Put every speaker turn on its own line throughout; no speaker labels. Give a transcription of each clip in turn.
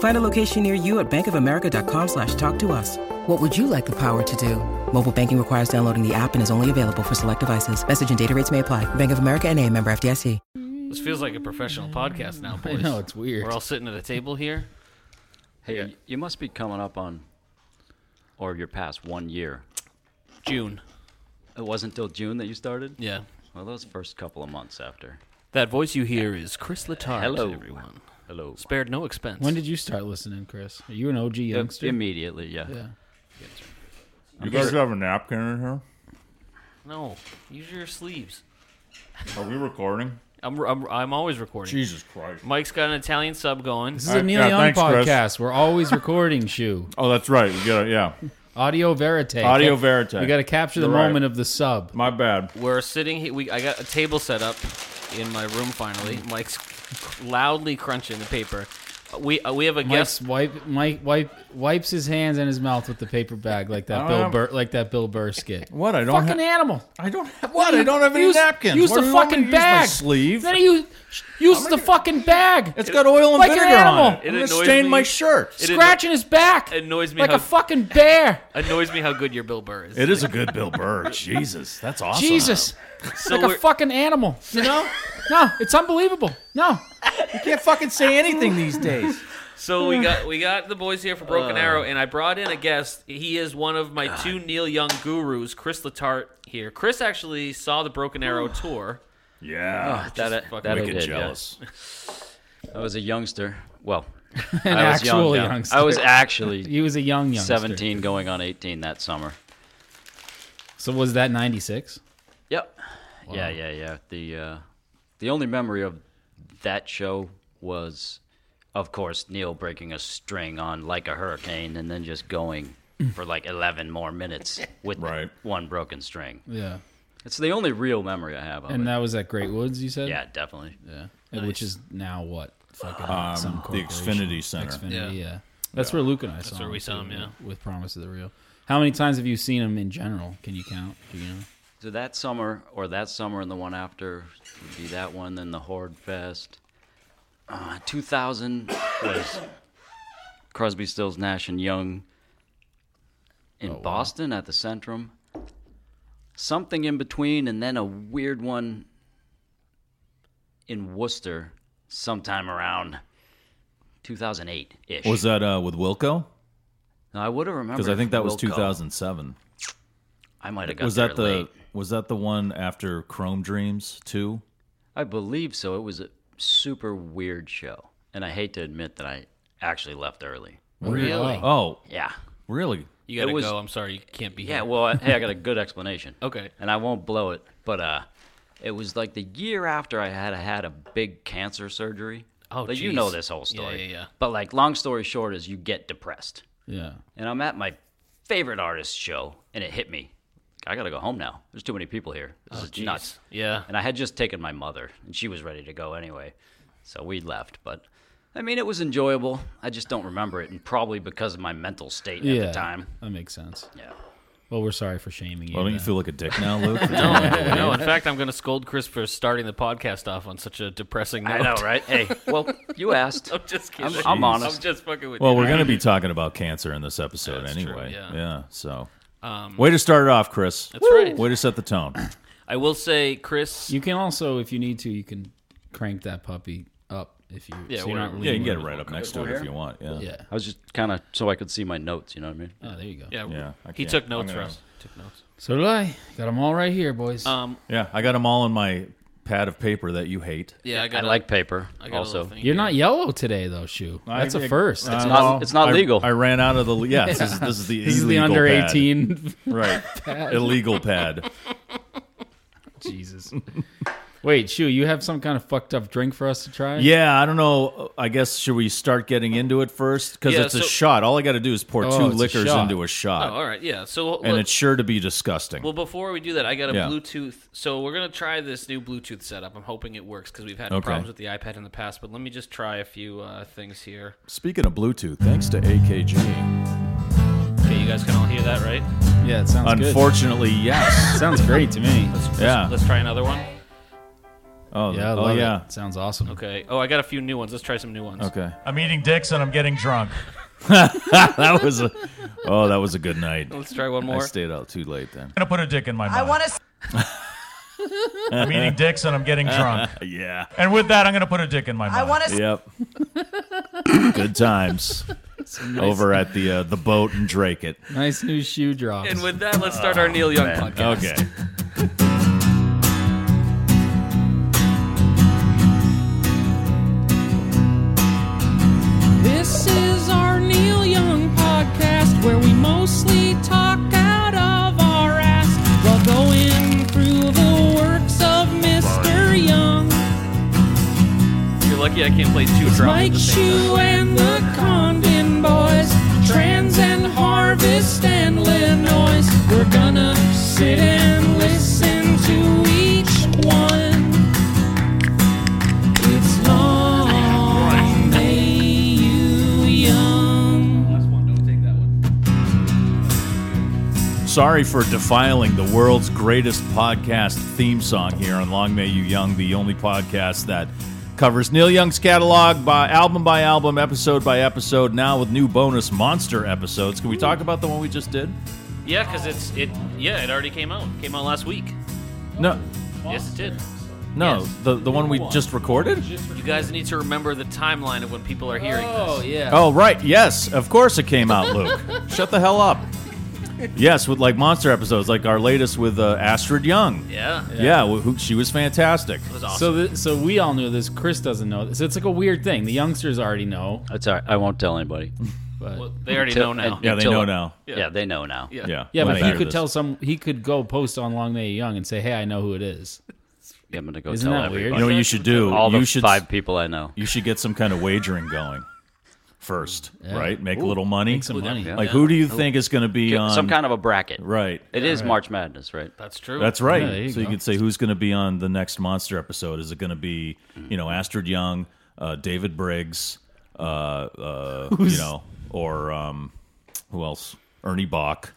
Find a location near you at bankofamerica.com slash talk to us. What would you like the power to do? Mobile banking requires downloading the app and is only available for select devices. Message and data rates may apply. Bank of America and a member FDIC.
This feels like a professional podcast now, boys.
know, it's weird.
We're all sitting at a table here.
Hey,
Yeah.
y- you must be coming up on, or your past one year.
June.
It wasn't till June that you started.
Yeah.
Well, those first couple of months after.
That voice you hear is Chris Letard,
Hello,
everyone.
Hello.
Spared no expense.
When did you start listening, Chris? Are you an OG
Uh,
youngster?
Immediately, yeah.
yeah.
You guys have a napkin in here?
No. Use your sleeves.
Are we recording?
I'm, I'm, I'm always recording.
Jesus Christ.
Mike's got an Italian sub going.
This is
Alright,
a Neil
yeah,
Young
thanks, Chris.
podcast. We're always recording, Shu.
Oh, that's right. We got it. Yeah.
Audio verite.
Audio
Cap-
verite.
We got to capture the
You're right.
moment of the sub.
My bad.
We're sitting here. We, I got a table set up in my room finally.
Mm.
Mike's loudly crunching the paper. Uh, We uh, we have a
Mike's
guest.
wipe, Mike wipe, wipes his hands and his mouth with the paper bag like that
I
Bill
don't
Burr, like that Bill Burr skit.
What? I don't
Fucking
have.
animal.
I don't have. What? I don't have any
use,
napkins.
Use
Why
the
do you want me to
fucking
use my
bag.
sleeve.
Then you use the fucking bag.
It's got oil and
Like an
vinegar
animal.
on it.
It
I'm gonna
annoys
stain
me.
my shirt.
It
Scratching his back.
annoys me
like
how-
a fucking bear.
annoys me how good your Bill Burr is.
It is a good Bill Burr. Jesus, that's awesome.
Jesus.
So
like
we're-
a fucking animal, you know? no, it's unbelievable. No.
you can't fucking say anything these days.
So we got we got the boys here for Broken
Uh.
Arrow, and I brought in a guest. He is one of my two Neil Young gurus, Chris Letarte here. Chris actually saw the Broken Arrow tour.
Yeah.
That, I- that I
Wicked
did, yeah.
jealous.
I was a youngster. Well,
An
I was
actual
young. now.
youngster.
I was actually
He was a young youngster.
17 going on 18 that summer.
So was that 96?
Yep. Yeah, yeah, yeah. The uh, the only memory of that show was, of course, Neil breaking a string on like a hurricane and then just going for like eleven more minutes with
Right.
one broken string.
Yeah.
It's the only real memory I
Oh,
have of
And
it.
that was at Great Woods, you said?
yeah, definitely.
Yeah. Which is now what? Fucking some
Um, The
corporation.
Xfinity Center.
Xfinity,
Yeah.
yeah. That's where Luke and I saw him.
where we saw him,
too,
yeah.
With Promise of the Real. How many times have you seen him in general? Can you count? Do you know?
So that summer, or that summer and the one after, would be that one, then the Horde Fest. Uh, 2000 was Crosby, Stills, Nash, and Young
Oh,
in Boston at the Centrum. Something in between, and then a weird one in Worcester sometime around 2008 ish.
Was that uh, with Wilco?
I would have remembered.
Because I think that was
Wilco.
2007.
I might have got
Was that
there
the
late.
Was that the one after Chrome Dreams too?
I believe so. It was a super weird show, and I hate to admit that I actually left early.
Really?
Oh,
Yeah,
really?
You gotta
It was-
go. I'm sorry, you can't be
yeah.
here.
Well, I- hey, I got a good explanation.
Okay.
and I won't blow it, but uh, it was like the year after I had had a big cancer surgery.
Oh,
Like, you
geez.
know this whole
Yeah,
story.
yeah, yeah.
But like, long story short, is you get depressed,
Yeah.
and I'm at my favorite artist show, and it hit me. I gotta go home now. There's too many people here. This is
Oh, Jeez.
nuts.
Yeah.
And I had just taken my mother, and she was ready to go anyway. So we left, but I mean, it was enjoyable. I just don't remember it, and probably because of my mental state
yeah.
at the time.
That makes sense.
Yeah.
Well, we're sorry for shaming you.
Why don't you
then.
feel like a dick now, Luke?
No, in fact, I'm gonna scold Chris for starting the podcast off on such a depressing note.
I know, right? hey, well, you asked.
I'm just
I'm-
kidding.
I'm honest.
I'm just fucking with
Well,
you.
we're going to be talking about cancer in this episode anyway.
yeah.
yeah. So, way to start it off, Chris. That's
right.
Way to set the tone.
I will say, Chris.
You can also, if you need to, you can crank that puppy up if you.
Yeah,
so you're not
whatever.
leaning
Yeah, you can get it
with-
right up next to it if you want. Yeah.
Yeah.
I was just kind of so I could see my notes. You know what I mean?
Oh, there you go.
yeah.
Yeah, I
he
can't.
took notes
I'm
for
gonna-
us. Took notes.
So did I. Got them all right here, boys.
Um.
Yeah, I got them all in my pad of paper that you hate.
Yeah, I, got
I like paper
I got
also.
You're not yellow today, though. Shoe. That's
a
a first.
It's not- it's not
I,
legal.
I ran out of the. Yes, this, is, this is the.
this is the
illegal
under
pad.
eighteen.
Right. Illegal pad.
Jesus. Wait, Shu, you have some kind of fucked up drink for us to try?
Yeah, I don't know. I guess should we start getting into it first? Because
Yeah,
it's a
so-
shot. All I got to do is pour
Oh,
two
it's a
liquors
shot.
into a
Oh,
shot,
all right. Yeah. So
and
let-
it's sure to be disgusting.
Well, before we do that, I got a
Yeah.
Bluetooth. So we're gonna try this new Bluetooth setup. I'm hoping it works because we've had
Okay.
problems with the iPad in the past. But let me just try a few uh, things here.
Speaking of Bluetooth, thanks to AKG.
Okay, you guys can all hear that, right?
Yeah, it sounds good.
Unfortunately, yes.
Sounds great to me.
Yeah.
Let's try another one.
Oh
Yeah, I
oh,
love it.
yeah.
Sounds awesome.
Okay. Oh, I got a few new ones. Let's try some new ones.
Okay.
I'm eating dicks and I'm getting drunk.
that was a. Oh, that was a good night.
Let's try one
I
more.
stayed out too late then.
I'm gonna put a dick in my mouth.
I want to.
I'm eating dicks and I'm getting drunk.
Yeah.
And with that, I'm gonna put a dick in my mouth.
I want to.
Yep. good times. Over at the uh, the boat and Drake it.
Nice new shoe drop.
And with that, let's start our Neil Young podcast.
Okay.
This is our Neil Young podcast where we mostly talk out of our ass while going through the works of Mr. Young.
You're lucky I can't play two drums. at
Mike
the same
Shue and the Condon Boys, Trans and Harvest and Illinois. We're gonna sit and listen to each one. It's long may you young.
Sorry for defiling the world's greatest podcast theme song here on Long May You Young, the only podcast that covers Neil Young's catalog by album by album, episode by episode, now with new bonus monster episodes. Can we talk about the one we just did?
time. Yeah, because it's it. Yeah, it already came out. Came out last week.
No.
Yes, it did.
No,
Yes.
the, the one we just recorded?
You guys need to remember the timeline of when people are hearing
Oh
this.
yeah.
Oh, right. Yes, of course it came out, Luke. Shut the hell up. Yes, with like monster episodes, like our latest with uh, Astrid Young.
Yeah.
Yeah, wh- who, she was fantastic.
It was awesome.
So, th- so we all knew this. Chris doesn't know this. It's like a weird thing. The youngsters already know,
That's all right. I won't tell anybody.
but
Well, they already
Till-
know now.
Yeah, they
until-
know now.
Yeah. they know now.
Yeah.
Yeah,
yeah.
when
But
they
you
hear
could
this.
tell some. He could go post on Long May Young and say, "Hey, I know who it is."
Yeah, I'm gonna go
Isn't
tell
that weird?
everybody.
You know what you should do?
All
you
the
should
five people I know.
you should get some kind of wagering going first, right? Make a little money.
Make some money.
Like who do you think is going to be on
Some kind of a bracket.
Right.
It is March Madness, right?
That's true.
That's right.
Yeah, there you
so you
go.
could say who's going to be on the next monster episode? Is it going to be, you know, Astrid Young, uh, David Briggs, uh, uh, you know, or um, who else? Ernie Bach.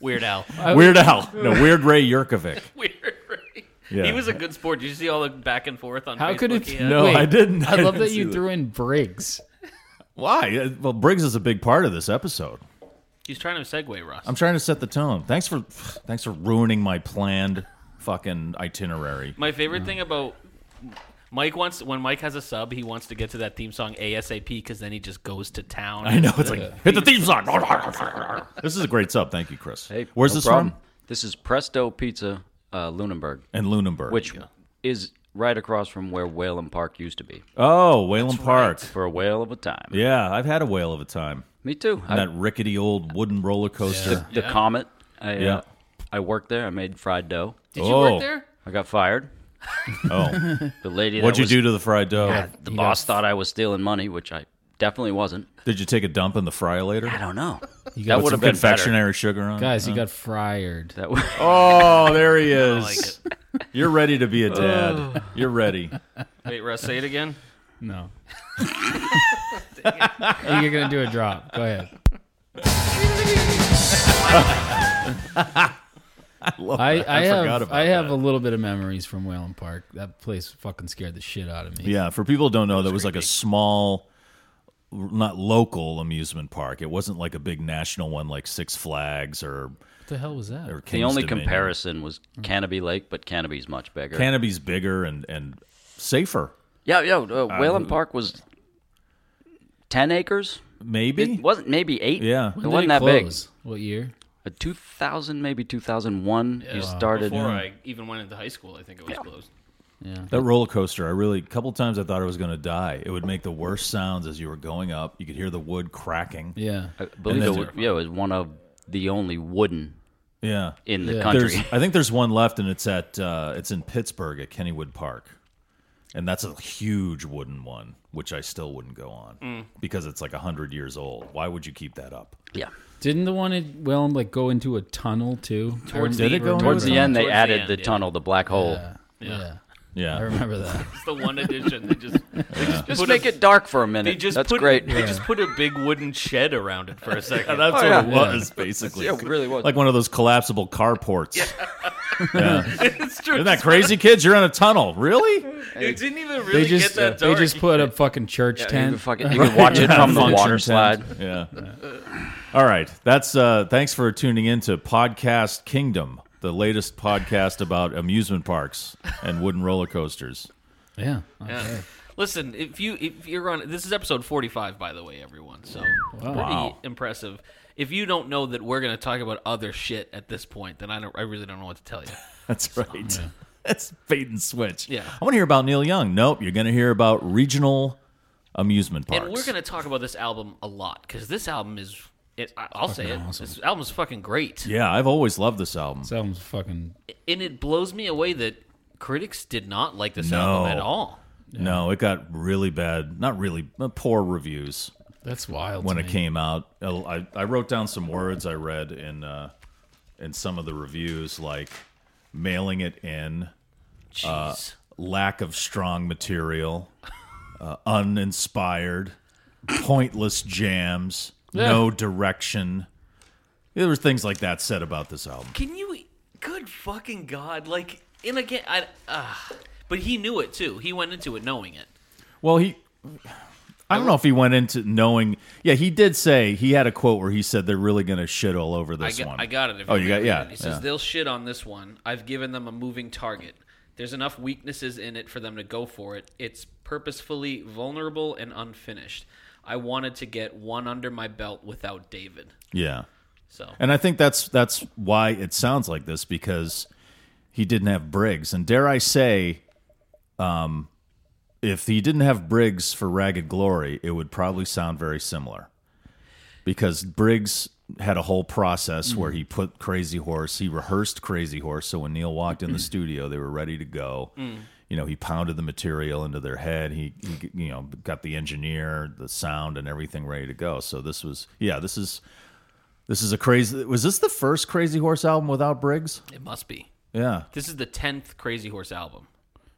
Weird Al.
Weird Al. No, Weird Ray Yurkovic.
Weird Ray.
Yeah.
He was a good sport. Did you see all the back and forth on
How
Facebook?
could it?
he had?
No,
Wait,
I didn't. I
I, love
didn't
that
see
you
that.
threw in Briggs.
Why? Uh, Well, Briggs is a big part of this episode.
He's trying to segue Ross.
I'm trying to set the tone. Thanks for thanks for ruining my planned fucking itinerary.
My favorite thing about Mike wants when Mike has a sub, he wants to get to that theme song ASAP because then he just goes to town.
I know it's like hit the theme song. this is a great sub. Thank you, Chris.
Hey,
Where's
no
this
problem.
from?
This is Presto Pizza, uh, Lunenburg,
And Lunenburg.
which is right across from where Whalen Park used to be
Oh, Whalen Park.
for a whale of a time.
Yeah, I've had a whale of a time.
Me too. I-
And that rickety old wooden roller coaster.
the Comet. I,
Yeah.
uh, I worked there. I made fried dough.
Did you
Oh.
work there?
I got fired.
Oh,
The lady.
what'd
that
you
was-
do to the fried dough?
The boss thought I was stealing money, which I definitely wasn't.
Did you take a dump in the fryer later?
I don't know.
Put
That would have been
some
better.
confectionary sugar on. it?
Guys, you got fried.
That would,
Oh, there he is. You're ready to be a
Oh.
dad. You're ready.
Wait, Russ, say it again.
No. You're gonna do a drop. Go ahead. I, I, have,
forgot about
I have a little bit of memories from Whalen Park. That place fucking scared the shit out of me.
Yeah, for people who don't know, that was like a small, not local amusement park. It wasn't like a big national one like Six Flags or
What the hell was that?
or King's
the only
Dominion.
comparison was Canopy Lake, but Canopy's much bigger.
Canopy's bigger and and safer,
yeah, yeah. Uh, Whalen Park was ten acres.
maybe.
It wasn't maybe eight.
Yeah.
it
When
When did
wasn't
it
that
close?
big.
What year?
but 2000, maybe 2001, you started.
Before I even went into high school, I think it was closed.
That roller coaster, I really, a couple times I thought I was going to die. It would make the worst sounds as you were going up. You could hear the wood cracking.
Yeah.
I believe
then-
it, wa- yeah, it was one of the only wooden
Yeah.
in the
Yeah.
country.
There's, I think there's one left, and it's at uh, it's in Pittsburgh at Kennywood Park, and that's a huge wooden one, which I still wouldn't go on because it's like hundred years old. Why would you keep that up?
yeah.
Didn't the one at Wellum like go into a tunnel too?
Towards
Did
the,
it go into
Towards
a
the end, they
Towards the
added
end,
the
yeah.
tunnel, the black hole.
Yeah. I
Yeah,
remember that.
It's the one edition. They just they just,
Just
put
make
a,
it dark for a minute.
They just
That's
put,
great.
They just put a big wooden shed around it for a second.
that's what
yeah.
it was basically.
Yeah, it really was.
like one of those collapsible carports.
it's true.
Isn't that crazy, kids? You're in a tunnel, really?
It didn't even really
They just uh,
get that
they
dark.
just put a fucking church
you
tent.
can, fucking, you can watch it from the
Function
water
tent.
slide.
Yeah. All right. That's uh thanks for tuning in to Podcast Kingdom, the latest podcast about amusement parks and wooden roller coasters.
yeah.
Yeah. Listen, if you if you're on this is episode 45 by the way, everyone. So pretty impressive. If you don't know that we're going to talk about other shit at this point, then I don't I really don't know what to tell you.
That's right. That's bait and switch.
Yeah.
I want to hear about Neil Young. Nope. You're going to hear about regional amusement parks.
And we're going to talk about this album a lot cuz this album is it, I- I'll say it. This album's fucking great.
yeah, I've always loved this album.
This album's fucking
And it blows me away that critics did not like this
No.
album at all.
No, it got really bad. Not really uh, poor reviews
that's wild.
when
to
it
me.
came out. uh, I, I wrote down some words I read in uh, in some of the reviews, like mailing it in, Uh,
Jeez.
lack of strong material, uh, uninspired, pointless jams, no direction. There were things like that said about this album.
Can you? Good fucking god! Like, and again, I. Uh, but he knew it too. He went into it knowing it.
Well, he. I don't know if he went into knowing. Yeah, he did say he had a quote where he said they're really going to shit all over
I
this
got,
one.
I got it. If
oh, you got
read
yeah.
it. He
yeah.
says they'll shit on this one. I've given them a moving target. There's enough weaknesses in it for them to go for it. It's purposefully vulnerable and unfinished. I wanted to get one under my belt without David.
yeah,
So
and I think that's that's why it sounds like this because he didn't have Briggs, and dare I say, um, if he didn't have Briggs for Ragged Glory, it would probably sound very similar because Briggs had a whole process where he put Crazy Horse, he rehearsed Crazy Horse. So when Neil walked in the studio, they were ready to go. You know, he pounded the material into their head. He, he, you know, got the engineer, the sound, and everything ready to go. So this was, yeah, this is, this is a crazy. Was this the first Crazy Horse album without Briggs?
it must be.
Yeah,
This is the tenth Crazy Horse album.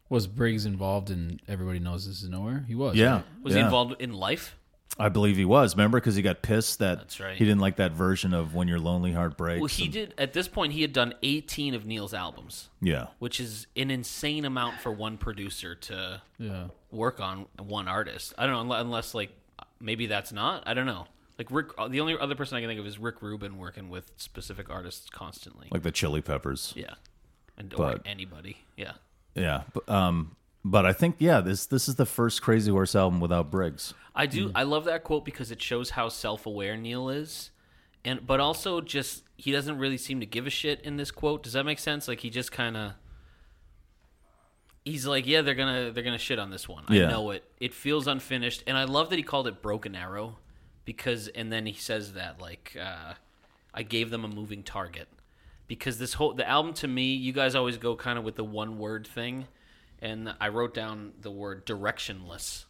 Was Briggs involved in Everybody Knows This Is Nowhere? He was.
yeah.
right?
Was
yeah.
he involved in Life?
I believe he was. Remember, because he got pissed that
That's right.
he didn't like that version of "When Your Lonely Heart Breaks."
Well, he
and-
did. At this point, he had done 18 of Neil's albums.
Yeah,
which is an insane amount for one producer to
Yeah.
work on one artist. I don't know, unle- unless like maybe that's not. I don't know. Like Rick, uh, the only other person I can think of is Rick Rubin working with specific artists constantly.
like the Chili Peppers.
yeah, and or
But-
anybody. Yeah,
Yeah, but, um, but I think yeah, this this is the first Crazy Horse album without Briggs.
I do. I love that quote because it shows how self-aware Neil is, and but also just he doesn't really seem to give a shit in this quote. Does that make sense? Like he just kind of. He's like, yeah, they're gonna they're gonna shit on this one.
Yeah.
I know it. It feels unfinished, and I love that he called it broken arrow, because and then he says that like, uh, I gave them a moving target, because this whole the album to me, you guys always go kind of with the one word thing, and I wrote down the word directionless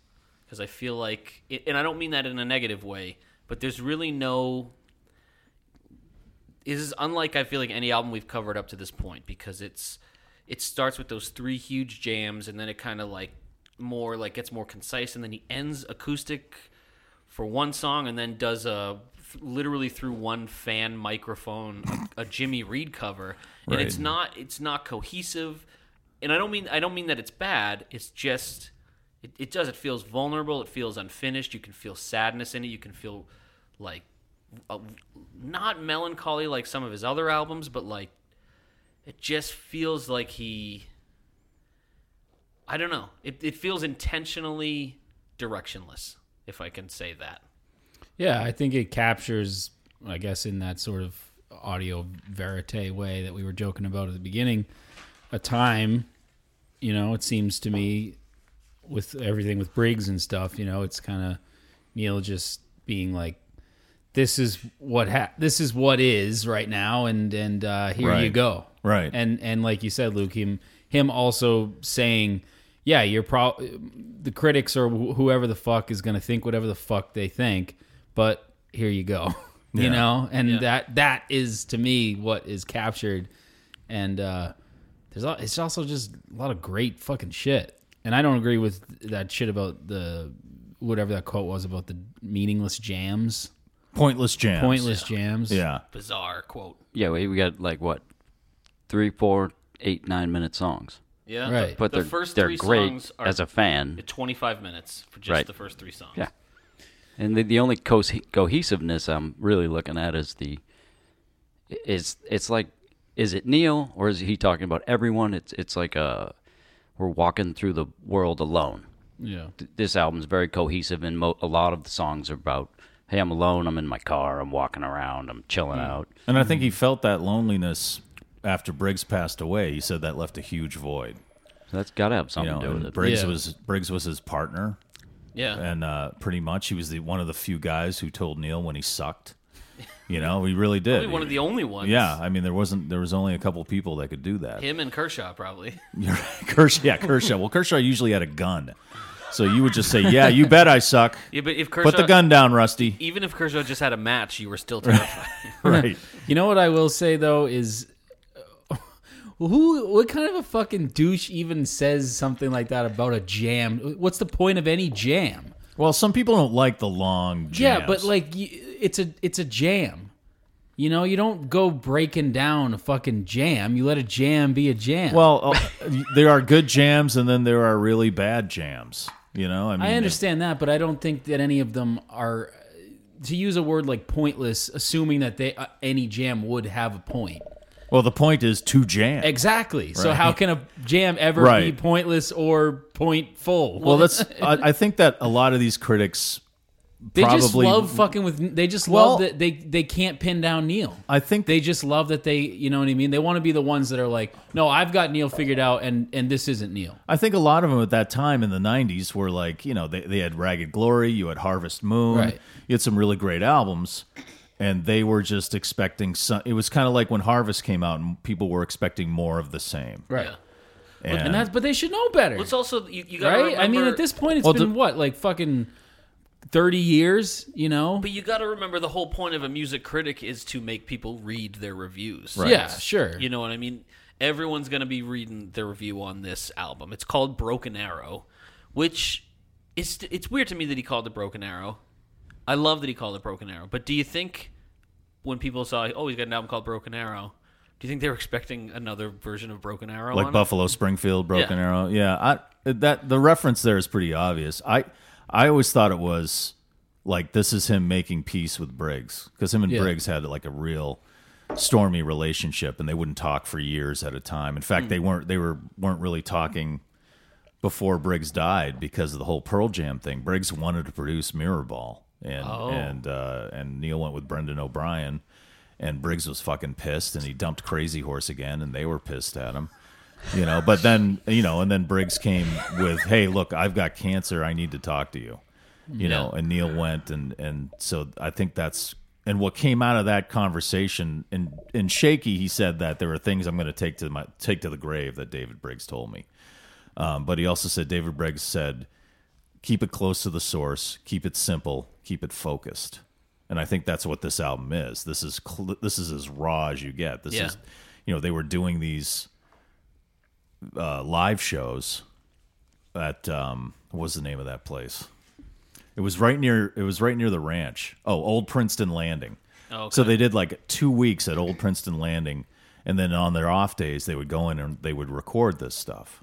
because I feel like, it, and I don't mean that in a negative way, but there's really no. This is unlike I feel like any album we've covered up to this point because it's it starts with those three huge jams and then it kind of like more like gets more concise and then he ends acoustic for one song and then does a literally through one fan microphone a, a Jimmy Reed cover and it's not it's not cohesive and I don't mean I don't mean that it's bad it's just it, it does it feels vulnerable it feels unfinished you can feel sadness in it you can feel like uh, not melancholy like some of his other albums but like it just feels like he I don't know it, it feels intentionally directionless if I can say that
Yeah, I think it captures, I guess, in that sort of
audio verite way that we were joking about at the beginning, a time, you know, it seems to me with everything with Briggs and stuff, you know, it's kind of Neil just being like, this is what ha- this is what is right now, and and uh, here you
Right.
go,
Right.
And and like you said, Luke, him him also saying, yeah, you're pro the critics or wh- whoever the fuck is going to think whatever the fuck they think, but here you go, you know, and that that is to me what is captured, and uh, there's a, it's also just a lot of great fucking shit. And I don't agree with that shit about the whatever that quote was about the meaningless jams,
Pointless jams.
pointless jams.
Yeah.
Bizarre quote.
Yeah, we, we got like what, three, four, eight, nine minute songs.
Yeah.
Right.
But
the
they're
first
they're
three
great
songs are
as a fan.
25 minutes for just
Right.
the first three songs.
Yeah. And the, the only co- cohesiveness I'm really looking at is the is it's like is it Neil or is he talking about everyone? It's it's like a we're walking through the world alone.
yeah.
Th- This album's very cohesive and mo- a lot of the songs are about hey, I'm alone, I'm in my car, I'm walking around, I'm chilling out.
And I
Hmm.
think he felt that loneliness after Briggs passed away. He said that left a huge void.
So that's got to have
You
something
know,
to do with
and
it.
Briggs
Yeah.
was Briggs was his partner,
Yeah.
and uh, pretty much he was the one of the few guys who told Neil when he sucked. You know, he really did.
Probably one of the only ones.
yeah, I mean, there wasn't there was only a couple people that could do that.
Him and Kershaw probably.
Kershaw, yeah, Kershaw. Well, Kershaw usually had a gun, so you would just say, "Yeah, you bet I suck."
Yeah, but if Kershaw
Put the gun down, Rusty.
even if Kershaw just had a match, you were still terrified.
Right.
You know what I will say though is uh, who what kind of a fucking douche even says something like that about a jam? What's the point of any jam?
Well, some people don't like the long.
Yeah,
jams.
but like y- it's a it's a jam. You know, you don't go breaking down a fucking jam. You let a jam be a jam.
Well, uh, there are good jams, and then there are really bad jams. You know, I mean,
I understand that, but I don't think that any of them are to use a word like pointless assuming that they uh, any jam would have a point.
Well, the point is to jam.
Exactly. So how can a jam ever
Right.
be pointless or pointful?
well, that's. I, I think that a lot of these critics
They just
probably-
love fucking with. They just
Well-
love that they they can't pin down Neil.
I think
they just love that they you know what I mean. They want to be the ones that are like, no, I've got Neil figured out, and and this isn't Neil.
I think a lot of them at that time in the 90s were like, you know, they, they had Ragged Glory, you had Harvest Moon,
Right.
you had some really great albums, and they were just expecting some. It was kind of like when Harvest came out and people were expecting more of the same.
Right.
And,
And that's but they should know better,
It's also you, you gotta
right?
remember,
I mean, at this point, it's
Well,
been
the-
what like fucking thirty years, you know?
but you got to remember the whole point of a music critic is to make people read their reviews.
Yeah, sure.
You know what I mean? Everyone's going to be reading their review on this album. It's called Broken Arrow, which is it's weird to me that he called it Broken Arrow. I love that he called it Broken Arrow, but do you think when people saw, oh, he's got an album called Broken Arrow, do you think they were expecting another version of Broken Arrow?
like
on it?
Buffalo Springfield, Broken
Yeah.
Arrow. Yeah, I that the reference there is pretty obvious. I I always thought it was like this is him making peace with Briggs because him and
Yeah.
Briggs had like a real stormy relationship and they wouldn't talk for years at a time. In fact, they weren't they were weren't really talking before Briggs died because of the whole Pearl Jam thing. Briggs wanted to produce Mirrorball and and uh, and Neil went with Brendan O'Brien and Briggs was fucking pissed and he dumped Crazy Horse again and they were pissed at him. You know, but then you know, and then Briggs came with, "Hey, look, I've got cancer. I need to talk to you." You know, and Neil went and and so I think that's and what came out of that conversation and and shaky he said that there were things I'm going to take to my take to the grave that David Briggs told me. Um, but he also said David Briggs said, keep it close to the source, keep it simple, keep it focused. And I think that's what this album is. This is cl- this is as raw as you get. This
Yeah.
is, you know, they were doing these uh, live shows at um, what was the name of that place? It was right near. It was right near the ranch. Oh, Old Princeton Landing.
okay.
So they did like two weeks at Old Princeton Landing, and then on their off days they would go in and they would record this stuff.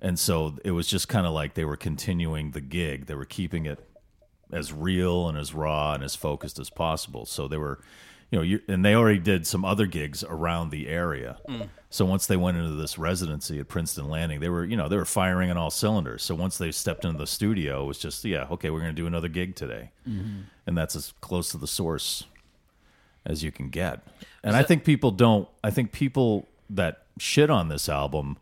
And so it was just kind of like they were continuing the gig. They were keeping it as real and as raw and as focused as possible. So they were, you know, you, and they already did some other gigs around the area. So once they went into this residency at Princeton Landing, they were, you know, they were firing on all cylinders. So once they stepped into the studio, it was just, yeah, okay, we're going to do another gig today. And that's as close to the source as you can get. And I think people don't. I think people that shit on this album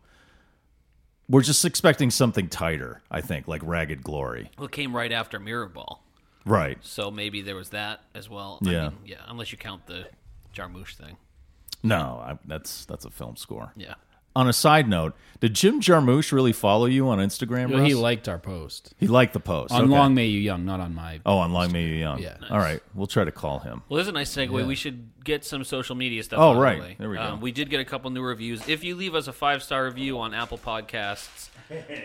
were just expecting something tighter. I think like Ragged Glory,
Well, it came right after Mirror Ball,
right?
so maybe there was that as well.
Yeah.
I mean, yeah. Unless you count the Jarmusch thing.
No, I, that's that's a film score.
Yeah.
On a side note, did Jim Jarmusch really follow you on Instagram?
Well, he
Russ?
liked our post
he liked the post
on
Okay.
Long May You Young, not on my.
Oh, on Long May You Young.
Yeah.
All right, we'll try to call him.
Well, there's a nice segue. We should get some social media stuff.
Oh,
out of the
right.
way.
There we go.
Um, we did get a couple new reviews. If you leave us a five star review on Apple Podcasts,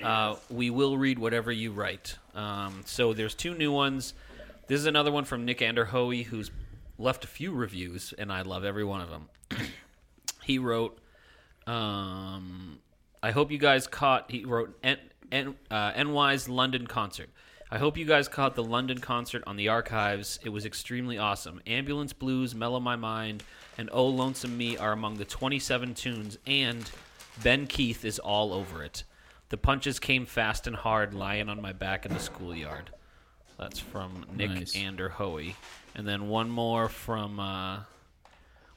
uh, we will read whatever you write. Um, so there's two new ones. This is another one from Nick Anderhoey, who's left a few reviews, and I love every one of them. he wrote, um, I hope you guys caught. He wrote N, N, uh, NY's London concert. I hope you guys caught the London concert on the archives. It was extremely awesome. Ambulance Blues, Mellow My Mind, and Oh Lonesome Me are among the 27 tunes, and Ben Keith is all over it. The punches came fast and hard, lying on my back in the schoolyard. That's from Nick
Nice.
Anderhoey. And then one more from. Uh,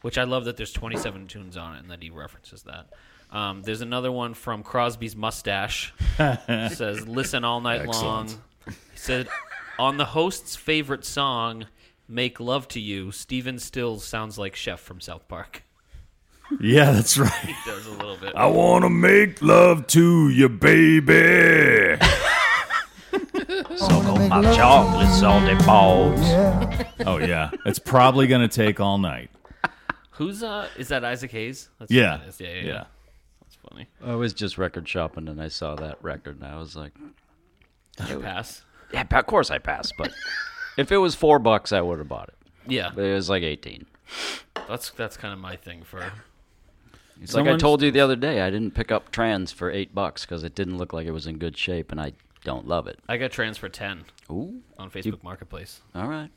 which I love that there's 27 tunes on it and that he references that. Um, there's another one from Crosby's Mustache. It says, listen all night long. He said, on the host's favorite song, Make Love to You, Steven Stills sounds like Chef from South Park.
Yeah, that's right.
He does a little bit.
I want to make love to you, baby.
My chocolates on the balls.
oh yeah, it's probably gonna take all night.
Who's, uh, is that Isaac Hayes? That's who
Yeah,
that is. yeah, yeah, yeah. That's funny.
I was just record shopping and I saw that record and I was like,
Did you pass?
yeah, of course I passed, but if it was four bucks, I would have bought it.
Yeah,
But it was like 18.
that's that's kind of my thing for.
It's like I
Someone's-
told you the other day, I didn't pick up trans for eight bucks because it didn't look like it was in good shape and I don't love it.
I got trans for 10
Ooh,
on Facebook Marketplace.
all right.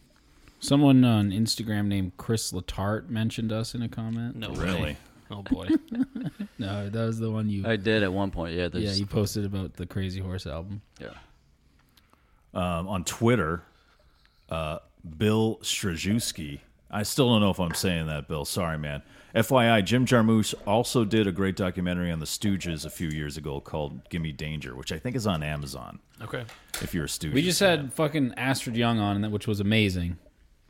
Someone on Instagram named Chris Latart mentioned us in a comment.
No
Really?
way. Oh boy.
no, that was the one you.
I did at one point. Yeah,
yeah,
there's,
you posted about the Crazy Horse album.
yeah.
Um, on Twitter, uh, Bill Strzelecki. I still don't know if I'm saying that, Bill. Sorry, man. FYI, Jim Jarmusch also did a great documentary on the Stooges a few years ago called "Gimme Danger," which I think is on Amazon.
okay.
If you're a Stooges,
We just had fucking Astrid Young on, and that which was amazing.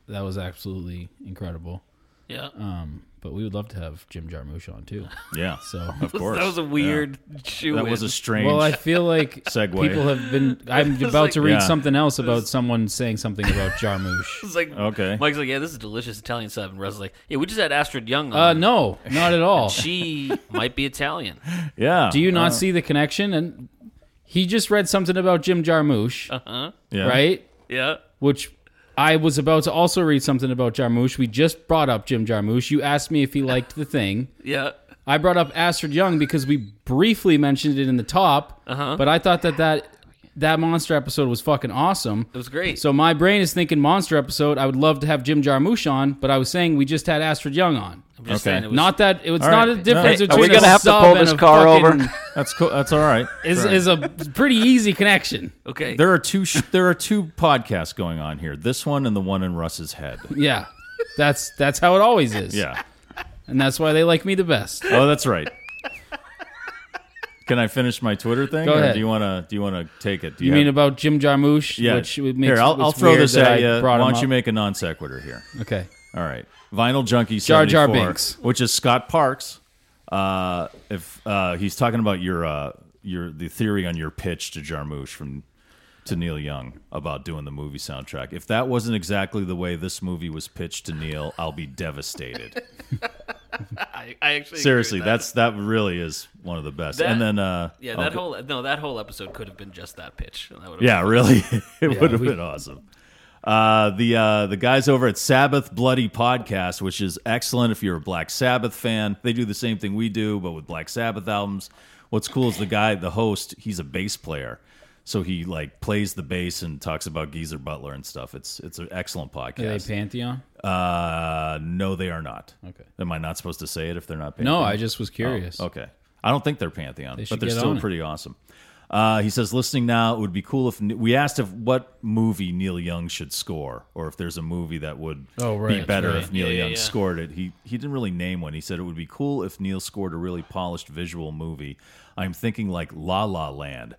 That was absolutely incredible.
Yeah.
Um, but we would love to have Jim Jarmusch on too.
yeah.
So
of course,
That was a weird shoe.
Yeah. That was a strange.
Well, I feel like
Segue.
people have been. I'm about to read
Yeah.
something else about someone saying something about Jarmusch.
It's like
Okay.
Mike's like, yeah, this is delicious Italian sub, and Russ's like, yeah, we just had Astrid Young.
Uh,
On.
no, not at all.
she might be Italian.
yeah.
Do you not see the connection? And he just read something about Jim Jarmusch,
Uh-huh.
Yeah.
right?
Yeah,
Which I was about to also read something about Jarmusch. We just brought up Jim Jarmusch. You asked me if he liked the thing.
yeah.
I brought up Astrid Young because we briefly mentioned it in the top,
Uh-huh.
but I thought that that that monster episode was fucking awesome.
It was great.
So my brain is thinking monster episode. I would love to have Jim Jarmusch on, but I was saying we just had Astrid Young on.
I'm just
Okay.
saying it was
Not that it's
All
not
right.
a difference
Hey, are
between
we
a
gonna have to
sub
pull
and
this
a
car
fucking-
over?
That's cool. That's all right.
Is is a pretty easy connection.
okay.
There are two. Sh- there are two podcasts going on here. This one and the one in Russ's head.
Yeah, that's that's how it always is.
Yeah.
and that's why they like me the best.
Oh, that's right. Can I finish my Twitter thing,
Go
or
ahead.
do you want to? Do you want to take it? Do
You
have-
mean about Jim Jarmusch?
Yeah.
which would make
here, I'll, I'll throw this at you. Why don't you make a non sequitur here?
okay?
All right, Vinyl Junkie
Jar Jar
74,
Binks.
which is Scott Parks. Uh, if uh, he's talking about your uh, your the theory on your pitch to Jarmusch from to Neil Young about doing the movie soundtrack. If that wasn't exactly the way this movie was pitched to Neil, I'll be devastated.
I, I actually
Seriously,
agree with
that's that really is one of the best.
That-
and then uh,
that. yeah.
oh,
That
go-
whole no, that whole episode could have been just that pitch. That would've-
Yeah, really, it would have
we-
been awesome. Uh, the uh, the guys over at Sabbath Bloody Podcast, which is excellent if you're a Black Sabbath fan. They do the same thing we do, but with Black Sabbath albums. What's cool is the guy, the host, he's a bass player, so he like plays the bass and talks about Geezer Butler and stuff. It's it's an excellent
Are
podcast.
they Pantheon?
uh, no, they are not.
Okay.
Am I not supposed to say it if they're not?
No,
Pantheon?
I just was curious.
Okay. Oh, I don't think they're Pantheon,
should
but they're
get
still
on it.
pretty awesome. Uh, he says, listening now, it would be cool if we asked if what movie Neil Young should score, or if there's a movie that would
Oh, right,
be
that's
better
right.
if Neil
Yeah, yeah,
Young
yeah.
scored it. He he didn't really name one. He said it would be cool if Neil scored a really polished visual movie. I'm thinking like La La Land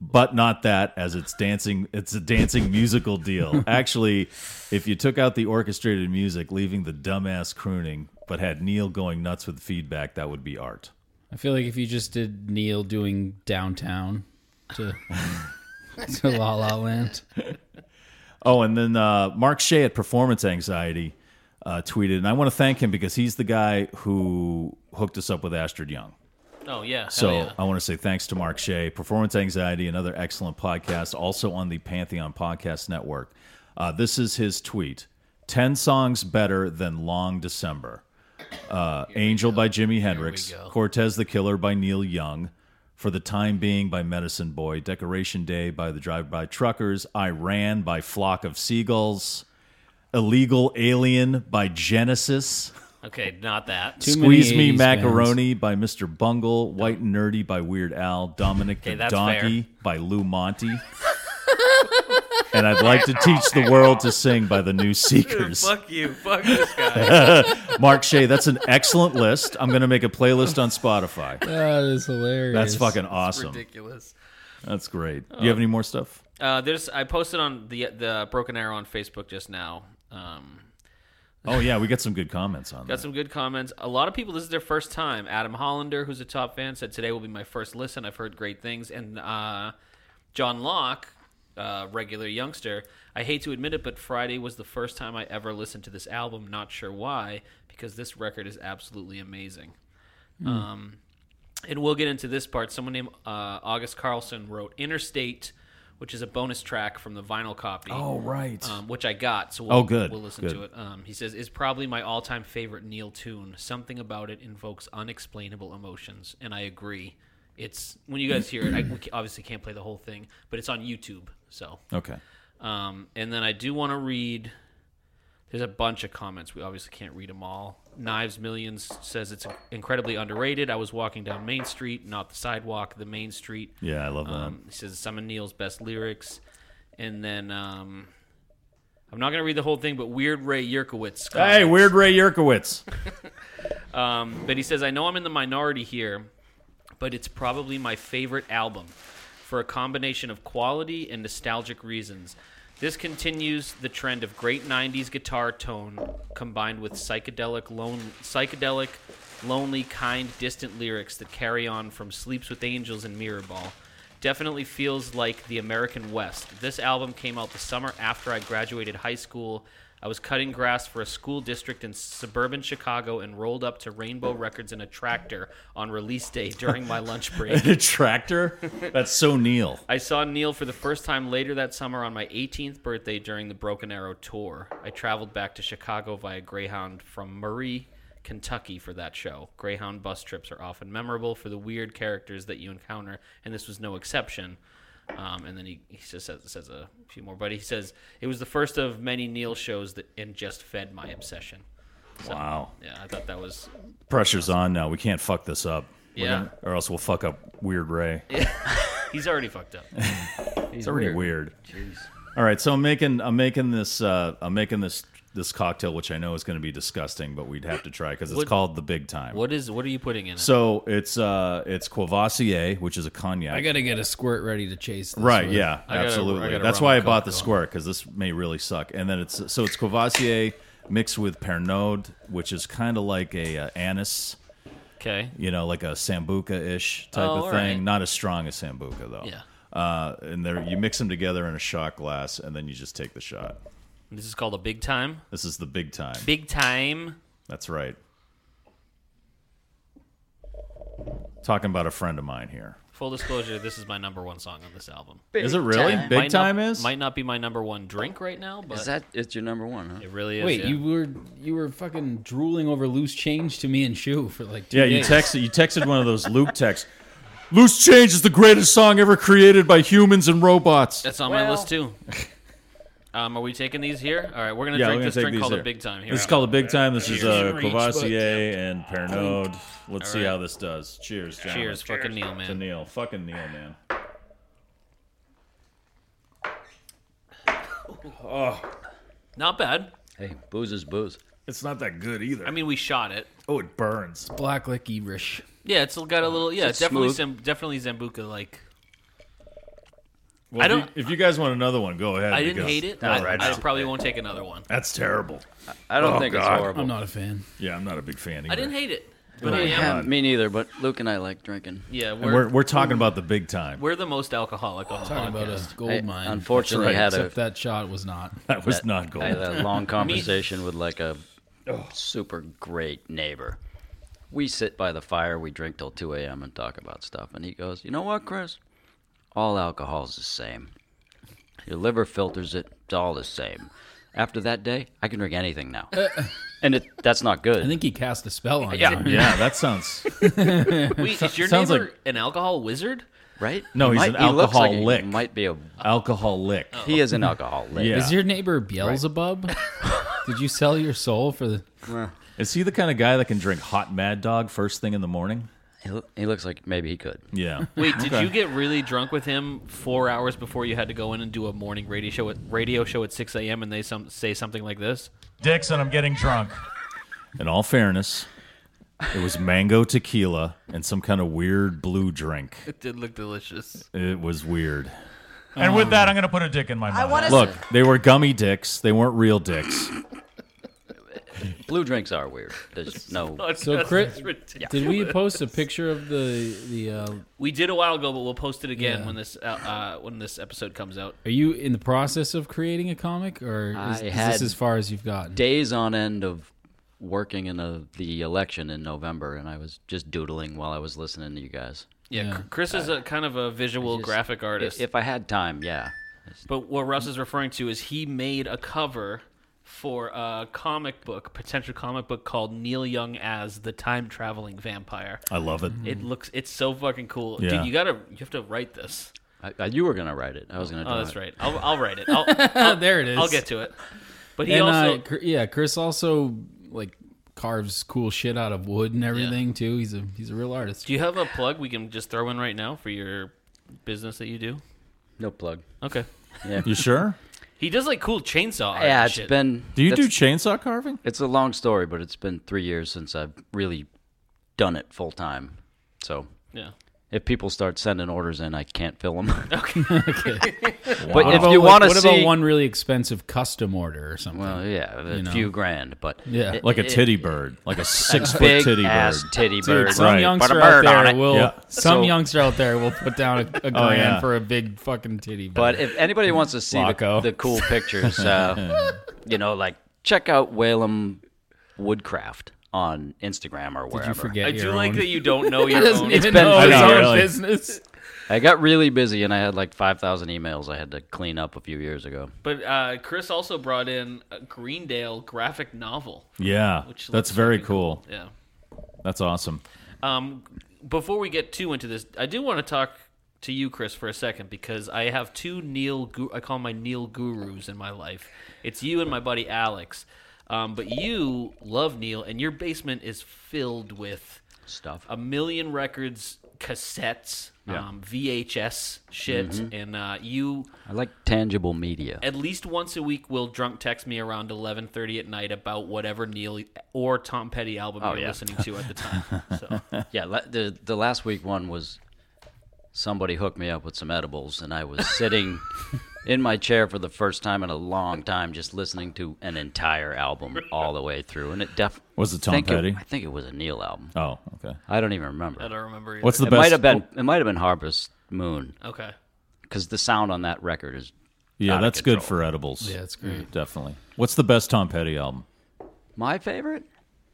but not that as it's dancing it's a dancing musical deal actually if you took out the orchestrated music leaving the dumbass crooning but had neil going nuts with feedback that would be art
I feel like if you just did Neil doing downtown to to La La Land,
oh and then uh, mark shea at performance anxiety uh, tweeted and i want to thank him because he's the guy who hooked us up with astrid young
Oh yeah. hell
So
yeah.
I want to say thanks to Mark Shea, Performance Anxiety, another excellent podcast, also on the Pantheon Podcast Network. Uh, this is his tweet 10 songs better than Long December. Uh, Angel by Jimi Hendrix, Cortez the Killer by Neil Young, For the Time Being by Medicine Boy, Decoration Day by the Drive By Truckers, Iran by Flock of Seagulls, Illegal Alien by Genesis.
Okay, not that.
Too many
Squeeze Me
80s
Macaroni by Mr. Bungle, White and Nerdy by Weird Al, Dominic the
that's
Donkey by Lou Monty. and I'd like to teach the world to sing by the New Seekers.
Fuck you. Fuck this guy.
Mark Shea, that's an excellent list. I'm going to make a playlist on Spotify.
bands. that is hilarious.
That's fucking awesome.
Ridiculous. Oh.
That's great. Do you have any more stuff?
Uh, there's I posted on the the Broken Arrow on Facebook just now. Um,
Oh yeah, we got some good comments
Got
on that.
some good comments. A lot of people, this is their first time. Adam Hollander, who's a top fan, said today will be my first listen. I've heard great things. And uh, John Locke, uh, regular youngster, I hate to admit it, but Friday was the first time I ever listened to this album. Not sure why, because this record is absolutely amazing.
Hmm.
Um, and we'll get into this part. Someone named uh, August Carlson wrote Interstate, which is a bonus track from the vinyl copy.
Oh right.
Um, which I got, so we'll,
Oh, good,
we'll listen
good.
to it. Um, he says, is probably my all time favorite Neil tune. Something about it invokes unexplainable emotions, and I agree. It's when you guys hear it, I we ca- obviously can't play the whole thing, but it's on YouTube. So,
okay.
um, and then I do want to read. There's a bunch of comments. We obviously can't read them all. Knives Millions says it's incredibly underrated. I was walking down Main Street, not the sidewalk, the Main Street.
Yeah, I love that.
Um, he says some of Neil's best lyrics, and then um, I'm not gonna read the whole thing, but Weird Ray Yerkowitz.
hey,
comments.
Weird Ray Yerkowitz.
Um, but he says I know I'm in the minority here, but it's probably my favorite album for a combination of quality and nostalgic reasons. This continues the trend of great '90s guitar tone combined with psychedelic, lone, psychedelic, lonely, kind, distant lyrics that carry on from "Sleeps with Angels" and "Mirrorball." Definitely feels like the American West. This album came out the summer after I graduated high school. I was cutting grass for a school district in suburban Chicago and rolled up to Rainbow Records in a tractor on release day during my lunch break.
Tractor? That's so Neil.
I saw Neil for the first time later that summer on my 18th birthday during the Broken Arrow tour. I traveled back to Chicago via Greyhound from Murray, Kentucky for that show. Greyhound bus trips are often memorable for the weird characters that you encounter, and this was no exception. Um, and then he, he just says, says a few more, but he says, It was the first of many Neil shows that and just fed my obsession.
Wow.
Yeah, I thought that was.
pressure's on now. We can't fuck this up. We're
Yeah.
gonna- or else we'll fuck up Weird Ray.
He's already fucked up.
it's already weird. All right, so I'm making I'm making this uh, I'm making this this cocktail, which I know is going to be disgusting, but we'd have to try because it's
What-
called the Big Time.
What is? What are you putting in it?
So it's uh it's Courvoisier, which is a cognac.
I gotta get a squirt ready to chase. This
Right.
with.
Yeah.
gotta-
absolutely.
I gotta
That's
run
why I
my
bought the
cocktail.
squirt because this may really suck. And then it's so it's Courvoisier mixed with Pernod, which is kind of like a uh, anise,
Okay.
you know, like a sambuca ish type
Oh,
of
all
thing.
right.
Not as strong as sambuca though.
Yeah.
Uh, and there you mix them together in a shot glass, and then you just take the shot.
This is called a big time.
This is the big time.
Big time.
That's right. Talking about a friend of mine here.
Full disclosure, this is my number one song on this album.
Is it really big
Might not-
time? is
might not be my number one drink right now, but
Is that it's your number one? Huh?
it really is.
Wait,
yeah.
you were you were fucking drooling over loose change to me and Shu for like two
Yeah, you
days.
texted you texted one of those Luke texts. Loose Change is the greatest song ever created by humans and robots.
that's on my list too. Um, are we taking these here? All right, we're gonna
Yeah,
drink
we're gonna
this
take
drink
these
called
here.
a big time. Here,
This is
Al.
called a big time. This is uh, Courvoisier and Pernod. Let's see how this does. Cheers, gentlemen.
Cheers, fucking Neil,
to
man.
Neil. Fucking Neil, man.
Not bad.
Hey, booze is booze.
It's not that good e- either.
I mean, we shot it.
oh, it burns.
Black like Irish.
Yeah, it's got a little. Yeah,
Is it
definitely,
smooth?
Zam, definitely Zambuca. Like,
Well,
I
if you-
don't-
If you guys want another one, go ahead.
I didn't
because-
hate it.
All
I,
right,
I
that's-
probably won't take another one.
That's terrible.
I don't
Oh,
think
God.
it's horrible.
I'm not a fan.
Yeah, I'm not a big fan. Either.
I didn't hate it, but
Oh,
I
yeah.
am.
Yeah,
God.
me neither. But Luke and I like drinking.
Yeah,
And
we're
we're
we're,
we're talking about the big time.
the most alcoholic on the
Talking about
podcast.
a gold
I
mine.
unfortunately
That's
had a,
Except that shot was not.
That was not gold.
I had a long conversation with like a super great neighbor. We sit by the fire, we drink till 2 a.m. and talk about stuff. And he goes, You know what, Chris? All alcohol's the same. Your liver filters it, it's all the same. After that day, I can drink anything now.
Uh,
and it, that's not good.
I think he cast a spell on
Yeah.
you.
yeah, that sounds.
Wait, is your
Sounds
neighbor
like-
an alcohol wizard?
right?
No,
He
he's
might-
an
he looks like he
alcoholic.
might be a.
alcoholic.
Oh.
He is an alcoholic.
Yeah.
Is your neighbor Beelzebub? Did you sell your soul for the?
Is he the kind of guy that can drink hot Mad Dog first thing in the morning?
He, lo- he looks like maybe he could.
Yeah.
Wait, did you get really drunk with him four hours before you had to go in and do a morning radio show at radio show at six a.m. and they some say something like this?
Dixon, I'm getting drunk.
In all fairness, it was mango tequila and some kind of weird blue drink.
It did look delicious.
It was weird.
And
Mm.
with that, I'm going to put a dick in my mouth.
I want to
Look, they were gummy dicks. They weren't real dicks.
Blue drinks are weird. There's no.
So Chris,
ridiculous.
did we post a picture of the the? Uh,
We did a while ago, but we'll post it again when this uh, uh, when this episode comes out.
are you in the process of creating a comic, or
I
is, is
had
this as far as you've gotten?
days on end of working in a, the election in November, and I was just doodling while I was listening to you guys.
Yeah, Chr- Chris is a kind of a visual
Just-
graphic artist.
If I had time, yeah.
But what Russ is referring to is he made a cover for a comic book, potential comic book called Neil Young as the time traveling vampire.
I love it.
It looks it's so fucking cool.
Mm. Yeah.
Dude, you gotta you have to write this.
I, I, you were gonna write it. I was gonna.
Oh,
draw
that's
it.
right. I'll, I'll write it. I'll,
there it is.
I'll get to it. But he
and
also
uh, Chr- yeah, Chris also like carves cool shit out of wood and everything too. He's a he's a real artist.
do you have a plug we can just throw in right now for your business that you do?
No plug.
Okay.
You sure?
He does like cool chainsaw art.
Yeah,
and
it's
shit.
been.
Do you do
that's-
chainsaw carving?
It's a long story, but it's been three years since I've really done it full time. So
yeah.
if people start sending orders in, I can't fill them.
Okay.
But
What
if
about,
you
like,
want to
what
see,
about one really expensive custom order or something?
well, yeah, a
know.
few grand, but
Yeah.
it-
Like a
it-
titty bird, like a six foot
big
titty
ass
bird.
titty bird.
Dude, some
Right.
youngster
Put a
out
bird on
there
it.
will
Yeah.
some
So- Oh,
youngster out there will put down a, a grand
yeah.
for a big fucking titty.
But
bear.
if anybody wants to see the,
Flacco.
the cool pictures, uh, you know, like check out Whalem Woodcraft on Instagram or
did you
wherever.
forget
I
your
do like
own-
that you don't know your
doesn't
own.
even
been-
know
I
his
know,
own
really.
business.
I got really busy and I had like 5,000 emails I had to clean up a few years ago.
But uh, Chris also brought in a Greendale graphic novel.
Yeah.
Which
That's
looks
very
fucking cool.
cool.
Yeah.
That's awesome.
Um, before we get too into this, I do want to talk to you, Chris, for a second because I have two Neil. Gu- I call my Neil gurus in my life. It's you and my buddy Alex. Um, but you love Neil, and your basement is filled with
Stuff.
a million records, cassettes, um, VHS shit, and uh, you
I like tangible media.
at least once a week will drunk text me around 11:30 at night about whatever Neil or Tom Petty album you're
yeah.
listening to at the time. So
Yeah, la- the, the last week one was somebody hooked me up with some edibles and I was sitting in my chair for the first time in a long time just listening to an entire album all the way through. And it definitely.
Was it Tom Petty?
I think it was a Neil album.
Oh, okay.
I don't even remember.
I don't remember.
What's the
it
best?
might have been it might have been Harvest Moon
either. okay?
because the sound on that record is
Yeah,
out of
that's good
control. Mm.
for edibles.
Yeah, it's great.
Definitely. What's the best Tom Petty album?
my favorite.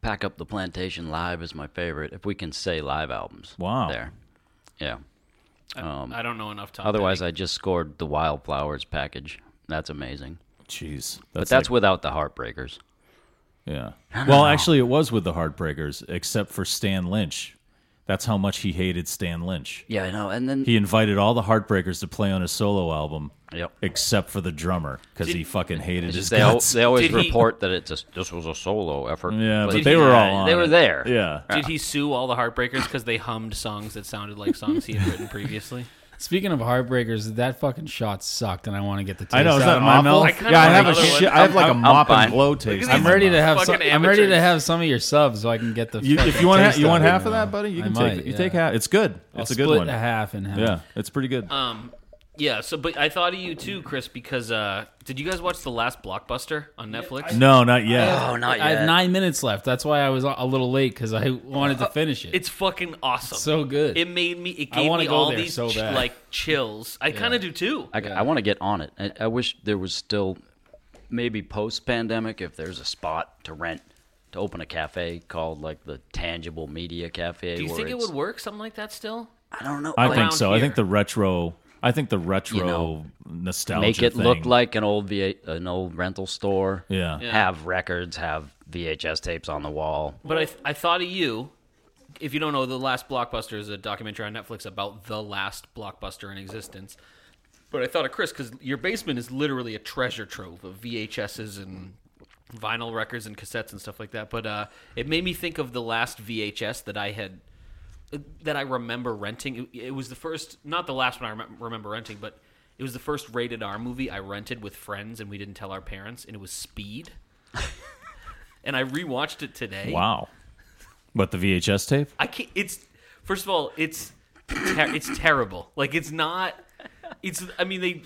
Pack up the plantation live is my favorite. If we can say live albums,
Wow.
there, yeah.
I don't know enough Tom.
Otherwise,
Petty.
I just scored the Wildflowers package. That's amazing,
Jeez.
but that's
like-
without the Heartbreakers.
Yeah. Well, actually, it was with the Heartbreakers, except for Stan Lynch. That's how much he hated Stan Lynch.
Yeah, I know. And then
He invited all the Heartbreakers to play on his solo album,
Yep.
except for the drummer, because he fucking hated his
they, al-
guts.
they always
Did he-
report that it's a, this was a solo effort.
yeah, but
did
they
he-
were all
yeah,
on.
they were
it.
there.
Yeah.
uh,
did he sue all the heartbreakers because they hummed songs that sounded like songs he had written previously?
Speaking of heartbreakers, that fucking shot sucked, and I want to get the taste
I know. Is
out
that
of my
awful?
mouth.
kinda
yeah, I
want
have a
another
shit.
one.
I have like a
I'm- I'm
mop
fine.
and blow taste.
these
I'm ready to have.
fucking
Some, I'm ready to
amateurs.
have some of your subs so I can get the.
You, if
fucking
you want, ha-
taste
you
out
want
it.
half of that, buddy, you
I
can
might,
take. You
yeah.
take half. It's good.
I'll
It's a
split
good one.
A half and half.
Yeah, it's pretty good.
Yeah, so but I thought of you too, Chris, because uh did you guys watch the last blockbuster on Netflix?
no, not yet.
Oh, not yet.
I have nine minutes left. That's why I was a little late because I wanted to finish it.
It's fucking awesome.
so good.
It made me. It
I
gave
wanna
me
go
all
there
these
so
ch-
bad.
like chills. I kind of do too.
I, want to get on it. I, I wish there was still maybe post pandemic if there's a spot to rent to open a cafe called like the Tangible Media Cafe.
do you
where
think it
it's-
would work? Something like that still?
I don't know.
I
like,
think so. I
here.
think the retro. I think the retro
You know,
nostalgia.
make it
thing.
look like an old v- an old rental store.
Yeah. Yeah.
Have records. Have VHS tapes on the wall.
But I, th- I thought of you. If you don't know, the last blockbuster is a documentary on Netflix about the last blockbuster in existence. But I thought of Chris because your basement is literally a treasure trove of VHSs and vinyl records and cassettes and stuff like that. But uh, it made me think of the last VHS that I had that I remember renting. It, it was the first, not the last one I remem- remember renting, but it was the first rated R movie I rented with friends and we didn't tell our parents, and it was Speed. and I rewatched it today.
wow. But the VHS tape.
I can't. It's first of all, it's ter- it's terrible. Like it's not. It's. I mean, they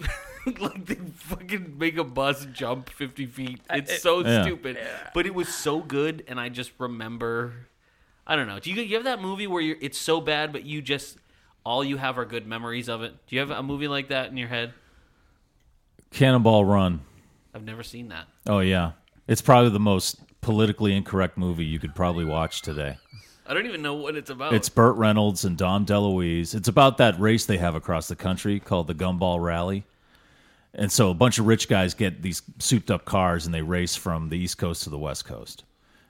like they fucking make a bus jump fifty feet.
Uh,
It's so
Yeah.
stupid, but it was so good, and I just remember. I don't know. Do you, you have that movie where you're, it's so bad, but you just all you have are good memories of it? Do you have a movie like that in your head?
Cannonball Run.
I've never seen that.
Oh yeah, it's probably the most politically incorrect movie you could probably watch today.
I don't even know what it's
Oh.
about.
It's Burt Reynolds and Dom DeLuise. It's about that race they have across the country called the Gumball Rally. And so a bunch of rich guys get these souped up cars and they race from the East Coast to the West Coast.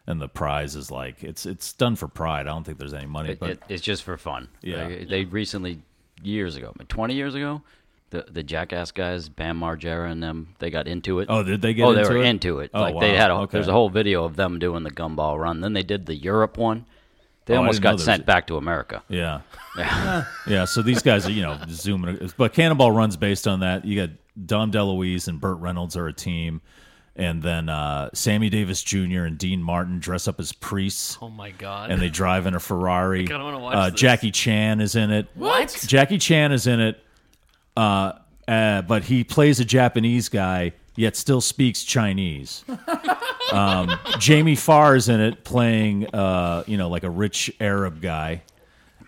And the prize is like it's it's done for pride. I don't think there's any money,
It,
but
it- it's just for fun.
Yeah.
They, they recently, years ago, twenty years ago, the the Jackass guys, Bam Margera and them, they got into it.
Oh, did they get
Oh, they
into
were
it?
into it.
Oh,
like they
wow.
had a
Okay.
there's a whole video of them doing the gumball run. Then they did the Europe one. They
Oh, I
almost
didn't know
got
there
sent
was-
back to America.
yeah. yeah, so these guys are, you know, zooming but Cannonball Run's based on that. You got Dom DeLuise and Burt Reynolds are a team. And then uh, Sammy Davis Jr. and Dean Martin dress up as priests.
oh my god.
and they drive in a Ferrari.
kinda wanna watch
uh,
this.
Jackie Chan is in it.
What?
Jackie Chan is in it, uh, uh, but he plays a Japanese guy yet still speaks Chinese. um, Jamie Farr is in it playing, uh, you know, like a rich Arab guy.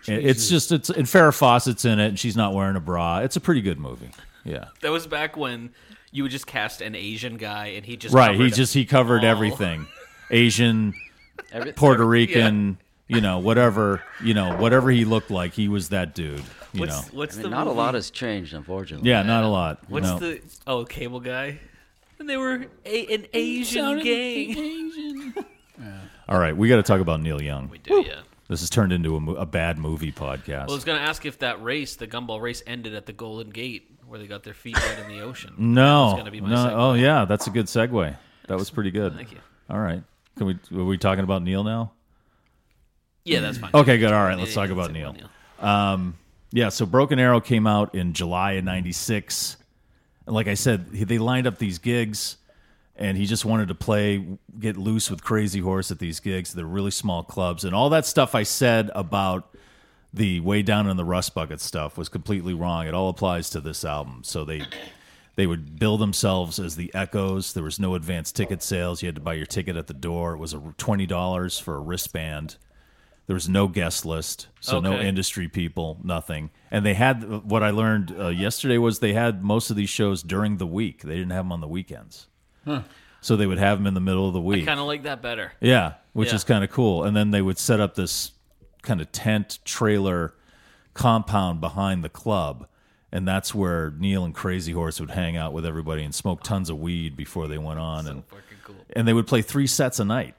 It- It's just it's and Farrah Fawcett's in it, and she's not wearing a bra. It's a pretty good movie. Yeah,
that was back when you would just cast an Asian guy, and he just
right. He
covered- Oh.
just he covered
all.
everything, Asian.
Every-
Puerto Rican, you know, whatever, you know, whatever he looked like, he was that dude, you know.
What's, what's
I mean,
the
not a
movie-
lot has changed, unfortunately.
Yeah, not a lot.
What's
no.
the oh cable guy? And they were a, an Asian gang.
All right, we got to talk about Neil Young.
Dude, yeah.
This has turned into a, mo- a bad movie podcast.
Well, I was gonna ask if that race, the gumball race, ended at the Golden Gate where they got their feet wet in the ocean.
no,
gonna be my
no.
segue.
Oh yeah, that's a good segue. That was pretty good.
Thank you.
All right, can we? Are we talking about Neil now?
Yeah, that's fine.
Okay, good. All right,
Yeah,
let's
yeah,
talk about
let's
Neil. Um, Yeah, so Broken Arrow came out in July of 96. And like I said, he- they lined up these gigs and he just wanted to play get loose with Crazy Horse at these gigs. They're really small clubs and all that stuff I said about the way down in the rust bucket stuff was completely wrong. It all applies to this album. So they they would bill themselves as the Echoes. There was no advance ticket sales. You had to buy your ticket at the door. It was a $20 for a wristband. There was no guest list, so no
Okay.
industry people, nothing. And they had what I learned uh, yesterday was they had most of these shows during the week. They didn't have them on the weekends, so they would have them in the middle of the week.
Kind of like that better.
Yeah, which
Yeah.
is kind of cool. And then they would set up this kind of tent trailer compound behind the club. And that's where Neil and Crazy Horse would hang out with everybody and smoke tons of weed before they went on. and and they would play three sets a night,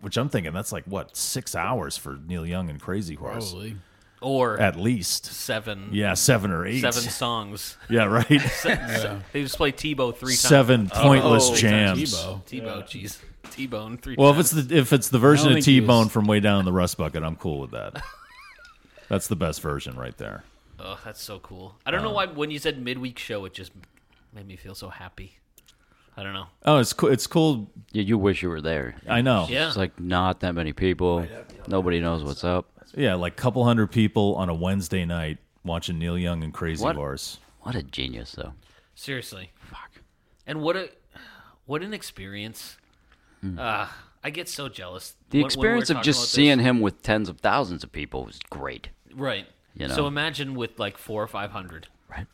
which I'm thinking that's like what six hours for Neil Young and Crazy Horse
Probably.
Or
at least.
seven.
Yeah, seven or eight.
Seven songs.
Yeah, right.
They just play Tebow three times.
seven pointless
Oh.
jams.
Tebow.
Tebow, jeez. T-Bone three
Well, if
times.
it's the if it's the
I
version
don't
of
think he
T Bone
was-
from way down in the rust bucket, I'm cool with that. That's the best version right there.
Oh, that's so cool. I don't know
Uh.
why when you said midweek show, it just made me feel so happy. I don't know.
Oh, it's cool. It's cool.
You, you wish you were there.
I know.
Yeah.
It's like not that many people. Nobody knows what's up.
Yeah, like a couple hundred people on a Wednesday night watching Neil Young and Crazy
What?
Horse.
What a genius, though.
Seriously. Fuck. And what a what an experience. Ah, I get so jealous.
Hmm. The
when- when
experience
we're
of
talking about
just
this.
seeing him with tens of thousands of people was great.
Right.
you know.
So imagine with like four or five hundred.
Right.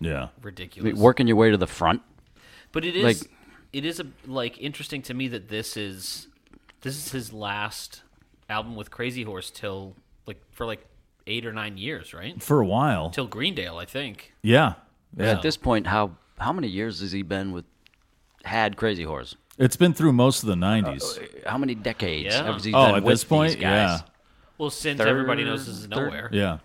Yeah.
I mean,
Ridiculous.
working your way to the front.
But it is
Like-
it is a, like interesting to me that this is this is his last album with Crazy Horse till like for like eight or nine years, right?
For a while.
Till Greendale, I think.
Yeah. Yeah.
At this point, how how many years has he been with had Crazy Horse?
It's been through most of the 90s.
How many decades?
Yeah.
Has he
Oh,
been
at
with
this point?
these guys?
Well, since
Third-
everybody knows this is
third-
nowhere,
yeah.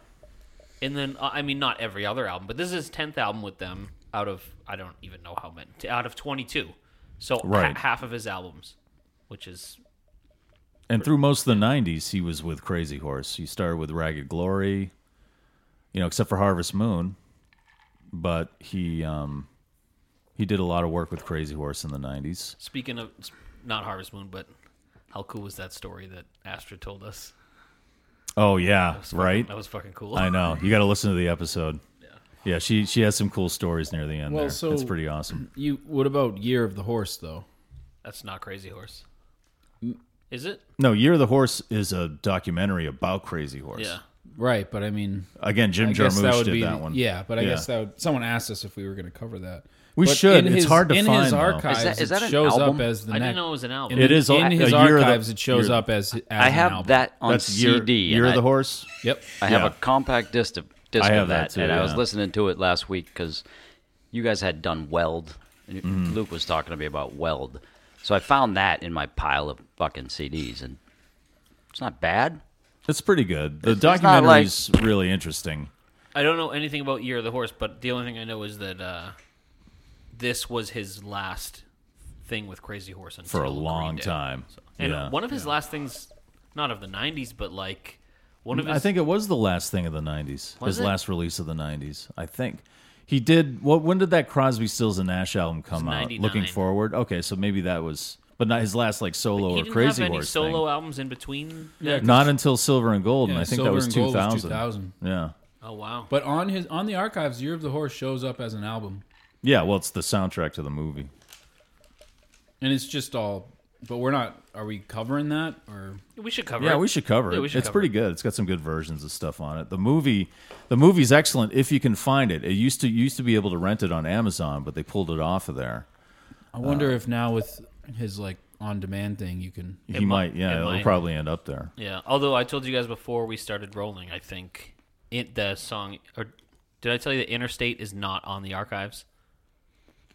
and then uh, I mean not every other album, but this is his tenth album with them out of I don't even know how many t- out of twenty two, so ha-
Right.
half of his albums, which is
And through most of the 90s, he was with Crazy Horse. He started with Ragged Glory, you know, except for Harvest Moon. But he um, he did a lot of work with Crazy Horse in the 90s.
speaking of s- not Harvest Moon, but how cool was that story that Astra told us?
Oh, yeah. Right?
That was fucking cool.
I know. You got to listen to the episode. Yeah. Yeah, she, she has some cool stories near the end
Well,
there.
so-
it's pretty awesome.
You. What about Year of the Horse though?
That's not Crazy Horse, is it?
No, Year of the Horse is a documentary about Crazy Horse.
Yeah.
Right, but I mean,
Again, Jim
I guess
Jarmusch
that would
did
be
that one.
yeah. But I
Yeah.
guess that would, someone asked us if we were going to cover that.
We
But
should.
in
It's
his-
hard to
in
find,
his
though.
archives.
Is that- is
it
that an
shows
album?
up as
I
the next.
didn't know it was an album.
It is
in
a-
his
a year of the-
archives. it shows
year-
up as, as
I
an
have
album.
that on
That's
CD.
Year, year
and
of the
I-
Horse.
Yep.
I have
Yeah.
a compact disc of, disc
I have
of
that
that,
too,
and I was
yeah.
listening to it last week because you guys had done Weld. and
Mm-hmm.
Luke was talking to me about Weld, so I found that in my pile of fucking CDs, and it's not bad.
It's pretty good. The
it's not like-
documentary's really interesting.
I don't know anything about Year of the Horse, but the only thing I know is that uh, this was his last thing with Crazy Horse until
for a
Green
long
Day.
time.
And
yeah.
one of his last things, not of the '90s, but like one of his.
I think it was the last thing of the 90s.
Was
his
it?
last release of the 90s, I think. He did what when did that Crosby Stills and Nash album come out?
99.
Looking forward. Okay, so maybe that was but not his last like solo
he
or
didn't
crazy
have any
horse
solo
thing.
albums in between. Yeah.
Not until Silver and Gold, and
Yeah,
I think that
Silver
was
and Gold was
2000.
2000.
Yeah.
Oh wow.
But on his on the archives, Year of the Horse shows up as an album,
Yeah, well, it's the soundtrack to the movie.
and it's just all. But we're not. Are we covering that or?
we should cover.
Yeah,
it.
we should cover it.
Yeah, we should
it's
cover
pretty
it.
good. It's got some good versions of stuff on it. The movie, the movie's excellent if you can find it. It used to used to be able to rent it on Amazon, but they pulled it off of there.
I wonder if now with his like on demand thing, you can.
he
mi-
might, yeah,
it
it will
might.
probably end up there.
Yeah. Although I told you guys before we started rolling, I think it, the song or did I tell you that Interstate is not on the archives?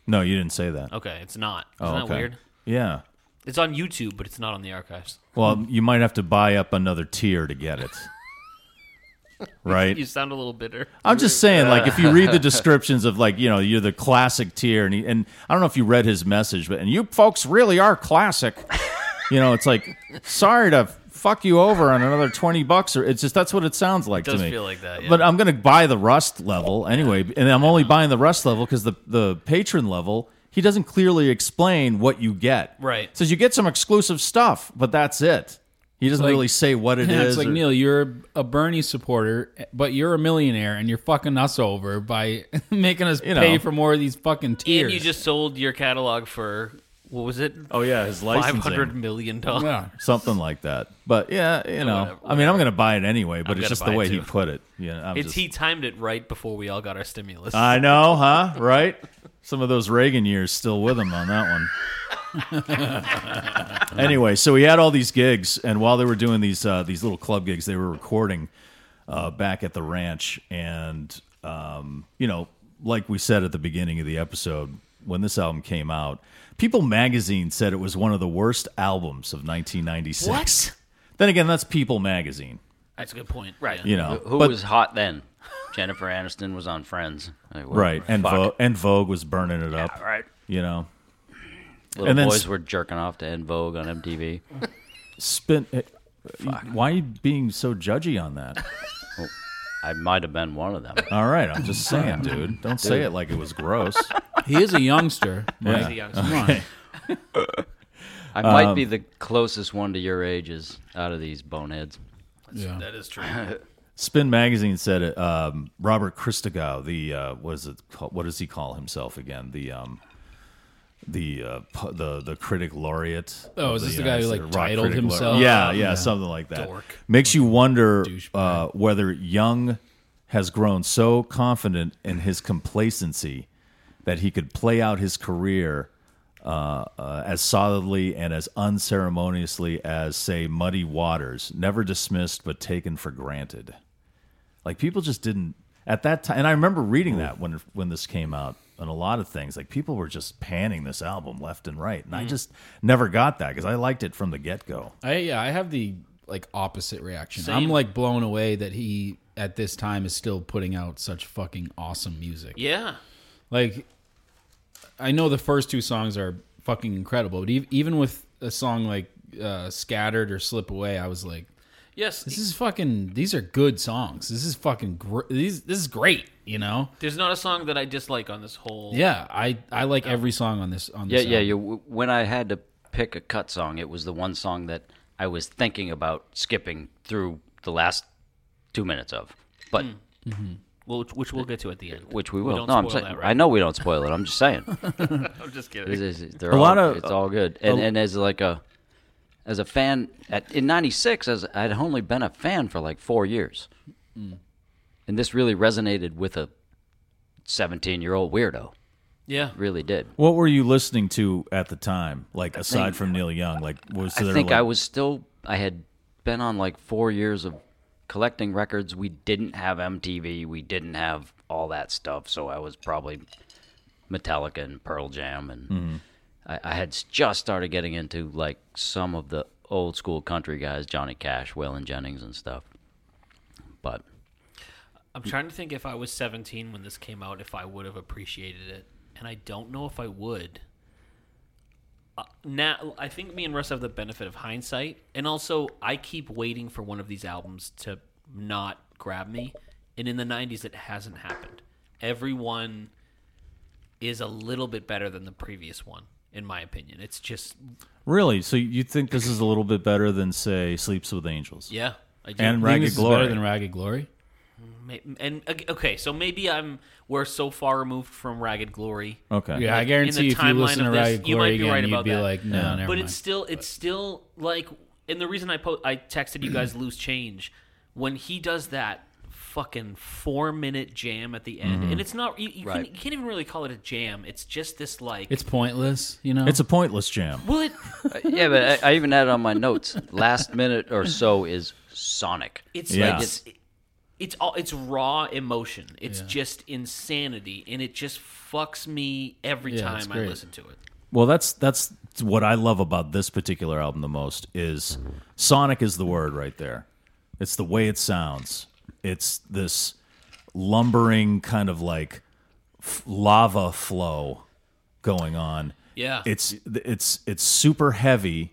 No, you didn't say that.
Okay, it's not.
Oh,
Isn't
okay.
that weird?
Yeah.
It's on YouTube, but it's not on the archives.
Well, you might have to buy up another tier to get it.
You
right?
sound a little bitter.
I'm just saying, like, if you read the descriptions of, like, you know, you're the classic tier, and, he, and I don't know if you read his message, but, and you folks really are classic. You know, it's like, sorry to fuck you over on another 20 bucks, or it's just, that's what it sounds like
does
to me.
feel like that, yeah.
But I'm going to buy the Rust level anyway, and I'm only buying the Rust level because the, the patron level, he doesn't clearly explain what you get.
Right.
Says you get some exclusive stuff, but that's it. He doesn't
Like-
really say what it is.
Yeah, it's like
or-
Neil, you're a Bernie supporter, but you're a millionaire, and you're fucking us over by making us
You
pay
know.
for more of these fucking tears.
And you just sold your catalog for what was it?
Oh yeah, his
Five
licensing,
hundred million dollars.
yeah.
something like that. But yeah, you know,
whatever,
I mean, I'm gonna buy it anyway. But
I'm
it's
gonna
just
buy
the
it
way he
too.
put it. Yeah, I'm
It's
just,
he timed it right before we all got our stimulus.
I know, huh? Right? Some of those Reagan years still with him on that one. anyway, so we had all these gigs, and while they were doing these uh, these little club gigs, they were recording uh, back at the ranch, and um, you know, like we said at the beginning of the episode, when this album came out, People Magazine said it was one of the worst albums of 1996.
What?
Then again, that's People Magazine,
That's a good point. Right.
you know.
Who
But-
was hot then? Jennifer Aniston was on Friends. Like, what
right?
the
And
fuck?
Vogue, and Vogue was burning it up, right? You know.
Little
and then
boys
s-
were jerking off to En Vogue on MTV.
spin. eh, Why are you being so judgy on that?
I might have been one of them.
All right, I'm just saying, dude. Don't say it like it was gross.
He is a youngster. Mike.
The youngster.
Come on.
I might be the closest one to your ages out of these boneheads.
Yeah.
That is true.
Spin magazine said it, um, Robert Christgau, the uh, what is it? Called, what does he call himself again? The um, the uh, pu- the the critic laureate.
Oh,
of
is this the
United
guy who,
States-
like,
rock
titled
critic laure-
himself?
Yeah, yeah, something like that.
Dork.
Makes you wonder
Douchebag.
uh, whether Young has grown so confident in his complacency that he could play out his career uh, uh, as solidly and as unceremoniously as, say, Muddy Waters, never dismissed but taken for granted. Like people just didn't at that time. And I remember reading that when when this came out, and a lot of things like people were just panning this album left and right, and I just never got that because I liked it from the get go.
I yeah, I have the like opposite reaction. I'm like blown away that he at this time is still putting out such fucking awesome music.
Yeah.
Like I know the first two songs are fucking incredible, but ev- even with a song like uh, Scattered or Slip Away, I was like
Yes.
this is fucking these are good songs. This is fucking gr- these this is great, you know?
there's not a song that I dislike on this whole.
Yeah, I I like every song on this on
Yeah,
this
yeah.
album.
You, when I had to pick a cut song, it was the one song that I was thinking about skipping through the last two minutes of, but
Well, which, which we'll get to at the end.
which Hmm. we will.
don't
no, I'm
spoil
saying
that,
I
right?
know we don't spoil it. I'm just saying.
I'm just
It's,
kidding.
it's, it's- they're
A
all,
lot of-
it's all good. And, and as like a as a fan at, in '96, as I'd only been a fan for like four years,
Mm.
and this really resonated with a 17 year old weirdo.
Yeah.
Really did.
What were you listening to at the time? Like aside from Neil Young, like was
I
there
think
like,
I was still I had been on like four years of collecting records. We didn't have MTV. We didn't have all that stuff. So I was probably Metallica and Pearl Jam, and I, I had s- just started getting into like some of the old school country guys, Johnny Cash, Waylon Jennings, and stuff. But
I'm trying to think if I was 17 when this came out, if I would have appreciated it, and I don't know if I would. Uh, now, I think me and Russ have the benefit of hindsight, and also I keep waiting for one of these albums to not grab me, and in the 90s it hasn't happened. Everyone is a little bit better than the previous one, in my opinion. It's just
really? So you think this is a little bit better than say Sleeps with Angels?
yeah, I do.
And
You think
Ragged
this is
Glory.
better than Ragged Glory.
May- and ag- okay, so maybe I'm we're so far removed from Ragged Glory.
okay.
Yeah, I
Like, in the
guarantee if you
timeline
listen to
of this,
Ragged
you might
Glory
be
again,
right
you'd
about
be
that.
like, no, never
but
mind.
it's still it's still like and the reason I po- I texted you guys loose change when he does that fucking 4 minute jam at the end and it's not you, you, can,
Right.
you can't even really call it a jam it's just this like
It's pointless, you know.
It's a pointless jam.
well it,
uh, yeah, but I, I even had it on my notes. Last minute or so is Sonic.
it's
Yeah.
like it's it's all it's raw emotion it's just insanity and it just fucks me every
Yeah, it's
time I
great.
listen to it
Well, that's that's what I love about this particular album the most is sonic is the word right there. It's the way it sounds. It's this lumbering kind of like f- lava flow going on.
Yeah.
It's it's it's super heavy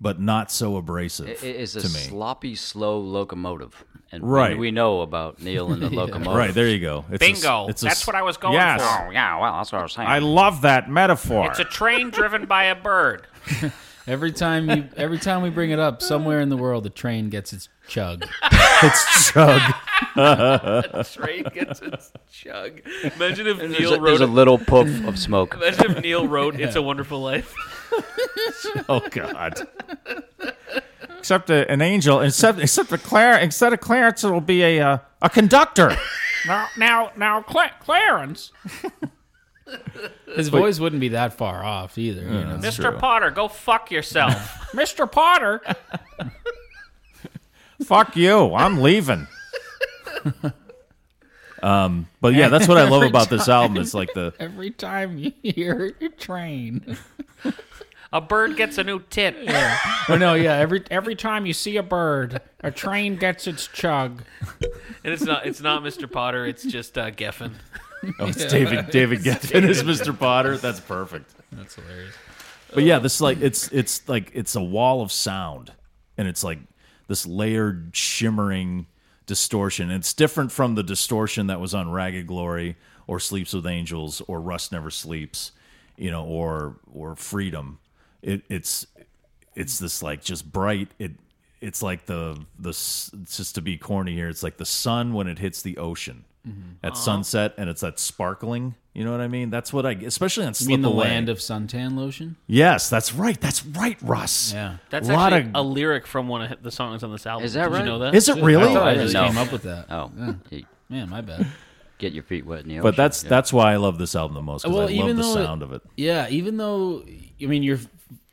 but not so abrasive
It is a
to me.
sloppy, slow locomotive, and we-
Right.
we, know about Neil and the locomotive.
right, there you go. It's a s-
Bingo.
it's a
That's
s-
what I was going
yes.
for.
Yeah, well, that's what I was saying.
I love that metaphor.
It's a train driven by a bird.
Every time you, every time we bring it up, somewhere in the world, the train gets its chug.
it's chug.
Trey gets its chug. Imagine if
There's
Neil
a,
wrote
there's a little puff of smoke.
Imagine if Neil wrote "It's a Wonderful Life."
Oh God. Except a, an angel, except except a Claire, instead of Clarence, it'll be a uh, a conductor.
Now, now, now, Cla- Clarence,
His voice wouldn't be that far off either. You know?
Mr. Potter, go fuck yourself. Mr. Potter,
Fuck you, I'm leaving. um, but yeah, that's what I love about this album. It's like the
Every time you hear your train,
a bird gets a new tit.
or no, yeah, every
Oh, Every time you see a bird, a train gets its chug.
And it's not it's not Mr. Potter. It's just uh, Geffen.
oh, it's David David Geffen is Mr. Potter. That's perfect.
that's hilarious.
But yeah, this like it's it's like it's a wall of sound, and it's like this layered, shimmering, distortion. It's different from the distortion that was on Ragged Glory or Sleeps with Angels or Rust Never Sleeps, you know, or or Freedom. It, it's it's this like just bright. It it's like the the s- it's just to be corny here. It's like the sun when it hits the ocean
Mm-hmm.
at
Uh-huh.
sunset, and it's that sparkling. You know what I mean? That's what I especially on
You
Slip
mean the
Away.
land of suntan lotion?
Yes, that's right. That's right, Russ.
Yeah.
That's
a lot
actually
of.
a lyric from one of the songs on this album.
Is that
Did
right?
You know that?
is it really?
I thought I just
No.
came up with that.
Oh, you
Man, my bad.
get your feet wet in the ocean.
but that's
yeah.
that's why I love this album the most because
Well,
I love
even
the
though it-
sound of it.
Yeah, even though I mean you're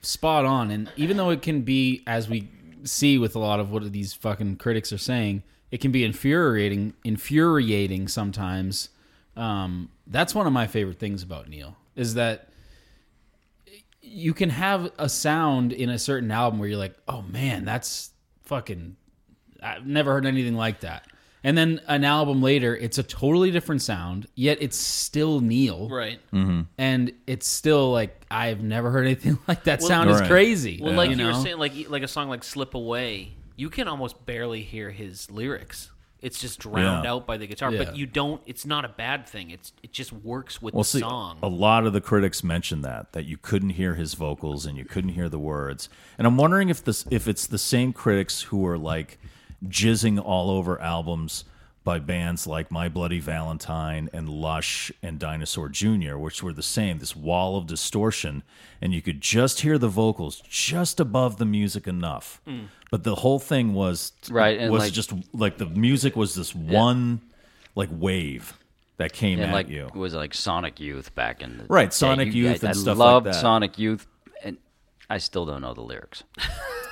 spot on, and even though it can be as we see with a lot of what these fucking critics are saying, it can be infuriating, infuriating sometimes. Um, that's one of my favorite things about Neil is that you can have a sound in a certain album where you're like, oh man, that's fucking. I've never heard anything like that. And then an album later, it's a totally different sound, yet it's still Neil
Right.
and it's still like I've never heard anything like that.
Well-
sound is
Right.
crazy.
Well, like you,
know?
were saying, like e, like a song like "Slip Away," you can almost barely hear his lyrics. It's just drowned
Yeah.
out by the guitar,
Yeah.
but you don't. It's not a bad thing. It's it just works with
Well,
the
see,
song.
a lot of the critics mentioned that that you couldn't hear his vocals and you couldn't hear the words. And I'm wondering if this if it's the same critics who are like jizzing all over albums by bands like My Bloody Valentine and Lush and Dinosaur Jr., which were the same, this wall of distortion, and you could just hear the vocals just above the music enough.
Mm.
But the whole thing was
Right, and
was
like-
just like the music was this one like wave that came
and
at
like
you.
it was like Sonic Youth back in the
Right,
day.
Sonic
You
Youth
guys-
and
I
stuff like
loved
that.
Sonic Youth, and I still don't know the lyrics.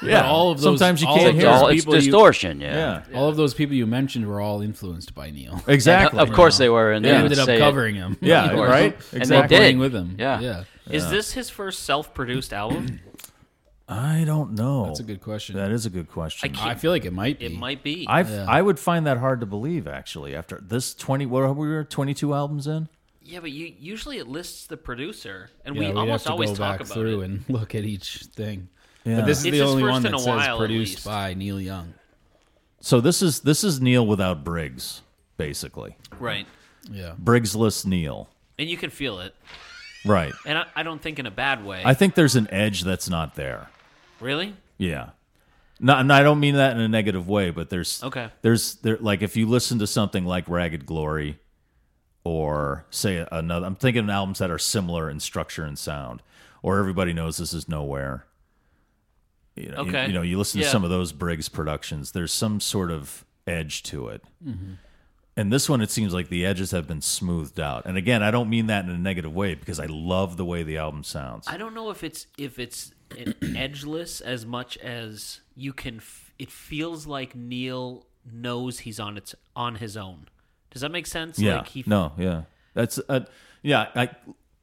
Yeah,
But all of those-
Sometimes Oh, you
all
can't
of
It's
hear.
those
all it's
people you-
distortion. Yeah,
yeah,
all of those people you mentioned were all influenced by Neil.
uh, exactly.
of course they were, and
They
they would
ended up
say it.
covering him.
Yeah,
Of course.
right.
And
Exactly.
they did.
Playing with him.
Yeah.
yeah.
Is this his first self-produced album?
I don't know.
That's a good question.
That is a good question.
I feel like it might be.
It might be.
I I would find that hard to believe actually. After this twenty, what are we twenty two albums in?
yeah, but you usually it lists the producer, and
Yeah,
we
we'd
almost
have to
always
go
talk
back
about
through
it.
and look at each thing.
Yeah.
But this is
It's
the
his
only
first
one
in
that
a
says
while, at
produced
least.
by Neil Young.
So this is this is Neil without Briggs, basically
Right,
Yeah.
Briggsless Neil.
and you can feel it,
Right.
and I, I don't think in a bad way.
I think there's an edge that's not there.
really?
Yeah. No, and I don't mean that in a negative way, but there's
Okay.
There's there like if you listen to something like Ragged Glory, or say another. I'm thinking of albums that are similar in structure and sound, or everybody knows this is nowhere. You know, you-
Okay.
You, know, you listen to
Yeah.
some of those Briggs productions. There's some sort of edge to it.
Mm-hmm.
And this one, it seems like the edges have been smoothed out. And again, I don't mean that in a negative way because I love the way the album sounds.
I don't know if it's if it's an edgeless as much as you can. F- it feels like Neil knows he's on its on his own. Does that make sense?
Yeah.
Like he,
no. Yeah. That's. Uh, yeah. I.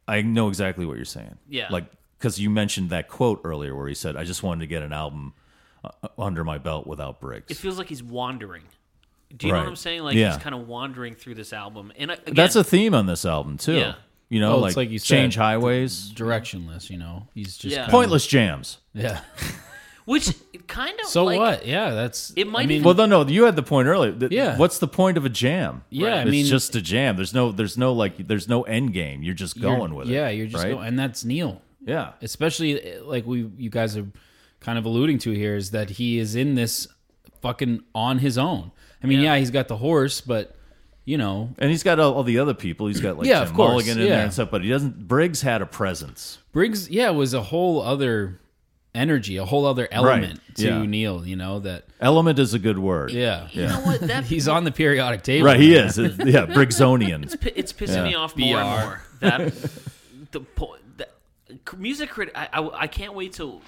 I know exactly what you're saying.
Yeah.
Like because you mentioned that quote earlier where he said, "I just wanted to get an album uh, under my belt without breaks."
It feels like he's wandering. Do you know
Right.
what I'm saying? Like
Yeah.
he's kind of wandering through this album. And I- again,
That's a theme on this album too.
Yeah.
You know,
Well,
like,
Oh, it's like you said,
change highways,
Directionless, you know. He's just
Yeah.
kinda-
pointless jams.
Yeah.
which it kind of
So
like,
what? Yeah, that's
It might
I mean,
even-
Well, no, no, you had the point earlier. Th-
Yeah.
What's the point of a jam?
Yeah, I
It's
mean-
just a jam. There's no, there's no like, there's no end game. You're just
you're-
going with it.
Yeah, you're just
right?
going and that's Neil.
Yeah.
especially uh, like we you guys are kind of alluding to here is that he is in this fucking on his own. I mean, yeah, he's got the horse, but you know,
And he's got all, all the other people. He's got like
Yeah, of
Tim
course,
Mulligan in
yeah.
there and stuff, but he doesn't. Briggs had a presence.
Briggs, yeah, was a whole other energy, a whole other element to
yeah.
Neil. You know that,
Element is a good word.
yeah,
You know what? That
he's on the periodic table,
Right, he is. It's- yeah, Briggsonian.
pi- it's pissing me off more and
BR.
more. That the point that music critic. I, I I can't wait to.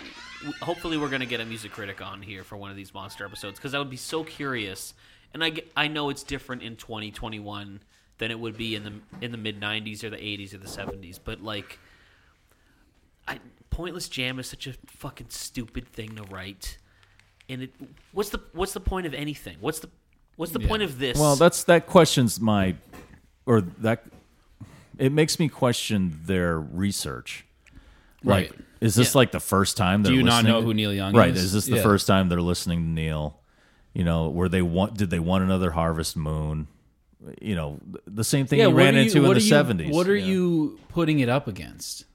Hopefully, we're gonna get a music critic on here for one of these monster episodes because I would be so curious. And I g- I know it's different in 2021 than it would be in the in the mid 90s or the 80s or the 70s, but like. I, pointless jam is such a fucking stupid thing to write, and it. What's the what's the point of anything? What's the what's the point of this?
Well, that's that questions my, or that, it makes me question their research.
right?
Like, is this like the first time? They're
you not
listening
know
to-
who Neil Young
Right.
is?
Is this the
Yeah.
first time they're listening to Neil? You know, were they want? Did they want another Harvest Moon? You know, th- the same thing you
what
ran
are you-
into in
what
the
are you-
seventies.
What are you putting it up against?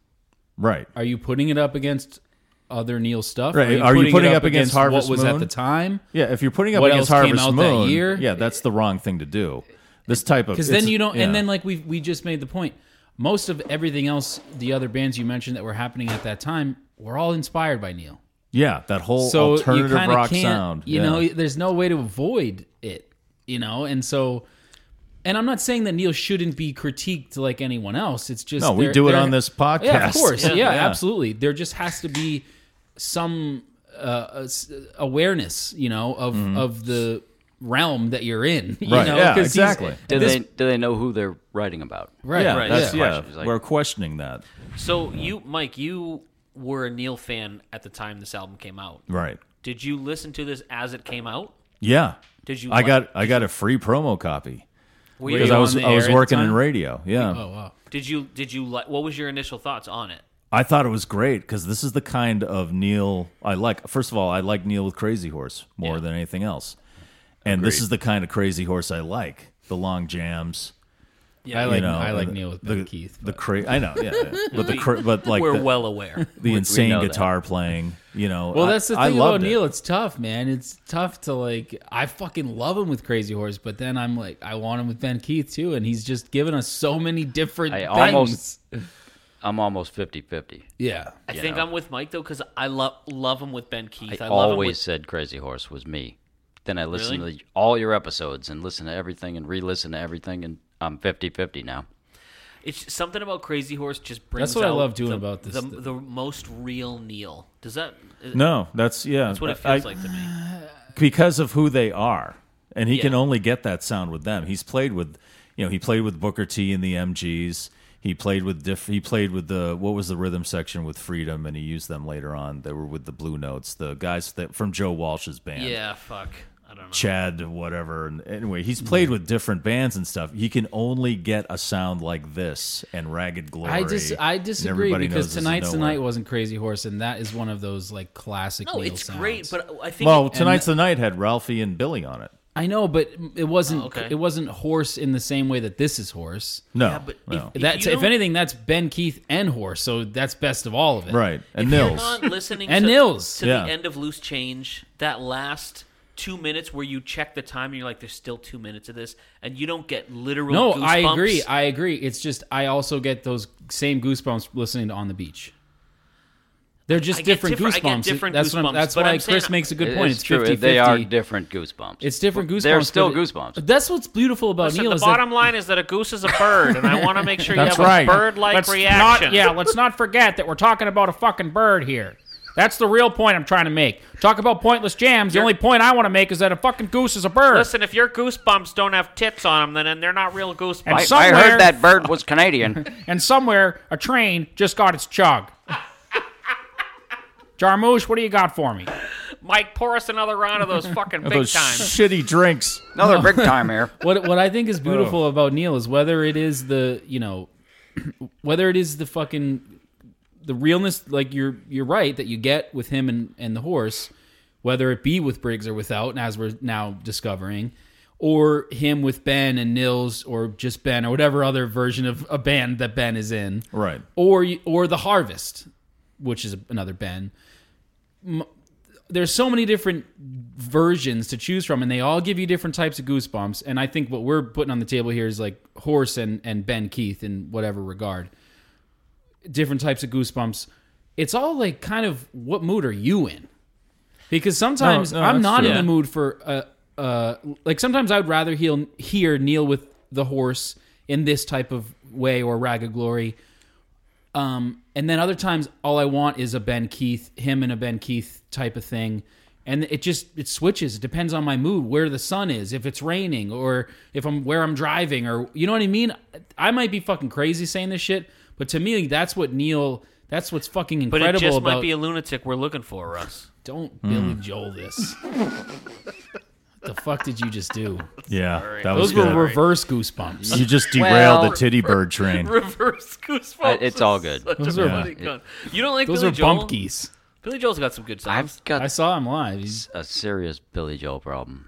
right?
Are you putting it up against other Neil stuff?
Right, are you putting up against Harvest
what was at
Moon?
the time?
Yeah, if you're putting up
What
against
else
Harvest
came out that
Moon,
year?
yeah, that's the wrong thing to do. This type of
Because
it's-
then you don't,
yeah.
and then like we we just made the point. Most of everything else, the other bands you mentioned that were happening at that time, were all inspired by Neil.
yeah, that whole
so
alternative
you kinda
rock
can't,
sound.
You
yeah.
know, there's no way to avoid it. You know, and so, and I'm not saying that Neil shouldn't be critiqued like anyone else. It's just
No, we
there-
do it
there-
on this podcast.
Yeah, of course. Yeah,
Yeah.
absolutely. There just has to be some uh, s- awareness, you know, of of the realm that you're in. You
Mm-hmm. Right,
Know?
yeah,
'Cause he's-
exactly.
Do
this-
they do they know who they're writing about?
Right.
yeah,
right.
that's
yeah.
yeah.
Questions, like-
we're questioning that.
So you, Mike, you were a Neil fan at the time this album came out.
Right.
Did you listen to this as it came out?
Yeah.
Did you
I
like-
got I got a free promo copy
Were
because
you
I
on
was
the
I
air
was
at the
working in
time?
radio. Yeah.
Oh wow.
Did you did you like? What was your initial thoughts on it?
I thought it was great because this is the kind of Neil I like. First of all, I like Neil with Crazy Horse more than anything else, and this is the kind of Crazy Horse I like. The long jams.
I like
you know,
I like
the-
Neil with
the,
Ben Keith.
The cra- I know, yeah, yeah. but the cra- but like
We're
the,
well aware.
the insane
know that.
guitar playing. You know,
Well,
I-
that's the
I
thing about
loved it.
Neil. It's tough, man. It's tough to like. I fucking love him with Crazy Horse, but then I'm like, I want him with Ben Keith too, and he's just given us so many different
I
things.
almost- I'm almost 50-50.
yeah.
I think I'm with Mike though because I love love him with Ben Keith.
I,
I, love him
always
with,
said Crazy Horse was me. Then I listened to all your episodes and listened to everything and re-listened to everything, and I'm 50-50 now.
it's something about Crazy Horse just brings.
what I
out
love doing
the-
about this
The,
thing.
the most real Neil. Does that?
No, that's yeah.
That's what it feels
Mm, I-
like to me.
because of who they are, and he
Yeah.
can only get that sound with them. He's played with, you know, he played with Booker T and the MGs. He played with diff. He played with the what was the rhythm section with Freedom, and he used them later on. They were with the Blue Notes, the guys that from Joe Walsh's band.
Yeah. Fuck. I don't know.
Chad, whatever. And anyway, he's played with different bands and stuff. He can only get a sound like this and Ragged Glory.
I dis- I
and
disagree
everybody knows
because
this is
tonight's the
nowhere.
night wasn't Crazy Horse, and that is one of those like classic.
No,
Neil
it's
sounds.
great, but I think.
Well, tonight's the night had Ralphie and Billy on it.
I know, but it wasn't.
Oh, okay.
It wasn't horse in the same way that this is horse.
No,
yeah, but
no.
if,
That's
you
if
don't-
anything, that's Ben Keith and horse. So that's best of all of it.
right and
if you're
Nils.
not listening
And
to,
Nils.
to
Yeah.
the end of Loose Change, that last two minutes where you check the time and you're like, there's still two minutes of this, and you don't get literal
No,
goosebumps.
I agree. I agree. It's just I also get those same goosebumps listening to On the Beach. They're just
I get
different
different- I get
goosebumps.
different
that's what I'm,
goosebumps,
that's
but
why
I'm saying-
Chris makes a good
It-
point.
It's,
It's
true.
50
They are different goosebumps.
It's different goosebumps.
They're still
but it-
goosebumps.
That's what's beautiful about
Listen,
Neil.
the
is that-
bottom line is that a goose is a bird, and I want to make sure you
That's
have
right.
a bird-like
Let's
reaction.
not, yeah, let's not forget that we're talking about a fucking bird here. That's the real point I'm trying to make. Talk about pointless jams. The only point I want to make is that a fucking goose is a bird.
Listen, if your goosebumps don't have tits on them, then they're not real goosebumps.
And
I,
some-
I
somewhere-
heard that bird was Canadian.
And somewhere, a train just got its chug. Jarmouche, what do you got for me?
Mike, pour us another round of those fucking big
Those
times.
shitty drinks.
Another big time here.
what what I think is beautiful
Oh.
about Neil is whether it is the you know whether it is the fucking the realness like you're you're right that you get with him and and the horse whether it be with Briggs or without and as we're now discovering or him with Ben and Nils or just Ben or whatever other version of a band that Ben is in
Right.
or you- or the harvest which is another ben M- there's so many different versions to choose from and they all give you different types of goosebumps and i think what we're putting on the table here is like horse and and ben keith in whatever regard different types of goosebumps it's all like kind of what mood are you in because sometimes
No, no,
i'm
that's
not
true.
in the
Yeah.
mood for uh uh like sometimes i'd rather heal, hear neil with the horse in this type of way or rag of glory um, and then other times, all I want is a Ben Keith, him and a Ben Keith type of thing. And it just it switches. It depends on my mood, where the sun is, if it's raining, or if I'm where I'm driving, or you know what I mean. I might be fucking crazy saying this shit, but to me, that's what Neil. That's what's fucking
but it
incredible
just
about.
might be a lunatic we're looking for, Russ.
Don't Billy Joel this. what the fuck did you just do?
Yeah, that
Those
was good.
were reverse goosebumps.
You just derailed
Well-
the titty bird train.
Reverse goosebumps.
Uh, it's all
is
good.
such a
Those are-
funny gun. You don't like
Those
Billy
are
Joel?
bumpkies.
Billy Joel's got some good songs.
I've got
I saw him live. He's,
a serious Billy Joel problem.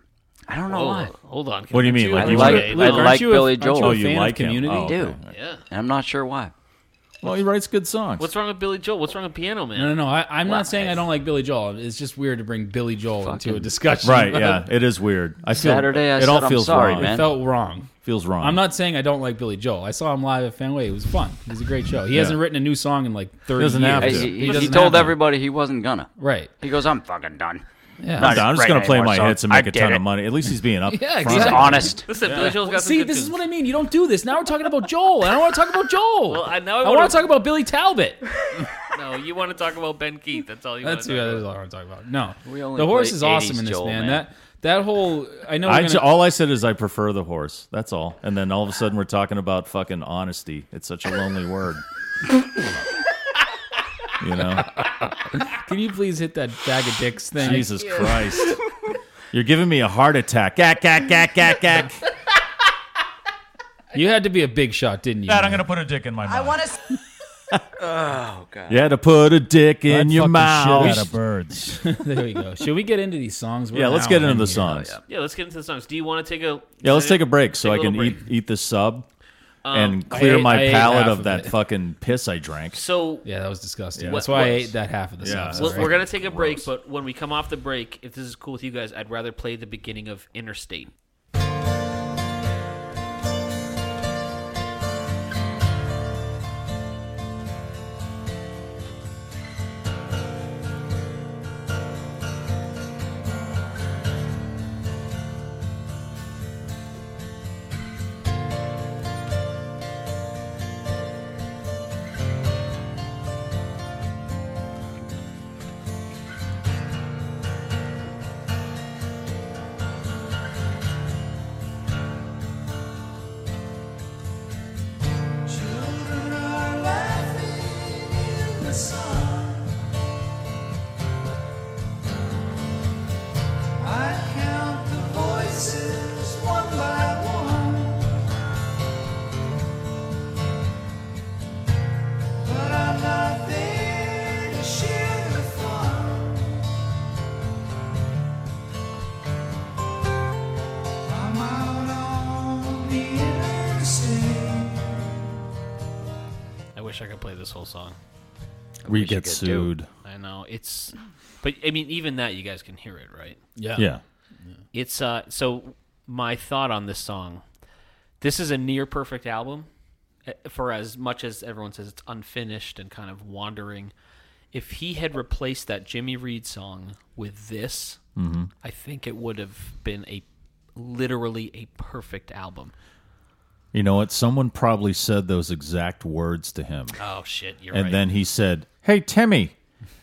I don't know
Oh,
why.
hold on.
What do you mean? Like,
I
you
like-
like,
I
aren't
like
you a-
Billy
aren't
Joel.
You
Oh,
a
you
fan
like him.
of Community?
Oh.
do.
Yeah.
And I'm not sure why.
well, he writes good songs.
What's wrong with Billy Joel? What's wrong with Piano Man?
No, no, no. I, I'm not saying I don't like Billy Joel. It's just weird to bring Billy Joel into a discussion.
right? Yeah, it is weird. I feel
Saturday, I
it
said
all
I'm
feels
sorry,
wrong.
It
man.
felt wrong.
Feels wrong.
I'm not saying I don't like Billy Joel. I saw him live at Fanway. It was fun. It was a great show. He hasn't written a new song in like 30
Doesn't
years.
have
Hey,
to.
he, he- he
doesn't have
told
to.
everybody he wasn't gonna.
Right.
He goes, I'm fucking done.
Yeah.
I'm just
Right
gonna play
anymore,
my
so
hits and
I
make a
did
ton
it.
of money. At least he's being up.
Yeah,
front.
He's
Exactly.
honest.
Listen, Billy Joel's got some
See,
good
this is
tunes.
what I mean. You don't do this. Now we're talking about Joel. and I don't want to talk about Joel.
Well, I- now I
I,
wanna-
want to talk about Billy Talbot.
No, you want to talk about Ben Keith? That's all you
That's,
want to
yeah,
talk
that's all I want to talk about. No,
We only
the horse
play
is awesome
80s
in this
Joel,
man.
man.
That that whole I know.
I
we're
ju-
gonna-
all I said is I prefer the horse. That's all. And then all of a sudden we're talking about fucking honesty. It's such a lonely word. you know,
can you please hit that bag of dicks thing?
Jesus Christ, you're giving me a heart attack. Gack gack gack gack gack.
You had to be a big shot, didn't you?
Dad, I'm going to put a dick in my mouth. I want to
You had to put a dick in
I'd
your
fuck the shit out
mouth.
of
birds.
there we go. Should we get into these songs? We're
yeah,
an
let's
hour
get into
in
the
here. Oh,
songs.
about. Yeah, let's get into the songs. Do you want to take a?
Yeah, let's take a break so
Take a
I
little
can eat
break.
eat this sub and
I
clear
ate- I
my
ate
palate
half
of
of
that
it.
fucking piss I drank.
So
Yeah, that was disgusting.
Yeah.
That's
What-
why I
what-
ate that half of the
Yeah.
yeah.
Well, we're gonna take a break, but when we come off the break, if this is cool with you guys, I'd rather play the beginning of Interstate.
Children are laughing in the sun. I count the voices one by one. But I'm not there to share the fun. I'm out on the interstate.
I wish I could play this whole song.
we
wish you could
get
do.
sued.
I know it's, but I mean, even that you guys can hear it, right?
yeah.
Yeah.
It's uh. So my thought on this song, this is a near perfect album, eh, for as much as everyone says it's unfinished and kind of wandering. If he had replaced that Jimmy Reed song with this, I think it would have been a literally a perfect album.
You know what? Someone probably said those exact words to him.
Oh shit, you're
and
right.
then he said, "Hey Timmy,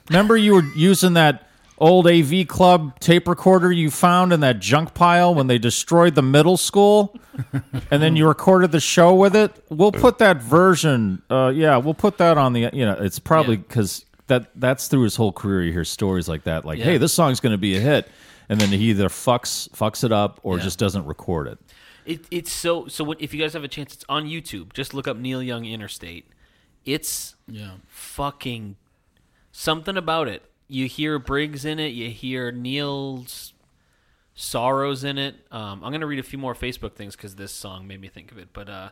remember you were using that old AV club tape recorder you found in that junk pile when they destroyed the middle school, and then you recorded the show with it. We'll put that version. Uh, yeah, we'll put that on the. You know, it's probably
Yeah.
because that that's through his whole career. You hear stories like that, like, hey, this song's going to be a hit." And then he either fucks fucks it up or just doesn't record it.
It, it's so so. What, if you guys have a chance, it's on YouTube. Just look up Neil Young Interstate. It's
Yeah.
fucking something about it. You hear Briggs in it. You hear Neil's sorrows in it. Um, I'm gonna read a few more Facebook things because this song made me think of it. But uh,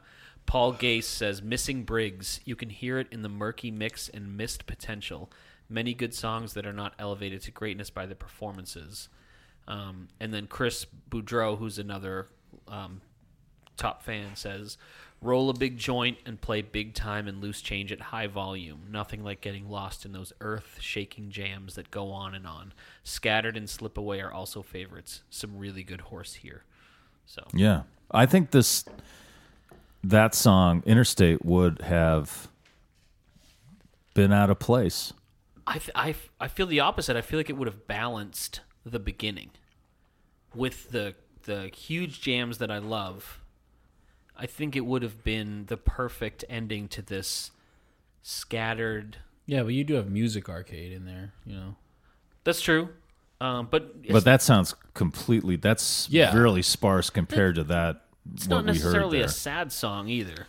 Paul Gase says, "Missing Briggs. You can hear it in the murky mix and missed potential. Many good songs that are not elevated to greatness by the performances." Um, and then Chris Boudreau, who's another um, top fan says roll a big joint and play big time and loose change at high volume nothing like getting lost in those earth shaking jams that go on and on scattered and slip away are also favorites some really good horse here so
Yeah. I think this that song Interstate would have been out of place.
I, f- I, f- I feel the opposite i feel like it would have balanced the beginning with the the huge jams that i love i think it would have been the perfect ending to this scattered
Yeah, but you do have Music Arcade in there, you know.
that's true um, but it's
But that sounds completely that's
Yeah.
really sparse compared to that
it's
what
not necessarily
we
a
heard there.
sad song either.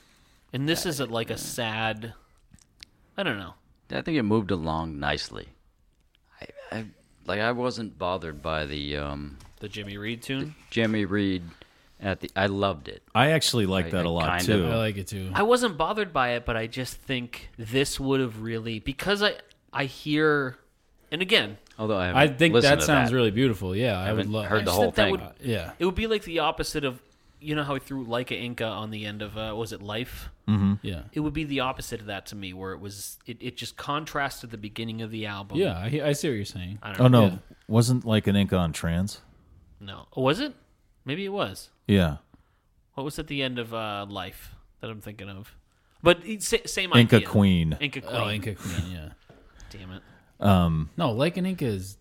And this isn't like a sad. I don't know.
I think it moved along nicely. I like I wasn't bothered by the um,
The Jimmy Reed tune.
Jimmy Reed at the. I loved it.
I actually like
I-
that a
I
lot
kind of-
too.
I like it too.
I wasn't bothered by it, but I just think this would have really because I I hear, and again,
Although I, haven't
I think
listened
that
to
sounds
that.
really beautiful. Yeah, I, would
haven't
love.
heard the
just
whole
think that
thing.
would-
yeah,
it would be like the opposite of you know how he threw Leica Inca on the end of uh, what was it Life.
yeah,
It would be the opposite of that to me, where it was it, it just contrasted the beginning of the album.
yeah. I, I see what you're saying.
I
oh
don't know.
no,
Yeah.
wasn't like an ink on trans.
No, was it? Maybe it was.
Yeah,
What was at the end of uh, Life that I'm thinking of? But it's sa- same
Inca
idea.
Queen.
Inca Queen.
Oh, Inca Queen. Yeah.
Damn it.
No, like an Inca is.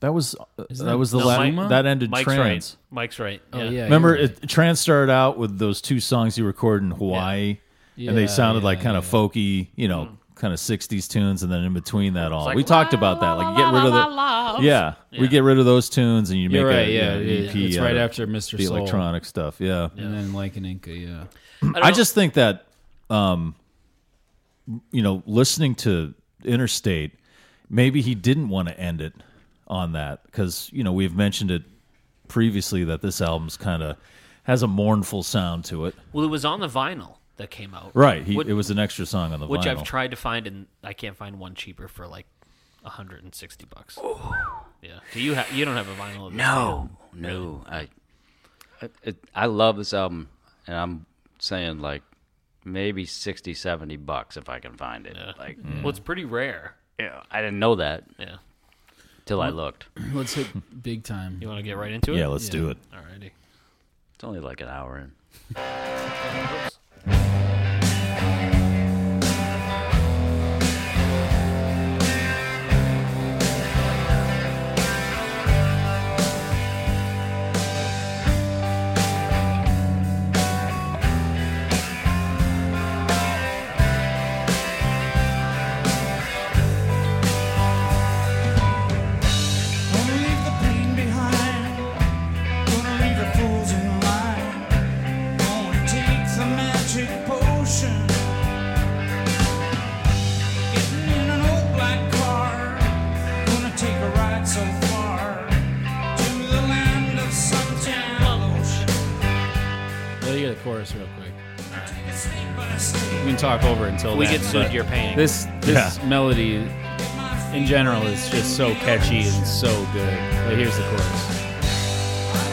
That was that,
Isn't that
was the
No,
last
Mike-
that ended
Mike's
trans.
right. Mike's right.
Oh yeah.
Remember,
you're right.
it, trans started out with those two songs you recorded in Hawaii, and they
Yeah,
sounded like
yeah, Hmm.
kind of folky, you know, kind of '60s tunes, and then in between that all, we talked about that. Like, you get rid of the yeah, we get rid of those tunes, and you make
You're
a,
right.
you
Yeah,
know,
yeah,
EP
it's
out
right
of
after Mr.
E uh, the
Soul.
electronic stuff. Yeah,
and then like an Inca. Yeah.
don't
I
know-
just think that, um, you know, listening to Interstate, maybe he didn't want to end it on that because you know we've mentioned it previously that this album's kind of has a mournful sound to it.
Well, it was on the vinyl that came out.
Right. He,
Which-
it was an extra song on the
which
vinyl.
I've tried to find and I can't find one cheaper for like 160 bucks. Yeah. Do you have you don't have a vinyl of this?
No, no. I, I, it, I love this album, and I'm saying like maybe 60, 70 bucks if I can find it. Like,
Mm.
Well, it's pretty rare.
yeah, I didn't know that
Yeah.
till
Mm.
I looked.
Let's hit big time.
You want to get right into it?
yeah, let's do it.
Alrighty.
It's only like an hour in.
Gonna leave the pain behind. Gonna leave the fools in line. Gonna take the magic potion. Getting in an old black car. Gonna take a ride so far to the land of suntan lotion.
Let you get the chorus real quick.
Take it state by state.
We can talk over until
We
then,
get sued.
but
You're paying.
This this melody in general is just so catchy and so good. But here's the chorus.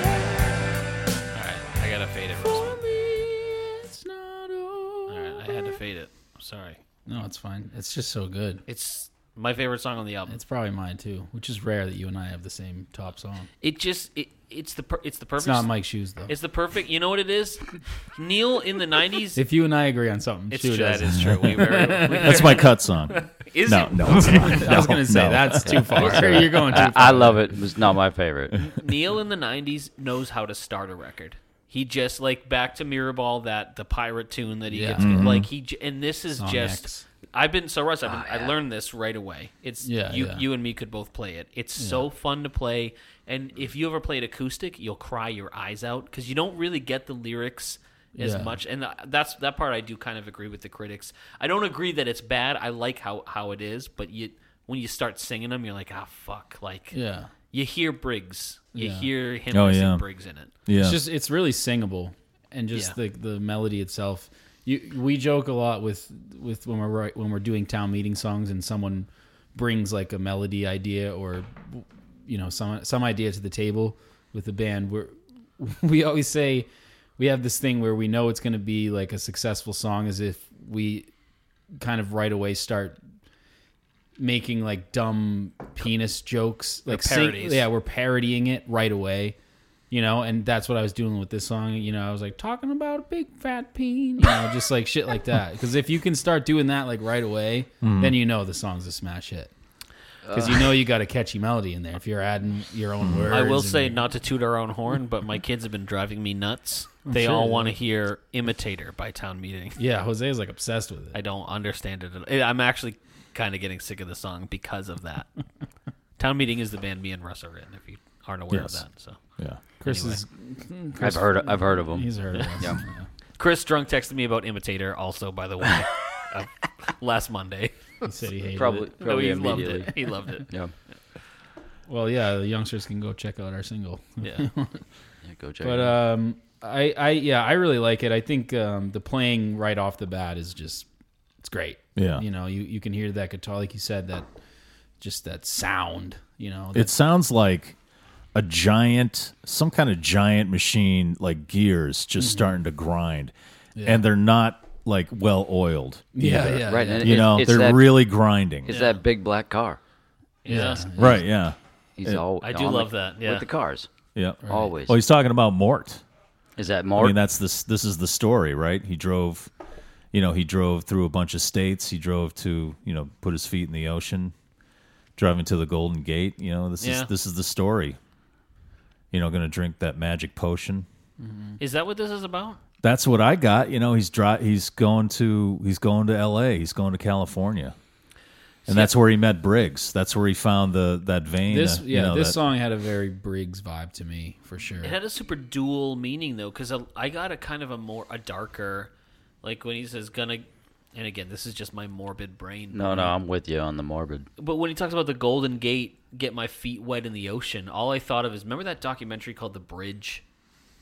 All right. I gotta fade it. For this one. All right. I had to fade it. I'm sorry.
No, it's fine. It's just so good.
It's my favorite song on the album.
It's probably mine too, which is rare that you and I have the same top song.
it just it, it's the per, it's the perfect.
It's not Mike's shoes though.
It's the perfect. You know what it is? Neil in the 90s.
If you and I agree on something,
it's
Shu
true. That
doesn't.
is true. We very, we
That's my cut song.
Is
no,
it?
no, it's not.
I was gonna say
no.
that's too far. You're going too
I,
far.
I love it. It's not my favorite.
Neil in the '90s knows how to start a record. He just like back to Mirrorball, that the pirate tune that he
Yeah.
gets. Like he j- and this is
Song
just.
X. Ah,
I've been so Russ. I've been, I learned this right away. It's
Yeah,
you.
yeah.
You and me could both play it. It's so fun to play. And if you ever played acoustic, you'll cry your eyes out because you don't really get the lyrics as
Yeah.
much. And uh, that's that part I do kind of agree with the critics. I don't agree that it's bad. I like how how it is, but you when you start singing them, you're like, ah, fuck, like
Yeah.
you hear Briggs. You
Yeah.
hear him
Oh,
missing
yeah.
Briggs in it.
Yeah.
It's just it's really singable and just
Yeah.
the the melody itself. You we joke a lot with with when we're write- when we're doing town meeting songs and someone brings like a melody idea or you know some some idea to the table with the band. We're we always say we have this thing where we know it's going to be like a successful song as if we kind of right away start making like dumb penis jokes like sing-
parodies.
yeah we're parodying it right away you know and that's what i was doing with this song you know i was like talking about a big fat peen you know just like shit like that because if you can start doing that like right away then you know the song's a smash hit because you know you got a catchy melody in there if you're adding your own words
I will
and-
say not to toot our own horn, but my kids have been driving me nuts. They
sure
all
they
want to hear "Imitator" by Town Meeting.
yeah jose is like obsessed with it
I don't understand it. at- I'm actually kind of getting sick of the song because of that. Town Meeting is the band me and Russ are in. If you aren't aware
Yes.
of that, so
Yeah.
Chris is
I've heard I've heard of them.
he's heard of us.
Yeah.
Chris Drunk texted me about Imitator. Also, by the way, uh, last Monday,
He said he hated
Probably
it.
probably
he loved
immediately.
it. He loved it.
Yeah.
Well, yeah, the youngsters can go check out our single.
Yeah,
yeah, go check.
But
it out.
um, I, I, yeah, I really like it. I think um, the playing right off the bat is just, it's great.
Yeah.
you know, you you can hear that guitar, like you said, that just that sound. You know, that,
It sounds like a giant, some kind of giant machine, like gears just
Mm-hmm.
starting to grind, and they're not like well oiled.
yeah, yeah,
right, and
uh, You
it-
know,
it's
they're
that,
really grinding.
It's that big black car.
yeah.
right? Yeah.
He's all.
I do
on
love
the-
that, yeah.
With the cars,
Yeah.
always.
Well, he's talking about Mort.
Is that
I
more?
mean, that's this. This is the story, right? He drove, you know, he drove through a bunch of states. He drove to, you know, put his feet in the ocean, driving to the Golden Gate. You know, this
Yeah.
is this is the story. You know, going to drink that magic potion.
Is that what this is about?
That's what I got. You know, he's dry, he's going to he's going to L.A. He's going to California, and that's where he met Briggs. That's where he found the that vein.
This,
uh,
yeah,
you know,
this
that-
song had a very Briggs vibe to me for sure.
It had a super dual meaning though, because I got a kind of a more a darker, like when he says gonna, and again, this is just my morbid brain.
no, no, I'm with you on the morbid.
But when he talks about the Golden Gate, get my feet wet in the ocean, all I thought of is remember that documentary called The Bridge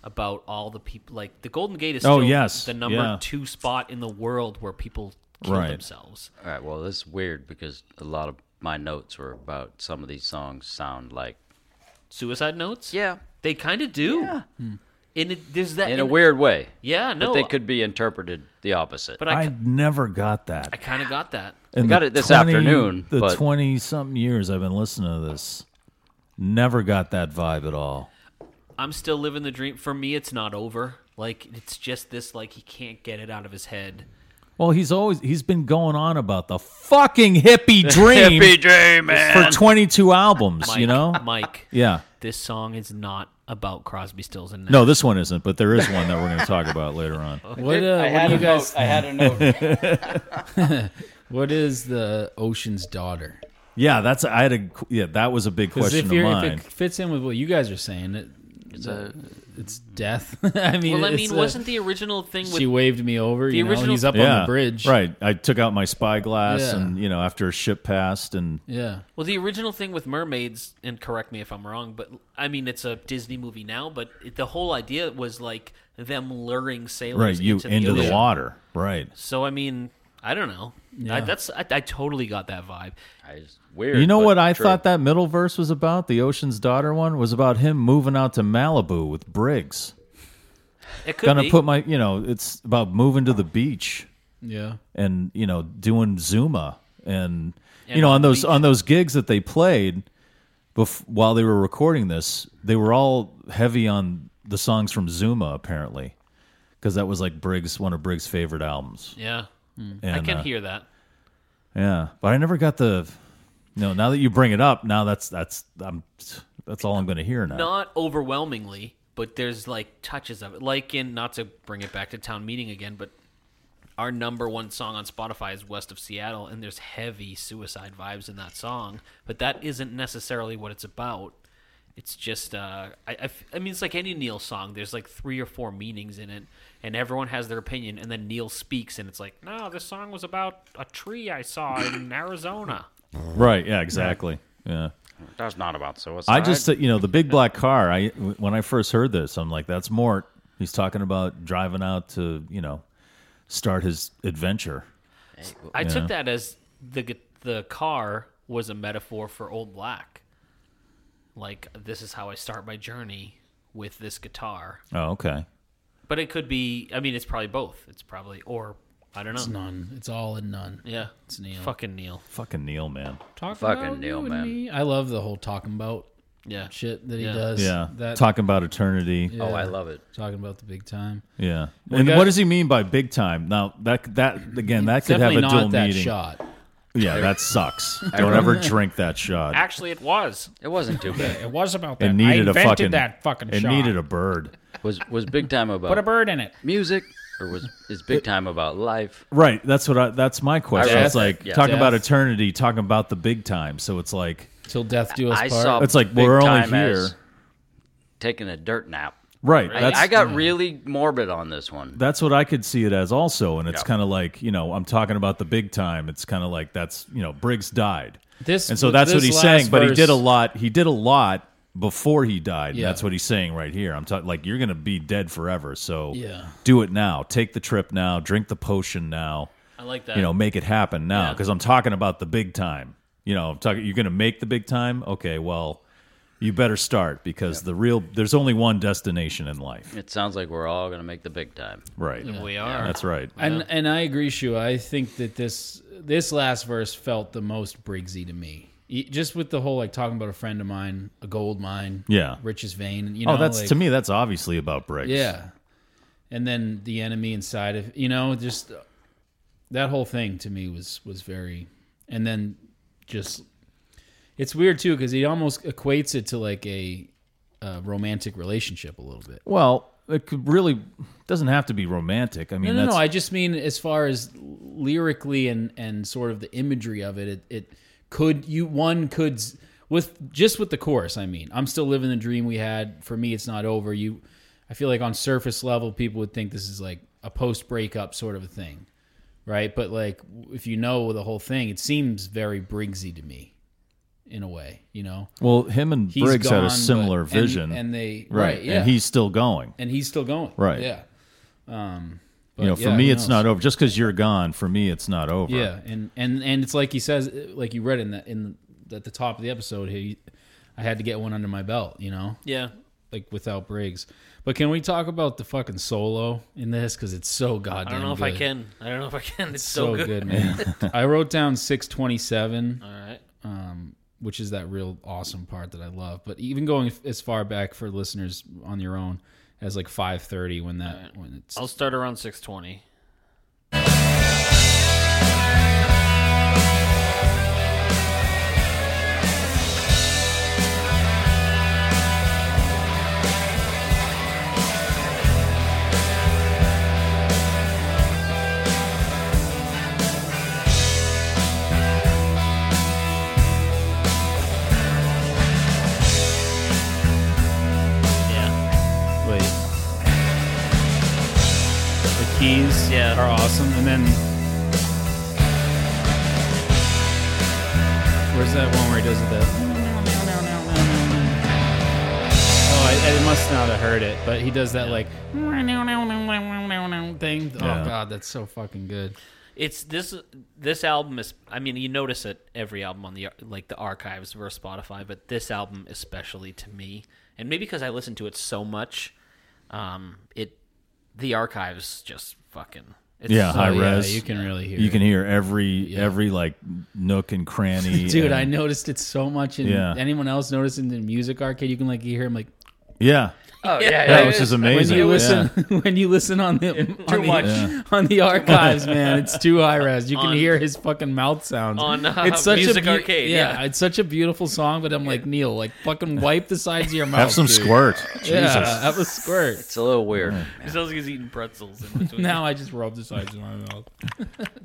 about all the people like the Golden Gate is
Oh,
still
yes,
the number
yeah.
2 spot in the world where people kill
Right.
themselves.
All right. Well, this is weird because a lot of my notes were about some of these songs sound like
Suicide notes?
yeah,
They kind of do. Yeah. And it, there's that
in a weird way.
Yeah, no. uh,
but they could be interpreted the opposite.
but I,
I never got that.
kind of got that.
And
got
the
it this afternoon,
The
but-
twenty-something years I've been listening to this, never got that vibe at all.
I'm still living the dream. For me, it's not over. Like it's just this. Like he can't get it out of his head.
Well, he's always he's been going on about the fucking hippie dream
dream,
for twenty-two albums.
Mike,
you know,
Mike.
yeah.
This song is not about Crosby, Stills, and Nash.
No, this one isn't, but there is one that we're going to talk about later on.
What, uh, what do you guys?
I had a note.
What is the Ocean's Daughter?
Yeah, that's I had a yeah. That was a big
'Cause
question
if,
of
you're-
mine.
if it fits in with what you guys are saying, it, it's,
a-
death. I mean,
Well, I
it's
mean,
a-
uh,
wasn't the original thing with
she waved me over? you know,
original-
he's up on the bridge,
Right. I took out my spyglass
Yeah.
and, you know, after a ship passed and
Yeah.
well the original thing with mermaids? And correct me if I'm wrong, but I mean it's a Disney movie now. But it, the whole idea was like them luring sailors
right you
into,
into,
the,
the,
ocean.
water. Right.
So I mean, I don't know. I, that's I, I totally got that vibe.
weird.
You know
but
what I
true.
thought that middle verse was about? The Ocean's Daughter one was about him moving out to Malibu with Briggs.
It could
Gonna
be.
put my, you know, it's about moving to the beach
Yeah.
and, you know, doing Zuma and, you know, on those on those gigs that they played bef- while they were recording this, they were all heavy on the songs from Zuma apparently. Because that was like Briggs, one of Briggs' favorite albums.
yeah, I
And,
can
uh,
hear that.
Yeah, but I never got the. No, now that you bring it up, now that's that's I'm that's all I'm going to hear now.
not overwhelmingly, but there's like touches of it. Like in not to bring it back to town meeting again, but our number one song on Spotify is West of Seattle, and there's heavy suicide vibes in that song. But that isn't necessarily what it's about. It's just, uh, I, I f- I mean, it's like any Neil song. There's like three or four meanings in it, and everyone has their opinion. And then Neil speaks, and it's like, no, this song was about a tree I saw in Arizona.
Right? Yeah, exactly. Yeah,
That's not about suicide.
I just you know the big black car. I when I first heard this, I'm like, that's Mort. He's talking about driving out to you know start his adventure.
I took that as the gu- the car was a metaphor for old black. Like this is how I start my journey with this guitar.
Oh, okay.
But it could be I mean it's probably both. It's probably or I don't know.
It's none. It's all and none.
Yeah.
It's Neil.
Fucking Neil.
Fucking Neil, man.
Talking
Fucking
about
Neil,
you and
man.
me. I love the whole talking about
Yeah.
shit that
Yeah.
he does.
Yeah,
That
talking about eternity.
Oh, I love it.
talking about the big time.
Yeah, and
got-
what does he mean by big time? Now that that again, that could have
Definitely
a
not
dual
that
meaning.
shot.
Yeah, that sucks. Don't ever drink that shot.
Actually it was.
It wasn't too bad.
It was about that.
It needed
I
a
invented
fucking.
that fucking
It
shot.
needed a bird.
Was was big time about
Put a bird in it.
music, or was is big time about life?
Right. That's what. I, that's my question.
I read
it's like
that, yeah.
talking about
Death.
eternity, talking about the big time. So it's like
Till death do us
I
part.
saw
It's like,
big
we're only
time as
here.
taking a dirt nap.
Right.
I,
That's
I got really morbid on this one.
that's what I could see it as also, and it's kind of like you know I'm talking about the big time. It's kind of like that's you know Briggs died,
This-
and so that's what
this
he's
last
saying. But he did a
verse-
lot. He did a lot before he died. and
Yeah.
That's what he's saying right here. I'm talking like you're gonna be dead forever, so
Yeah.
do it now. Take the trip now. Drink the potion now.
I like that.
You know, make it happen now
Yeah.
because I'm talking about the big time. You know, I'm talking. You're gonna make the big time. Okay, well. You better start because the real there's only one destination in life.
It sounds like we're all gonna make the big time.
Right.
we are.
That's right.
And and I agree, Shu. I think that this this last verse felt the most Briggsy to me. Y- Just with the whole like talking about a friend of mine, a gold mine,
Yeah.
richest vein. You know,
oh, that's
like,
to me. That's obviously about Briggs.
yeah. And then the enemy inside of you know just uh, that whole thing to me was was very, and then just it's weird too because he almost equates it to like a, uh romantic relationship a little bit.
Well, it could really doesn't have to be romantic. I mean,
No, no,
that's
no. I just mean as far as lyrically and and sort of the imagery of it. It, it could you one could s- with just with the chorus. I mean, I'm still living the dream we had. For me, it's not over. You, I feel like on surface level, people would think this is like a post breakup sort of a thing, right? But like if you know the whole thing, it seems very Briggsy to me, in a way. You know,
well, him and
He's
Briggs had
gone,
a
but-
similar
and-
vision,
and, they
right?
right, yeah,
And he's still going.
and he's still going,
Right.
Yeah. Um, but
you know, for
yeah,
me,
who
it's
knows?
not over. Just because you're gone, for me, it's not over.
Yeah, and and and it's like he says, like you read in that in at the top of the episode, he, I had to get one under my belt, you know,
Yeah.
like without Briggs. But can we talk about the fucking solo in this because it's so goddamn.
I don't know if I
good.
can. I don't know if I can. It's so,
So
good.
good, man. I wrote down six twenty seven,
All right.
which is that real awesome part that I love. But even going as far back for listeners on your own as like five thirty when that when it's
I'll start around 620. Yeah.
Wait. The keys
Yeah.
are awesome. And then. Where's that one where he does the. Oh, I, I must not have heard it, but he does that like thing. Oh
Yeah.
god, that's so fucking good.
It's this this album is I mean you notice it every album on the like the archives or Spotify but this album especially to me and maybe because I listen to it so much um it the archives just fucking it's
Yeah,
Oh,
high
yeah,
res.
you can really hear.
You
it.
can hear every every like nook and cranny.
dude.
and-
I noticed it so much. In
Yeah.
anyone else notice in the music arcade, you can like you hear him like
Yeah.
Oh yeah,
Yeah, which is amazing.
when you
Yeah.
listen when you listen on the on, The, on the archives, man, it's too high res. You can
On-
hear his fucking mouth sounds
on, uh,
it's such
Music
a beau-
Arcade, yeah.
it's such a beautiful song. But I'm like Neil, like fucking wipe the sides of your mouth.
have some
Oh, dude.
squirt.
Yeah,
Jesus.
have a squirt.
It's a little weird.
it sounds like he's eating pretzels in between.
Now I just rub the sides of my mouth.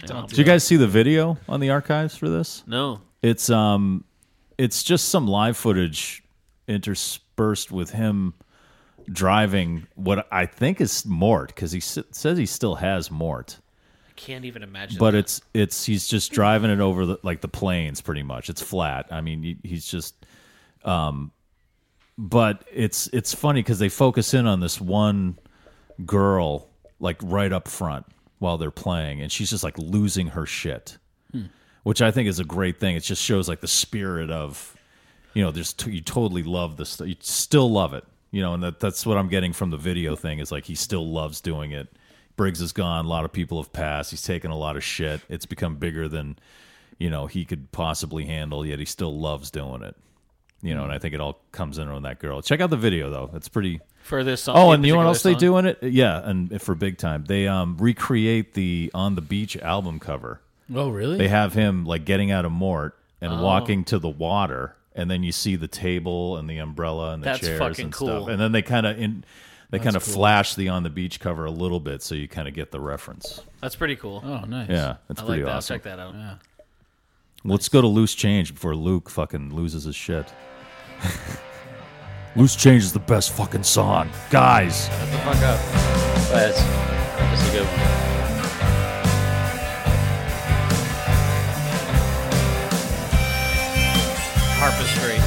Don't
Did you guys see the video on the archives for this?
No.
it's um it's just some live footage interspersed with him driving what I think is Mort because he s- says he still has Mort,
I can't even imagine.
but
that.
it's it's he's just driving it over the, like the plains pretty much. It's flat. I mean, he, he's just um, but it's it's funny because they focus in on this one girl like right up front while they're playing, and she's just like losing her shit which I think is a great thing. It just shows like the spirit of, you know, there's t- you totally love this, you still love it, you know, and that that's what I'm getting from the video thing is like he still loves doing it. Briggs is gone. A lot of people have passed. He's taken a lot of shit. It's become bigger than, you know, he could possibly handle. Yet he still loves doing it. You know, and I think it all comes in on that girl. Check out the video though. It's pretty.
for this song.
Oh,
in
and you know
particular
what else they
song.
do in it? Yeah, and for big time, they um, recreate the on the beach album cover
Oh really?
they have him like getting out of mort and
Oh.
walking to the water and then you see the table and the umbrella and the
That's
chairs
fucking
and
cool.
stuff and then they kind of in they kind of flash the on the beach cover a little bit so you kind of get the reference
That's pretty cool.
oh nice.
yeah that's
I
pretty
like that. I'll
awesome
check that out.
Let's go to loose change before Luke fucking loses his shit. loose change is the best fucking song, guys.
Fuck up. That's, that's a good one.
Harp is great.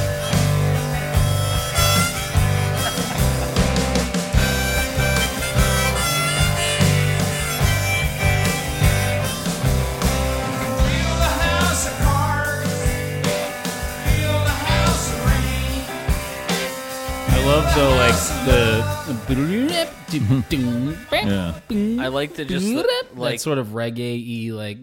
I love the
Mm-hmm.
like the
Yeah.
I like to just the-
like
like
sort of reggae y like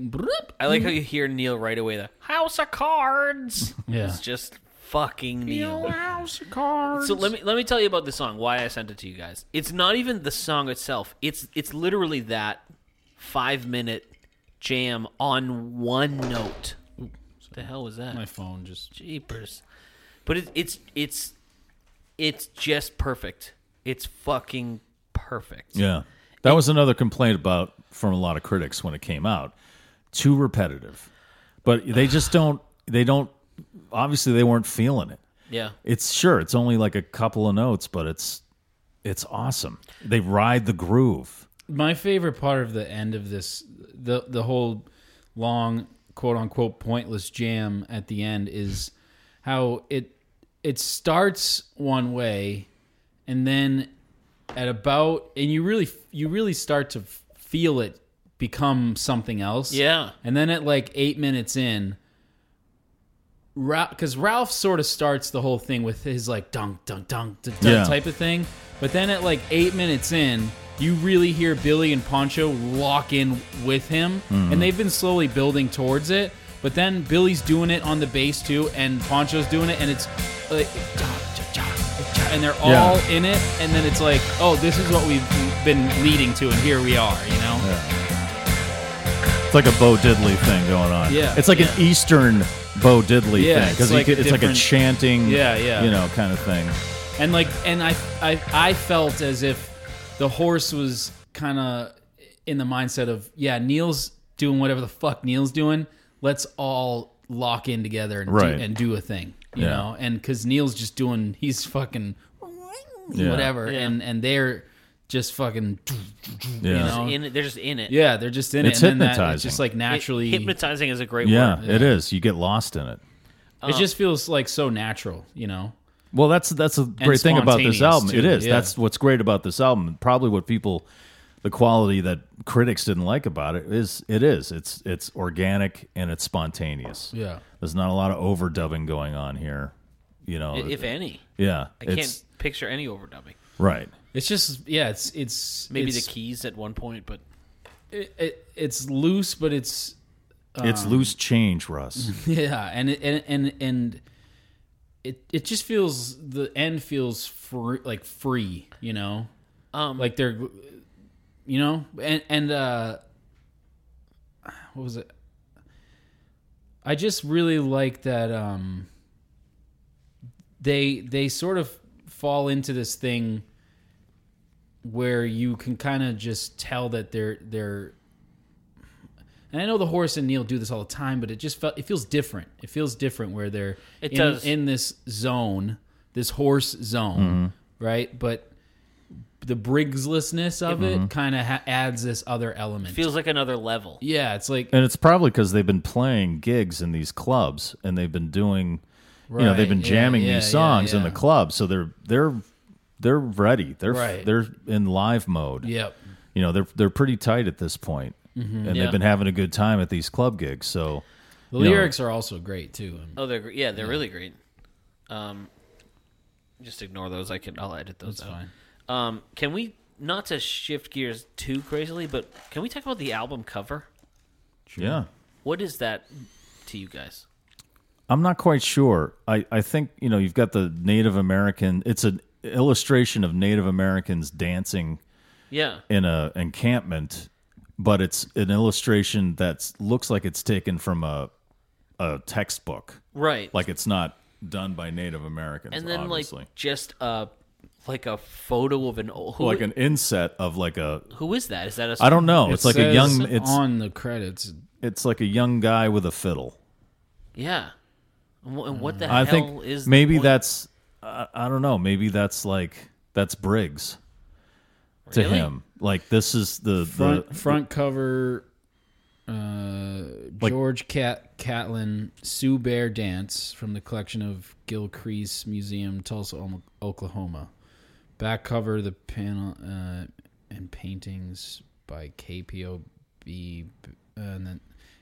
I like how you hear Neil right away. The
House of Cards.
yeah.
it's just fucking
Your
Neil.
House of Cards.
So let me let me tell you about this song. Why I sent it to you guys. It's not even the song itself. It's it's literally that five minute jam on one note. what the hell was that?
My phone just
Jeepers. But it, it's it's it's just perfect. It's fucking perfect.
Yeah. That was another complaint about from a lot of critics when it came out. Too repetitive. But they just don't they don't obviously they weren't feeling it.
Yeah.
It's sure it's only like a couple of notes, but it's it's awesome. They ride the groove.
my favorite part of the end of this the the whole long quote unquote pointless jam at the end is how it it starts one way and then at about and you really you really start to f- feel it become something else
Yeah.
and then at like eight minutes in because Ralph sort of starts the whole thing with his like dunk, dunk, dunk, dunk, dunk
Yeah.
type of thing. But then at like eight minutes in, you really hear Billy and Poncho lock in with him,
Hmm.
and they've been slowly building towards it. But then Billy's doing it on the bass too, and Poncho's doing it, and it's like, "Ja, ja, ja, ja," and they're
Yeah.
all in it, and then it's like, oh, this is what we've been leading to, and here we are, you know?
It's like a Bo Diddley thing going on.
Yeah,
It's like an Eastern Bo Diddley
Yeah,
thing
it's
because
like a
it's like a
different-
chanting,
Yeah, yeah.
you know, kind of thing.
and like and I I, I felt as if the horse was kind of in the mindset of yeah Neil's doing whatever the fuck Neil's doing let's all lock in together and
Right.
do, and do a thing you
Yeah.
know and because Neil's just doing he's fucking
Yeah.
whatever and and they're just fucking
Yeah,
you know
In it, they're just in it.
yeah they're just in it
It's
and then that, it's
hypnotizing.
just like
It-
naturally
hypnotizing is a great
yeah,
word.
it is. You get lost in it.
uh,
it just feels like so natural you know
Well, that's that's a great thing about this
spontaneous,
album.
too,
it is.
yeah.
That's what's great about this album. Probably what people, the quality that critics didn't like about it is it is. It's it's organic and it's spontaneous.
Yeah.
there's not a lot of overdubbing going on here. You know,
I- If any,
yeah,
I
it's
can't picture any overdubbing.
right.
it's just yeah it's it's
Maybe
it's,
the keys at one point, but
it, it, it's loose but it's Um,
it's loose change, Russ.
Yeah, and it, and and and it it just feels the end feels free, like free, you know,
um,
like they're, you know, and and uh, what was it? I just really like that. Um, they they sort of fall into this thing where you can kind of just tell that they're they're and I know the horse and Neil do this all the time, but it just felt it feels different. It feels different where they're
It
in,
does.
in this zone, this horse zone, right? But the Briggslessness of it kind of ha- adds this other element.
Mm-hmm. feels like another level.
yeah, it's like
And it's probably because they've been playing gigs in these clubs and they've been doing, you know,
Right,
they've been
yeah,
jamming
yeah,
these songs
yeah,
in the
yeah.
club, so they're they're they're ready. They're
Right.
they're in live mode.
yep.
you know they're they're pretty tight at this point, and
Mm-hmm. Yeah.
they've been having a good time at these club gigs. So
The
you know,
lyrics are also great too.
Oh, they're gr- yeah, they're really great. Um, just ignore those. I can I'll edit those
That's
out.
fine.
Um, can we not to shift gears too crazily, but can we talk about the album cover?
yeah,
What is that to you guys?
I'm not quite sure. I I think you know you've got the Native American. It's an illustration of Native Americans dancing
Yeah,
in a encampment, but it's an illustration that looks like it's taken from a a textbook.
right.
Like it's not done by Native Americans.
and then
obviously.
like just uh like a photo of an old who,
like an inset of like a
who is that? Is that a
I don't know. It's like a young. It's
on the credits.
it's like a young guy with a fiddle.
Yeah. And wh- and what the
Mm. I
hell
think
is the
maybe
point?
that's I, I don't know. Maybe that's like that's Briggs to
Really?
him. Like this is the
front
the
front cover uh, George Cat Catlin Sue Bear Dance from the collection of Gil Crease Museum, Tulsa, Om- Oklahoma. Back cover the panel uh, and paintings by KPOB, b- uh, and then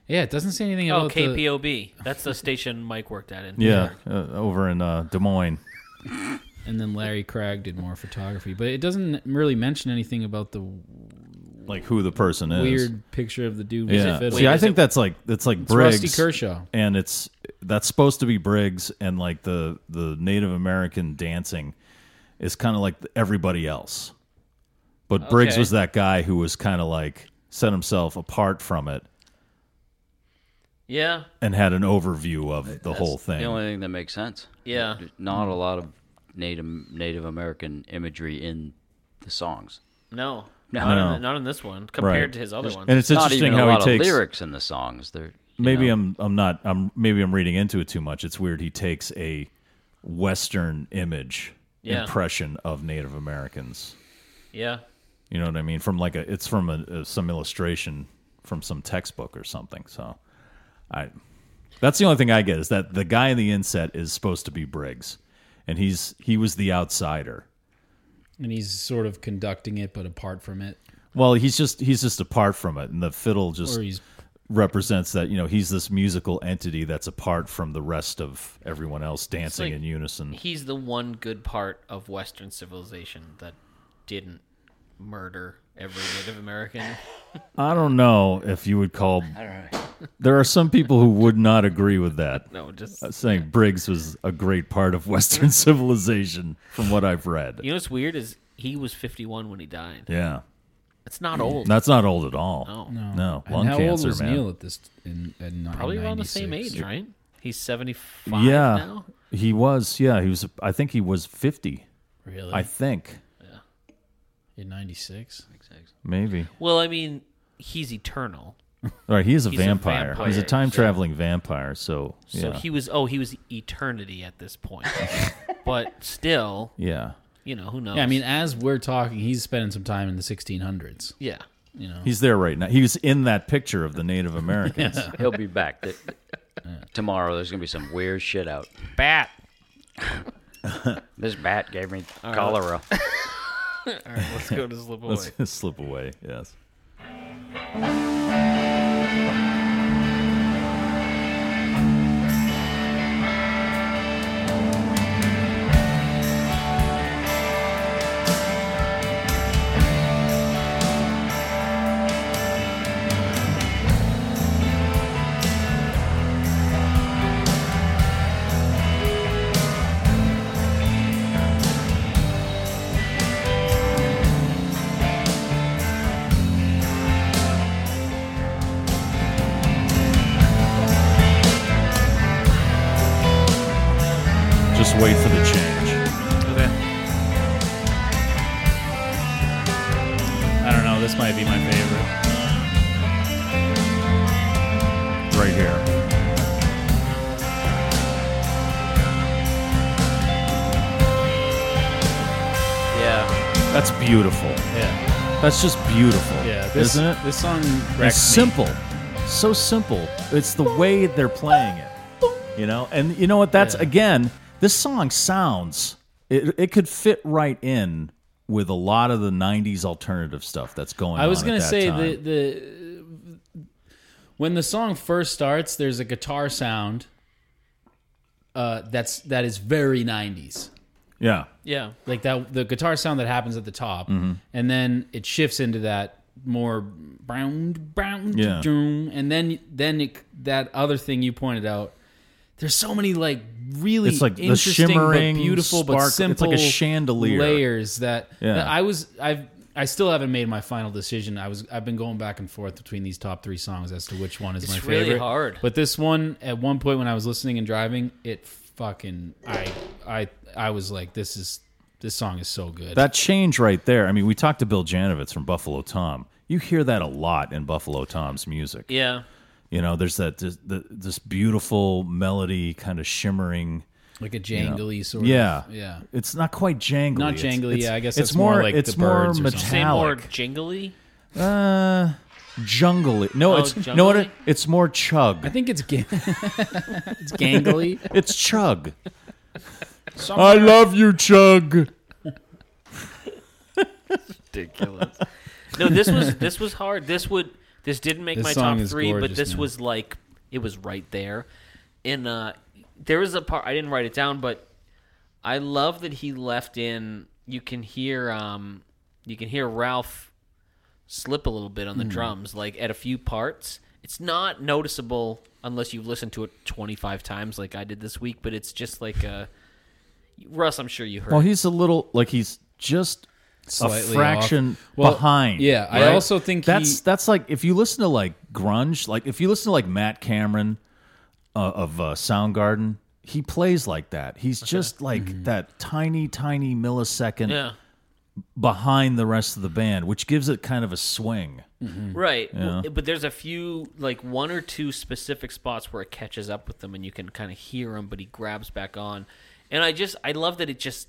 yeah, it doesn't say anything
Oh,
about the-
KPOB. That's the station Mike worked at in.
yeah uh, over in uh, Des Moines. Oh.
and then Larry Craig did more photography, but it doesn't really mention anything about the
Like who the person is.
weird picture of the dude. with the
Yeah.
fiddle.
See, I
is
think
it-
that's like that's like
It's
Briggs.
Rusty Kershaw.
and it's that's supposed to be Briggs and like the the Native American dancing is kind of like everybody else. But Briggs
Okay.
was that guy who was kind of like set himself apart from it
Yeah.
and had an overview of the whole thing.
The only thing that makes sense.
Yeah.
There's Not a lot of Native Native American imagery in the songs.
No.
No.
Not,
No.
In, not in this one compared
Right.
to his other one.
and it's
Not
interesting
even a
how
lot
he takes
of lyrics in the songs. They're you
maybe
know,
I'm I'm not I'm maybe I'm reading into it too much. It's weird he takes a western image
Yeah.
impression of Native Americans.
Yeah.
You know what I mean? From like a, it's from a, a, some illustration from some textbook or something. So, I, that's the only thing I get is that the guy in the inset is supposed to be Briggs, and he's he was the outsider.
and he's sort of conducting it, but apart from it,
Well, he's just he's just apart from it, and the fiddle just
or he's
represents that you know he's this musical entity that's apart from the rest of everyone else dancing
like
in unison.
He's the one good part of Western civilization that didn't murder every Native American.
I don't know if you would call. There are some people who would not agree with that. Uh,
No, just
saying Briggs was a great part of Western civilization, from what I've read.
you know what's weird is he was 51 when he died.
Yeah,
It's not old.
that's not old at all.
No.
no,
And
lung
how
cancer,
old was
man.
Neil at this? In, in
Probably around the same
96?
age, right? He's 75
yeah,
now.
he was. Yeah, he was. I think he was fifty.
Really?
I think
in '96.
maybe.
Well, I mean, he's eternal.
All right, he is a,
He's a
vampire.
vampire,
He's a time traveling vampire. So
So
yeah,
he was oh, he was eternity at this point. but still,
yeah,
you know, who knows?
Yeah, I mean, as we're talking, he's spending some time in the 1600s.
yeah.
he's there right now. He was in that picture of the Native Americans.
he'll be back. Th- Tomorrow there's gonna be some weird shit out.
Bat.
This bat gave me cholera.
All right, let's go to slip away.
Let's just slip away. Yes. Just wait for the change.
I don't know. This might be my favorite.
Right here.
Yeah.
That's beautiful.
Yeah.
That's just beautiful.
Yeah. This,
isn't it?
This song
It's
wrecks me.
simple. So simple. It's the way they're playing it. You know? And you know what? That's again, this song sounds it it could fit right in with a lot of the 90s alternative stuff that's going on.
I was
at
gonna
that
say
time.
the the when the song first starts, there's a guitar sound uh, that's that is very 90s.
Yeah.
Yeah.
like that the guitar sound that happens at the top
Mm-hmm.
and then it shifts into that more brown brown
Yeah.
doom, and then then it, that other thing you pointed out there's so many like really
It's like the
interesting
shimmering
but beautiful but
spark-
simple
it's like a chandelier.
layers that,
Yeah.
that I was I've I still haven't made my final decision. I was I've been going back and forth between these top 3 songs as to which one is
It's
my
really
favorite.
hard.
But this one, at one point when I was listening and driving, it fucking I I I was like, this is this song is so good.
That change right there. I mean, we talked to Bill Janovitz from Buffalo Tom. You hear that a lot in Buffalo Tom's music.
Yeah.
You know, there's that this, the, this beautiful melody, kind of shimmering.
like a jangly sort
Yeah,
of. Yeah.
It's not quite jangly.
Not
It's-
jangly,
it's-
yeah, I guess
it's
that's more like
it's
the
more
birds or something.
Say more
metallic.
jingly.
Uh, jungly. No,
Oh,
it's no. What
jungly?
it, it's more chug.
I think it's ga- it's gangly.
It's chug. I love you, chug.
Ridiculous.
No, this was this was hard. This would this didn't make
This
my
song
top
is
three, but
gorgeous,
this
man.
was like it was right there. And uh there was a part I didn't write it down, but I love that he left in you can hear um you can hear Ralph slip a little bit on the
Hmm.
drums, like at a few parts. It's not noticeable unless you've listened to it twenty five times like I did this week, but it's just like uh Russ, I'm sure you heard.
Well, he's a little like he's just a
Slightly
fraction
off. Well,
behind.
yeah, I
right?
also think he-
that's that's like if you listen to like grunge, like if you listen to like Matt Cameron uh, of uh, Soundgarden, he plays like that. He's just like
Mm-hmm.
that tiny, tiny millisecond
yeah.
behind the rest of the band, which gives it kind of a swing.
Right. Well, But there's a few, like one or two specific spots where it catches up with them and you can kind of hear him, but he grabs back on. And I just, I love that it just,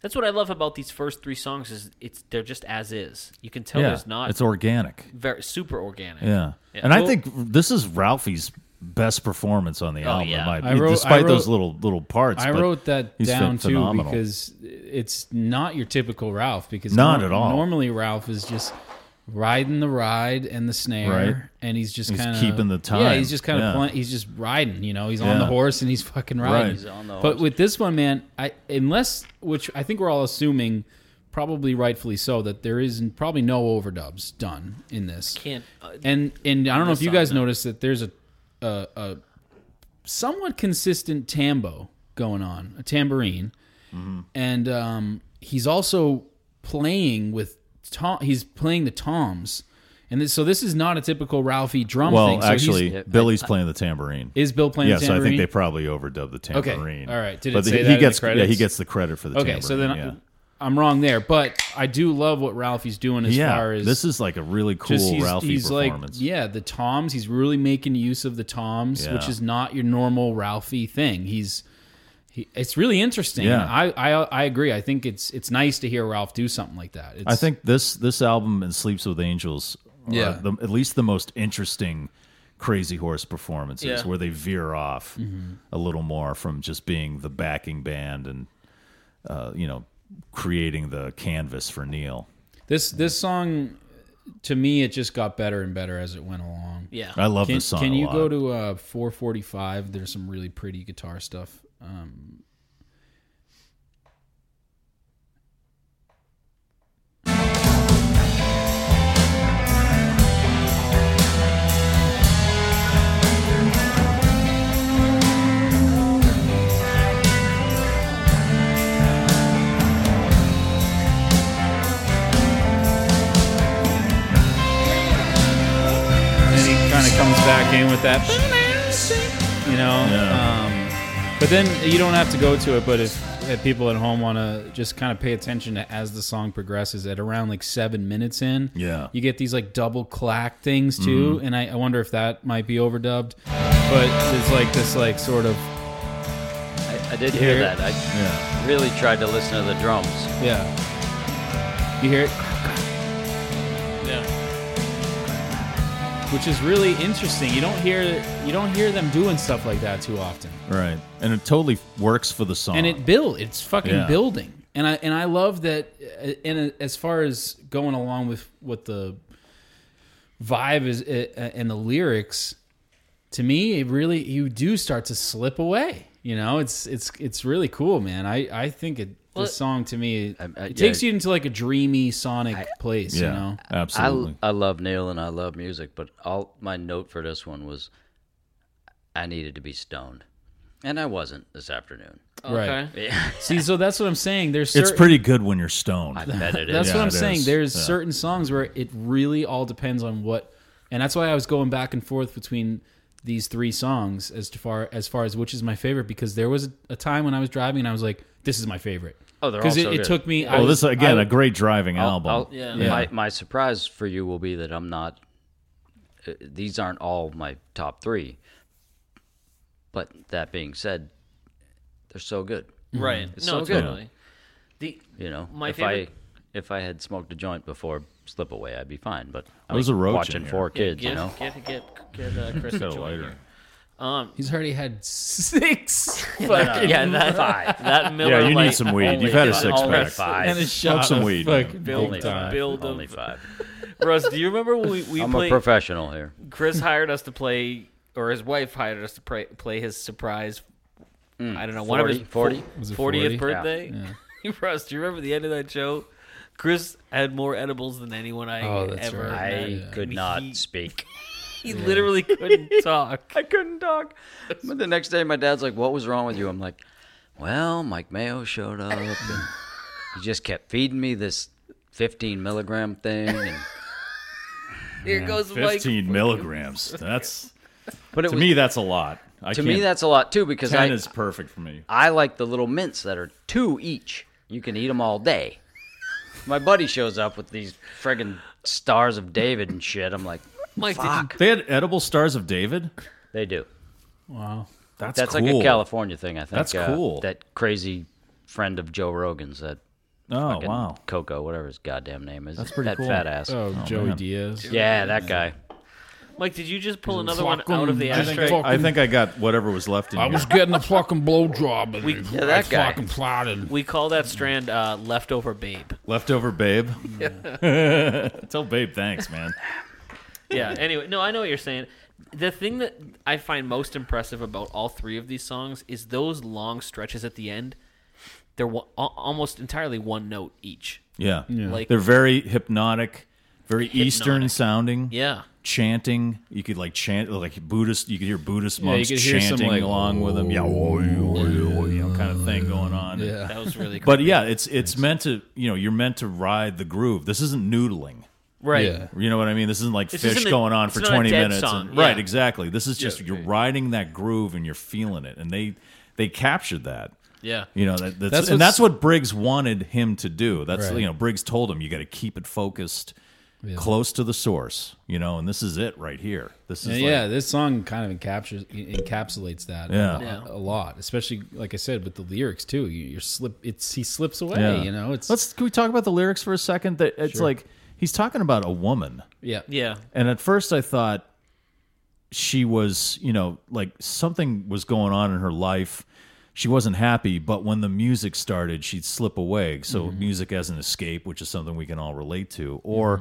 that's what I love about these first three songs is it's, they're just as is. You can tell
yeah,
there's not
it's organic.
very super organic.
Yeah. And I think this is Ralphie's best performance on the album,
yeah.
in my
I
opinion,
wrote-
despite
I
those
wrote-
little little parts.
I
but
wrote that
he's
down
phen-
too
phenomenal.
because it's not your typical Ralph. Because
Not
nor-
at all.
Normally, Ralph is just riding the ride and the snare,
Right.
and he's just
He's
kind of
keeping the
Yeah,
time.
he's just kind of
Yeah.
he's just riding. You know, he's
Yeah.
on the horse and he's fucking riding.
Right. He's
on the
But
horse.
with this one, man, I unless which I think we're all assuming. Probably rightfully so that there is probably no overdubs done in this.
Can't- uh,
and and I don't know if you guys noticed that there's a a, a somewhat consistent tambo going on, a tambourine,
Mm-hmm.
and um, he's also playing with tom. He's playing the toms, and this, so this is not a typical Ralphie drum
well,
thing. So he's-
actually, Billy's playing the tambourine.
is Bill playing
Yes,
tambourine?
I think they probably overdubbed the tambourine.
all right. Did it
but
say
he,
that
he
in the
gets yeah, he
credits?
gets the credit for the
okay,
tambourine.
so then
yeah,
I, I'm wrong there, but I do love what Ralphie's doing as
yeah
far as
this is like a really cool
just he's,
Ralphie
he's like
performance.
yeah the toms he's really making use of the toms
Yeah.
which is not your normal ralphie thing he's he, it's really interesting
Yeah.
I, I i agree i think it's it's nice to hear ralph do something like that it's,
I think this this album and Sleeps with Angels are
Yeah.
the, at least the most interesting Crazy Horse performances
Yeah.
where they veer off
Mm-hmm.
a little more from just being the backing band and uh, you know creating the canvas for Neil.
this this song to me it just got better and better as it went along
Yeah.
I love
can,
this song.
can
a
you
lot.
go to uh 445 there's some really pretty guitar stuff um and he kind of comes back in with that you know um, but then you don't have to go to it but if, if people at home want to just kind of pay attention to as the song progresses at around like seven minutes in
Yeah.
you get these like double clack things too and I, I wonder if that might be overdubbed but there's like this like sort of
I, I did hear
Yeah.
that. I
Yeah.
really tried to listen to the drums.
yeah you hear it
Yeah.
which is really interesting you don't hear you don't hear them doing stuff like that too often
Right. And it totally works for the song.
and it build it's fucking
Yeah.
building and i and i love that uh, and as far as going along with what the vibe is uh, uh, and the lyrics to me it really you do start to slip away you know it's it's it's really cool man i i think it
Well,
this song to me it,
I- I-
it takes
yeah.
you into like a dreamy sonic place you know
absolutely.
I, I love Neil and I love music, but all my note for this one was I needed to be stoned, and I wasn't this afternoon.
right see so that's what i'm saying there's
it's
certain-
pretty good when you're stoned.
I bet it is.
That's what
Yeah,
I'm
it
saying.
is.
There's certain songs where it really all depends on what, and that's why I was going back and forth between these three songs as to far as far as which is my favorite because there was a time when I was driving and I was like, this is my favorite.
Oh, they're
because
all
it,
so
it
good.
took me. I
well,
was-
Oh, this again
I-
a great driving
I'll-
album.
I'll-
Yeah.
My, my surprise for you will be that I'm not uh, these aren't all my top three. But that being said, they're so good.
Right.
Mm, It's
no,
so good.
totally. The
You know,
My
if
favorite-
I if I had smoked a joint before Slip Away, I'd be fine. But I
There's
was
a roach in
watching
here.
four kids,
give,
you know.
give, give, give uh, Chris a
Got a
joint
lighter.
here. Um,
He's already had six
yeah, that five. That Miller
Yeah, you need
Lite
some weed.
only
You've had a
got-
six
only
pack.
five.
and a shot
some
of
weed.
fucking
Build
big
Only
time.
five.
Build
Only
up.
five.
Russ, do you remember when we, we
I'm a
played?
professional here.
Chris hired us to play, or his wife hired us to play, play his surprise.
Mm,
I don't know, one of his
40?
Was it 40?
fortieth
Yeah.
birthday. Russ, do you remember the end of that show? Chris had more edibles than anyone I
Oh, that's
ever.
right.
I
met.
could
mean,
not
he-
speak.
He literally couldn't talk.
I couldn't talk. But the next day, my dad's like, "What was wrong with you?" I'm like, "Well, Mike Mayo showed up, and he just kept feeding me this 15 milligram thing." And,
Here goes Mike.
15 milligrams. That's
but it
to
was,
me. That's a lot. I
to me,
can't-
that's a lot too because I
ten is perfect for me.
I like the little mints that are two each. You can eat them all day. My buddy shows up with these friggin' stars of David and shit. I'm like,
Mike, did you-
They had edible stars of David.
they do.
Wow.
That's
That's
cool.
like a California thing, I think.
That's
uh,
cool.
that crazy friend of Joe Rogan's that
Oh
fucking
wow.
Coco, whatever his goddamn name is.
That's pretty
that
cool.
fat ass.
Oh, Joey Diaz.
Yeah, that guy.
Mike, did you just pull another one out of the
Fucking-
ashtray?
Fucking-
I think I got whatever was left in
I
here.
was getting a fucking blowjob and
We-
we,
Yeah,
that guy.
fucking plotted.
We call that strand uh, leftover babe.
Leftover babe. Tell babe thanks, man.
yeah. Anyway, no, I know what you're saying. The thing that I find most impressive about all three of these songs is those long stretches at the end. They're wa- al- almost entirely one note each.
Yeah.
Like-
They're very hypnotic, very Eastern sounding.
Yeah.
Chanting. You could like chant like Buddhist you could hear Buddhist
you
monks
could hear some,
chanting
like,
along with them. Yeah, oh, oh, oh, you know, kind of thing going on. Yeah.
That was really cool.
But yeah, it's it's meant to you know, you're meant to ride the groove. This isn't noodling.
right.
Yeah.
You know what I mean? This isn't like
This
fish
isn't a-
going on
it's
for
not a
20
dead
minutes.
song,
and- Right,
yeah.
exactly. This is just you're riding that groove and you're feeling it. And they they captured that.
Yeah.
You know that, that's,
That's
and
what's-
that's what Briggs wanted him to do. That's
Right.
you know Briggs told him you got to keep it focused, close to the source. You know, and this is it right here. This is like-
Yeah, yeah, this song kind of encaptures encapsulates that
Yeah.
a,
Yeah.
a lot, especially like I said with the lyrics too. You, you're slip, it's he slips away.
yeah.
You know, it's
let's can we talk about the lyrics for a second? That it's like he's talking about a woman,
yeah,
Yeah.
and at first I thought she was you know like something was going on in her life. She wasn't happy, but when the music started, she'd slip away. So music as an escape, which is something we can all relate to, or.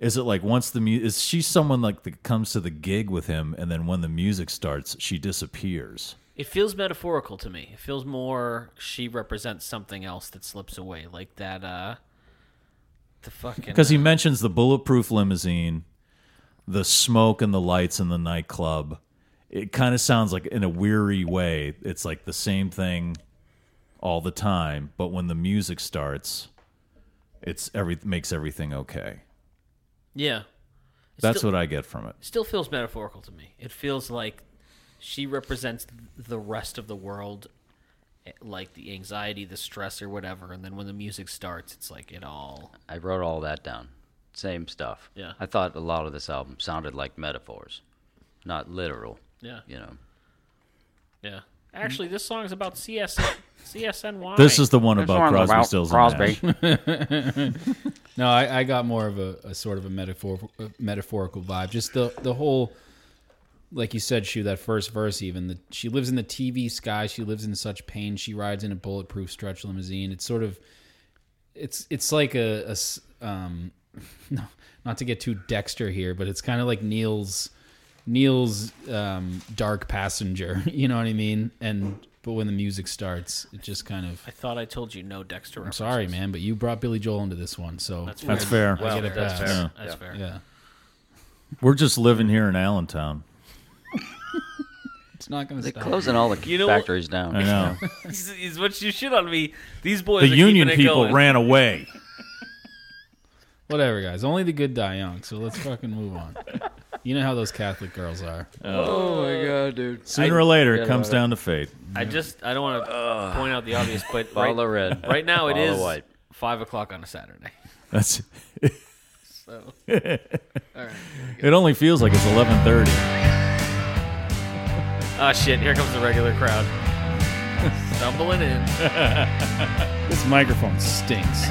Is it like once the mu- is she someone like that comes to the gig with him and then when the music starts she disappears?
It feels metaphorical to me. It feels more she represents something else that slips away, like that. uh The fucking uh,
Because he mentions the bulletproof limousine, the smoke and the lights in the nightclub. It kind of sounds like in a weary way. It's like the same thing all the time, but when the music starts, it's every makes everything okay.
yeah. It's
That's
still-
what I get from it.
still feels metaphorical to me. It feels like she represents the rest of the world, eh, like the anxiety, the stress, or whatever. And then when the music starts, it's like it all.
I wrote all that down. Same stuff.
Yeah.
I thought a lot of this album sounded like metaphors, not literal.
Yeah.
You know.
Yeah. Actually, this song is about CSN. CSNY.
This is the one about Crosby, Stills, and Nash.
No, I, I got more of a, a sort of a metaphor a metaphorical vibe. Just the the whole, like you said, Shu, that first verse. Even the, she lives in the TV sky. She lives in such pain. She rides in a bulletproof stretch limousine. It's sort of, it's it's like a, a s- um, no, not to get too Dexter here, but it's kind of like Neil's Neil's um, dark passenger. You know what I mean? And but when the music starts, it just kind of.
I thought I told you no Dexter.
I'm sorry, man, but you brought Billy Joel into this one, so
That's
That's fair.
Well,
get a
that's
pass.
fair.
Yeah.
That's fair.
yeah.
We're just living here in Allentown.
It's not going to
They're
stop.
closing all the
You know what-
factories down.
I know.
This is what you shit on me. These boys.
the
are
union
keeping it
people
going.
ran away.
Whatever, guys. Only the good die young. So let's fucking move on. You know how those Catholic girls are.
Oh my god, dude.
Sooner or later, it comes down to fate.
I just I don't want to point out the obvious, but
Follow
right,
red.
right now it
Follow
is
white.
five o'clock on a Saturday.
That's
So
It only feels like it's 11:30.
Ah, shit. Here comes the regular crowd. Stumbling in.
This microphone stinks.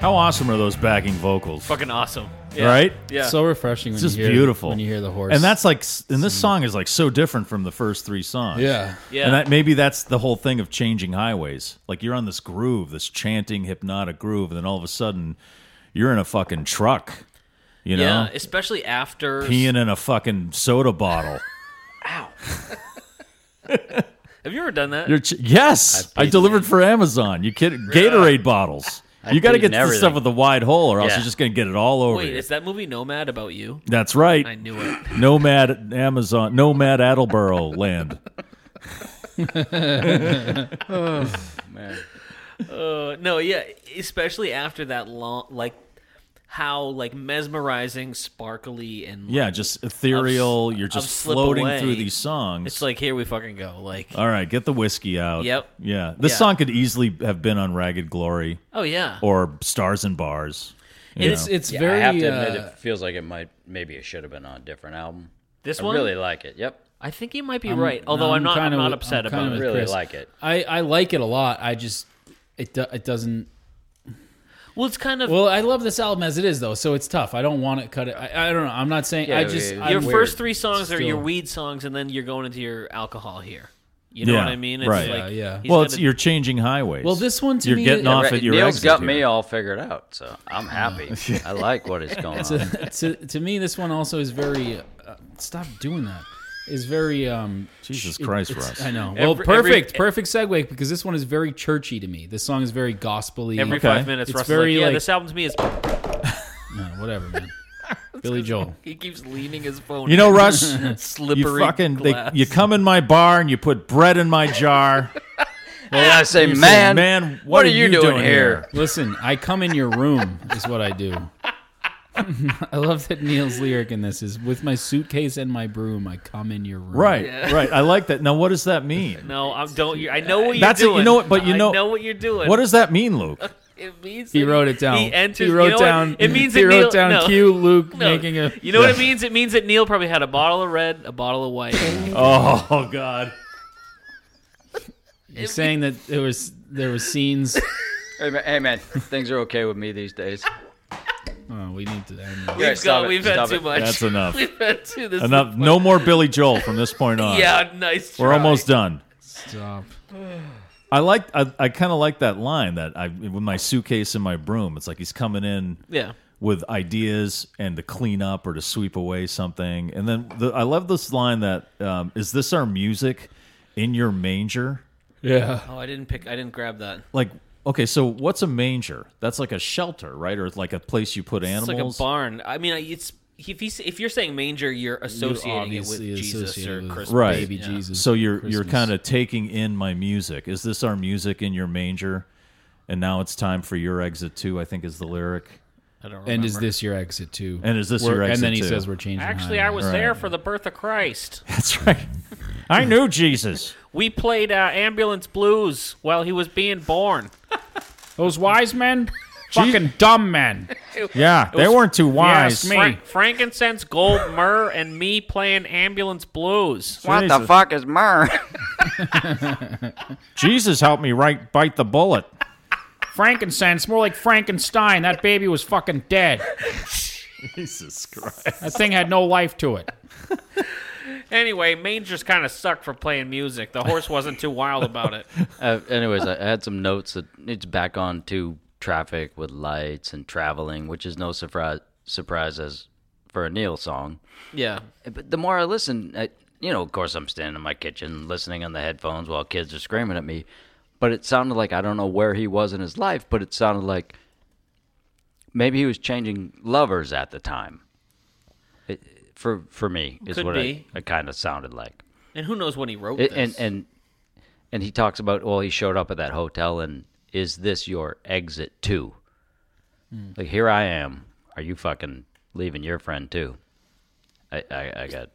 How awesome are those backing vocals?
Fucking awesome. Yeah.
Right?
Yeah.
So refreshing. When
It's just
you hear,
beautiful
when you hear the horse.
And that's like, s- and this song is like so different from the first three songs.
yeah.
yeah.
And that maybe that's the whole thing of changing highways. Like you're on this groove, this chanting hypnotic groove, and then all of a sudden you're in a fucking truck, you know,
yeah. Especially after.
peeing in a fucking soda bottle.
Have you ever done that?
You're ch- yes, I, delivered for Amazon. You kidding? Gatorade bottles. you got to
peed in
get this stuff
everything.
with the wide hole, or else
Yeah.
you're just gonna get it all over.
Wait,
you.
is that movie Nomad about you?
That's right.
I knew it.
Nomad Amazon, Nomad Attleboro land.
Uh, no, yeah, especially after that long, like how like mesmerizing, sparkly, and like,
Yeah, just ethereal.
Of-
you're
of
just
slip
floating
away.
through these songs.
it's like here we fucking go. Like,
All right, get the whiskey out.
Yep.
Yeah. This
Yeah.
song could easily have been on Ragged Glory
oh yeah,
or Stars and Bars. you
It's
know.
it's
Yeah,
very.
I have to admit,
uh,
it feels like it might, maybe it should have been on a different album.
this
I
one,
really like it. Yep,
I think he might be right. Although
no,
I'm, not,
kinda
I'm not
with-
upset
I'm kinda
about it.
with
really
Chris.
like it.
I, I like it a lot. I just it do, it doesn't.
Well, it's kind of
Well, I love this album as it is though, so it's tough. I don't want to cut it. I, I don't know. I'm not saying. I
Yeah,
just
yeah,
I'm
your
weird.
first three songs are your
Still.
weed songs, and then you're going into your alcohol here. You know
Yeah,
what I mean? It's
right.
Like,
Yeah, yeah.
he's
well,
had
it's
a-
you're changing highways.
Well, this one to
You're
me,
getting
it-
off
Right,
at your
Neil's
exit
got
here.
me all figured out, so I'm happy. I like what is going on.
to, to me, this one also is very. Uh, stop doing that. Is very. Um,
Jesus Christ,
it's-
Russ.
I know. Well,
Every- every- e-,
perfect, perfect segue because this one is very churchy to me. This song is very gospely.
every
Okay.
five minutes.
It's
Russ is like,
very,
yeah,
like-
this album to me is.
no, whatever, man. Billy Joel.
He keeps leaning his phone.
You know, Russ,
slippery.
you fucking they,
glass.
you come in my bar and you put bread in my jar.
And I say,
You say,
man,
man, what,
are you doing here?"
Listen, I come in your room is what I do. I love that Neil's lyric in this is with my suitcase and my broom, I come in your room.
Right, right. I like that. Now, what does that mean?
No, I don't. You, I know what you're
That's it, you
doing.
know what, but you know-
I know what you're doing.
What does that mean, Luke?
it means?
He
that
wrote it down.
He enters.
He wrote
you know what?
down.
It means
he
that
wrote
Neil,
down
no,
Q Luke
no.
making a.
You know what it means? It means that Neil probably had a bottle of red, a bottle of white.
Oh God.
He's saying that there was there was scenes.
Hey man, hey, man, things are okay with me these days.
Oh, we need to. end it.
Yeah,
We've, got,
stop it,
we've had
stop
too
it.
much.
That's enough.
We've had too. This is
Enough. No more Billy Joel from this point on.
Yeah, nice.
We're
try.
almost done.
Stop.
I like. I, I kind of like that line that I with my suitcase and my broom. It's like he's coming in
Yeah.
with ideas and to clean up or to sweep away something. And then the, I love this line that um, is this our music in your manger?
Yeah.
Oh, I didn't pick. I didn't grab that.
Like okay, so what's a manger? That's like a shelter, right? Or it's like a place you put
It's
animals.
like a barn. I mean, I- it's if he's, if you're saying manger, you're associating it with
obviously
Jesus
associated
or
with
Christmas.
Right.
Baby
Yeah.
Jesus.
So you're you're
Christmas.
kind of taking in my music. Is this our music in your manger? And now it's time for your exit too. I think is the lyric.
I don't remember.
And is this your exit too?
And is this
We're-
your exit
And then he
too?
says we're changing.
Actually, I
highways.
was there for the birth of Christ.
That's right. I knew Jesus.
We played uh, ambulance blues while he was being born.
Those wise men, fucking dumb men.
Yeah, they weren't too wise.
me.
Fra- frankincense, gold, myrrh, and me playing ambulance blues.
What the
Jesus.
fuck is myrrh?
Jesus helped me right bite the bullet.
Frankincense, more like Frankenstein. That baby was fucking dead.
Jesus Christ.
That thing had no life to it.
Anyway, mangers kind of sucked for playing music. The horse wasn't too wild about it.
uh, anyways, I had some notes that it's back on to traffic with lights and traveling, which is no surprise surprise as for a Neil song.
Yeah.
But the more I listen, I, you know, of course, I'm standing in my kitchen listening on the headphones while kids are screaming at me. But it sounded like I don't know where he was in his life, but it sounded like maybe he was changing lovers at the time. It, for for me, is
Could
what
be.
it, it kind of sounded like.
And who knows when he wrote
It,
this?
and and and he talks about well he showed up at that hotel and is this your exit too
Hmm.
like here i am are you fucking leaving your friend too i i, I got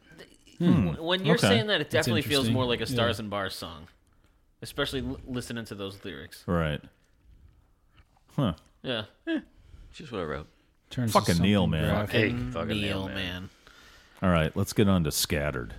When- When you're
Okay.
saying that, it definitely feels
interesting.
more like a Stars and Bars song, especially l- listening to those lyrics.
Right. Huh.
Yeah.
just what i wrote
Turns to
Fucking Neil, man.
something graphic.
hey fucking
Neil,
man.
man.
All right, let's get on to Scattered.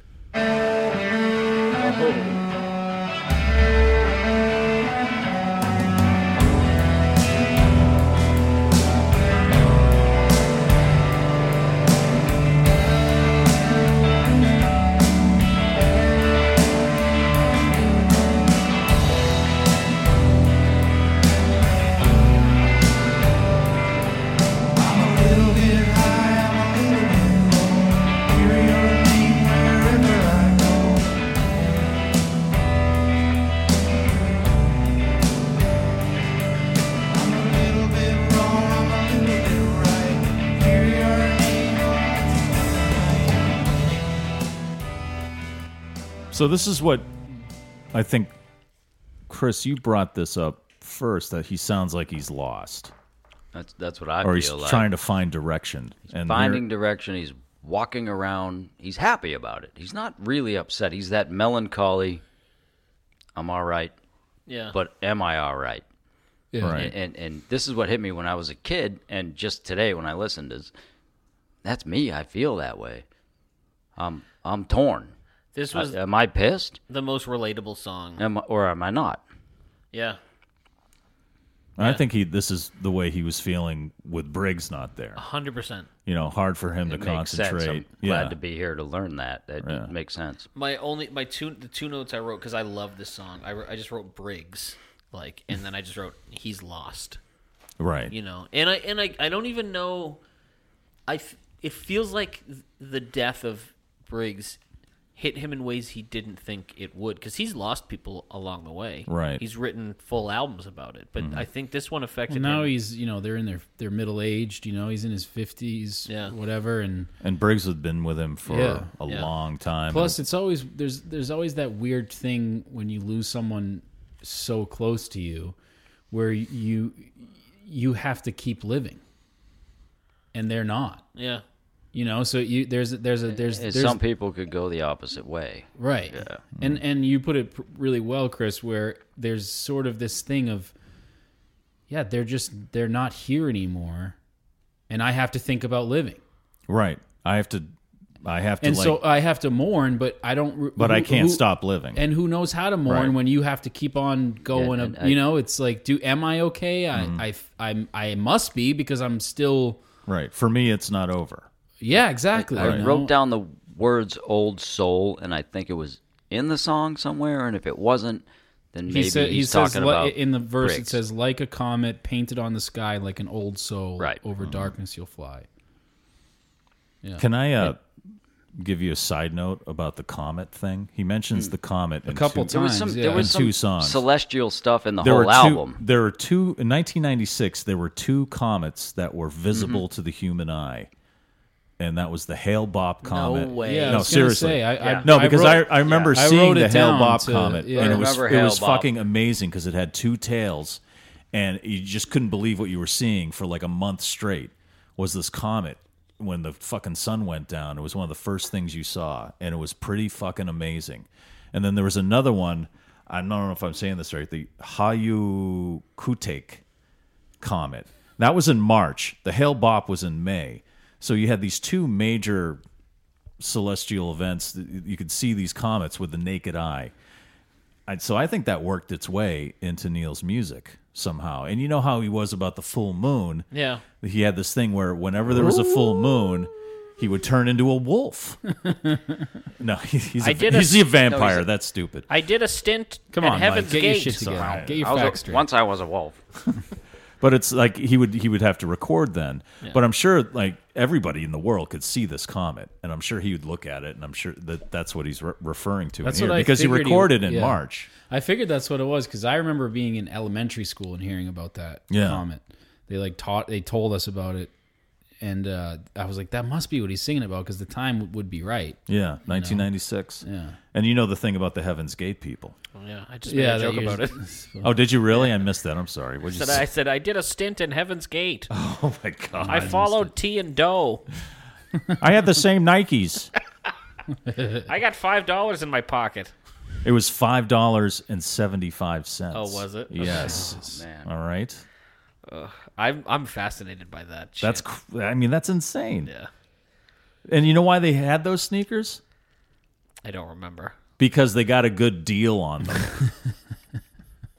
So this is what I think, Chris. You brought this up first that he sounds like he's lost,
that's that's what i
or he's
feel like
trying to find direction. and
finding
here-
direction. He's walking around. He's happy about it. He's not really upset. He's that melancholy. I'm all right,
Yeah.
but am I all right?
right.
And and this is what hit me when I was a kid, and just today when I listened is, that's me. I feel that way. I'm I'm torn.
this
I-
was
am I pissed?
the most relatable song.
Am I, or am I not?
Yeah.
And I think he. This is the way he was feeling with Briggs not there.
100%.
You know, hard for him to
It makes
concentrate.
sense. I'm
yeah.
glad to be here to learn that. That makes sense.
My only, my two, the two notes I wrote because I love this song, I, wrote- I just wrote Briggs, like, and then I just wrote, he's lost.
right.
you know and i and i, I don't even know i f- it feels like th- the death of briggs hit him in ways he didn't think it would because he's lost people along the way
Right.
he's written full albums about it but i think this one
Well,
affected
now
him
he's you know they're in their they're middle aged. You know he's in his fifties,
Yeah.
whatever, and
and Briggs had been with him for
Yeah.
a
Yeah.
long time.
Plus, it's always there's there's always that weird thing when you lose someone so close to you, where you you have to keep living, and they're not.
yeah
You know, so you there's there's a there's,
And
there's
Some people could go the opposite way.
right, and and you put it pr- really well, Chris. Where there's sort of this thing of, yeah, they're just they're not here anymore, and I have to think about living.
right. I have to. I have to.
and
like,
so I have to mourn, but I don't.
but I
who-
can't
who-
stop living.
And who knows how to mourn
Right.
when you have to keep on going?
and
up-
I-
you know, it's like, do am I okay? I
Mm-hmm.
I I'm, I must be because I'm still.
right. For me, it's not over.
Yeah, exactly.
I
you know?
wrote down the words "old soul," and I think it was in the song somewhere. And if it wasn't, then maybe
He, said,
he's
he
talking
says li-
about
in the verse it
Briggs.
says like a comet painted on the sky like an old soul
Right. Mm-hmm.
over darkness you'll fly.
Can I uh, give you a side note about the comet thing? He mentions the comet a
Hmm. couple
two,
there was some
times, yeah.
there was
In
some
two songs.
celestial stuff in the
There were
whole
two.
album.
There were two in 1996. There were two comets that were
Mm-hmm.
visible to the human eye, and that was the Hale-Bopp comet.
way.
Yeah, I
no,
was gonna
seriously.
say, I- I- Yeah.
no,
I
because I,
wrote-
I remember
yeah. I
seeing
wrote
the
it down
Hale-Bopp
to-
comet,
yeah.
and
I
it was
remember
it was
Hale-Bopp.
fucking amazing because it had two tails, and you just couldn't believe what you were seeing for like a month straight. Was this comet? When the fucking sun went down, it was one of the first things you saw, and it was pretty fucking amazing. And then there was another one. I don't know if I'm saying this right. The Hayu Kutek comet. That was in March. The Hale Bopp was in May. So you had these two major celestial events. that You could see these comets with the naked eye. And so I think that worked its way into Neil's music somehow. And you know how he was about the full moon?
yeah
He had this thing where whenever there was a full moon, he would turn into a wolf. no, he- he's a,
I did a-
he's a vampire.
he's a-
That's stupid.
i did a stint
Come
at
on,
heaven's
Mike, get
gate
your shit together.
So-
Get your
I was a-
facts straight.
once I was a wolf.
But it's like he would he would have to record then. But I'm sure like everybody in the world could see this comet, and I'm sure he would look at it, and I'm sure that that's what he's re- referring to in
That's
here
what I
because he
figured he-
recorded in
yeah.
March.
I figured that's what it was because I remember being in elementary school and hearing about that
Yeah.
comet. They like taught, they told us about it and uh, I was like, that must be what he's singing about because the time w- would be right.
Yeah, 1996. Yeah. And you know the thing about the Heaven's Gate people.
Yeah, I just made a joke about it.
Oh, did you really? I missed that. I'm sorry. What you
Said I
say?
said I did a stint in Heaven's Gate.
Oh my god.
I followed T and Doe.
I had the same Nikes.
I got five dollars in my pocket.
It was five dollars and seventy five cents.
Oh, was it? Okay.
Yes.
Man.
All right.
I'm I'm fascinated by that. Shit.
That's. cr- I mean, that's insane.
yeah.
And you know why they had those sneakers?
I don't remember.
Because they got a good deal on them.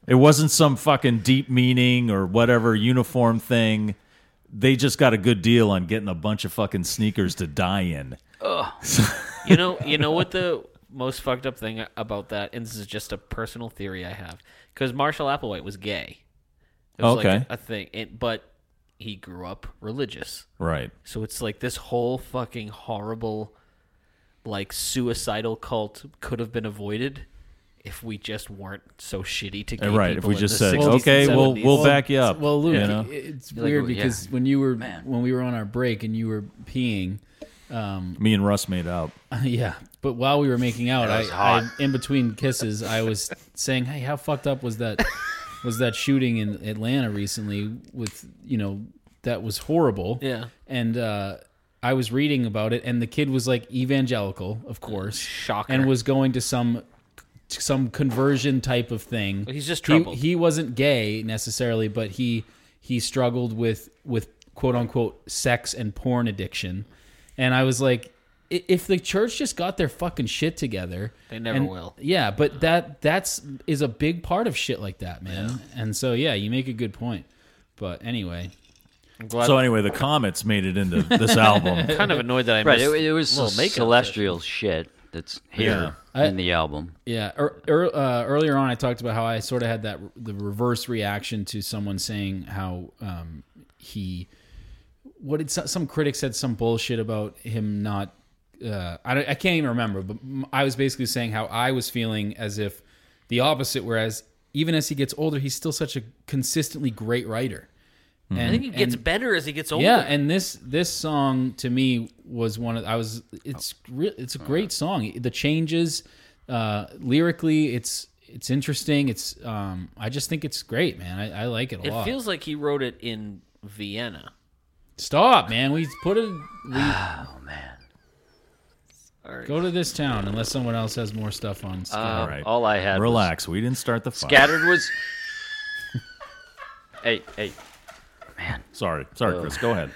it wasn't some fucking deep meaning or whatever uniform thing. They just got a good deal on getting a bunch of fucking sneakers to die in.
You know, you know what the most fucked up thing about that, and this is just a personal theory I have, because Marshall Applewhite was gay. It was
Okay.
like a thing, and, but he grew up religious,
Right.
so it's like this whole fucking horrible, like suicidal cult could have been avoided if we just weren't so shitty to gay
right. If
people
we
in
just
the
said,
60s and
okay, we'll
70s.
we'll back you up.
Well, Luke,
you know?
it- it's weird
yeah.
because when you were when we were on our break and you were peeing,
me and Russ made out.
yeah. But while we were making out, I, I in between kisses, I was saying, "Hey, how fucked up was that? was that shooting in Atlanta recently? With you know that was horrible."
Yeah.
And uh, I was reading about it, and the kid was like evangelical, of course,
Shocker.
and was going to some to some conversion type of thing.
He's just
He-
troubled.
He, wasn't gay necessarily, but he he struggled with with quote unquote sex and porn addiction. And I was like, i- if the church just got their fucking shit together,
They never
and-
will.
Yeah, but that that's is a big part of shit like that, man. And so yeah, you make a good point. But anyway,
I'm glad-
So anyway, the Comets made it into this
Uh,
album.
kind of annoyed that I
Right,
missed
it, it was
little makeup
celestial shit that's here
Yeah.
in the album.
Yeah. Er, er, uh, earlier on, I talked about how I sort of had that the reverse reaction to someone saying how um, he, what did some, some critic said some bullshit about him not. Uh, I don't, I can't even remember, but m- I was basically saying how I was feeling as if the opposite. Whereas even as he gets older, he's still such a consistently great writer. And,
I think he gets
and-
better as he gets older.
yeah, and this this song to me was one of I was it's re- it's a great song. The changes uh, lyrically, it's it's interesting. It's um, I just think it's great, man. I, I like it a
it
lot.
feels like he wrote it in Vienna.
Stop, man. We put it. We
All right.
go to this town unless someone else has more stuff on.
Uh,
right.
All I had was
Relax, we didn't start the fire.
Scattered was. hey, hey!
Sorry, sorry, Chris. Go ahead.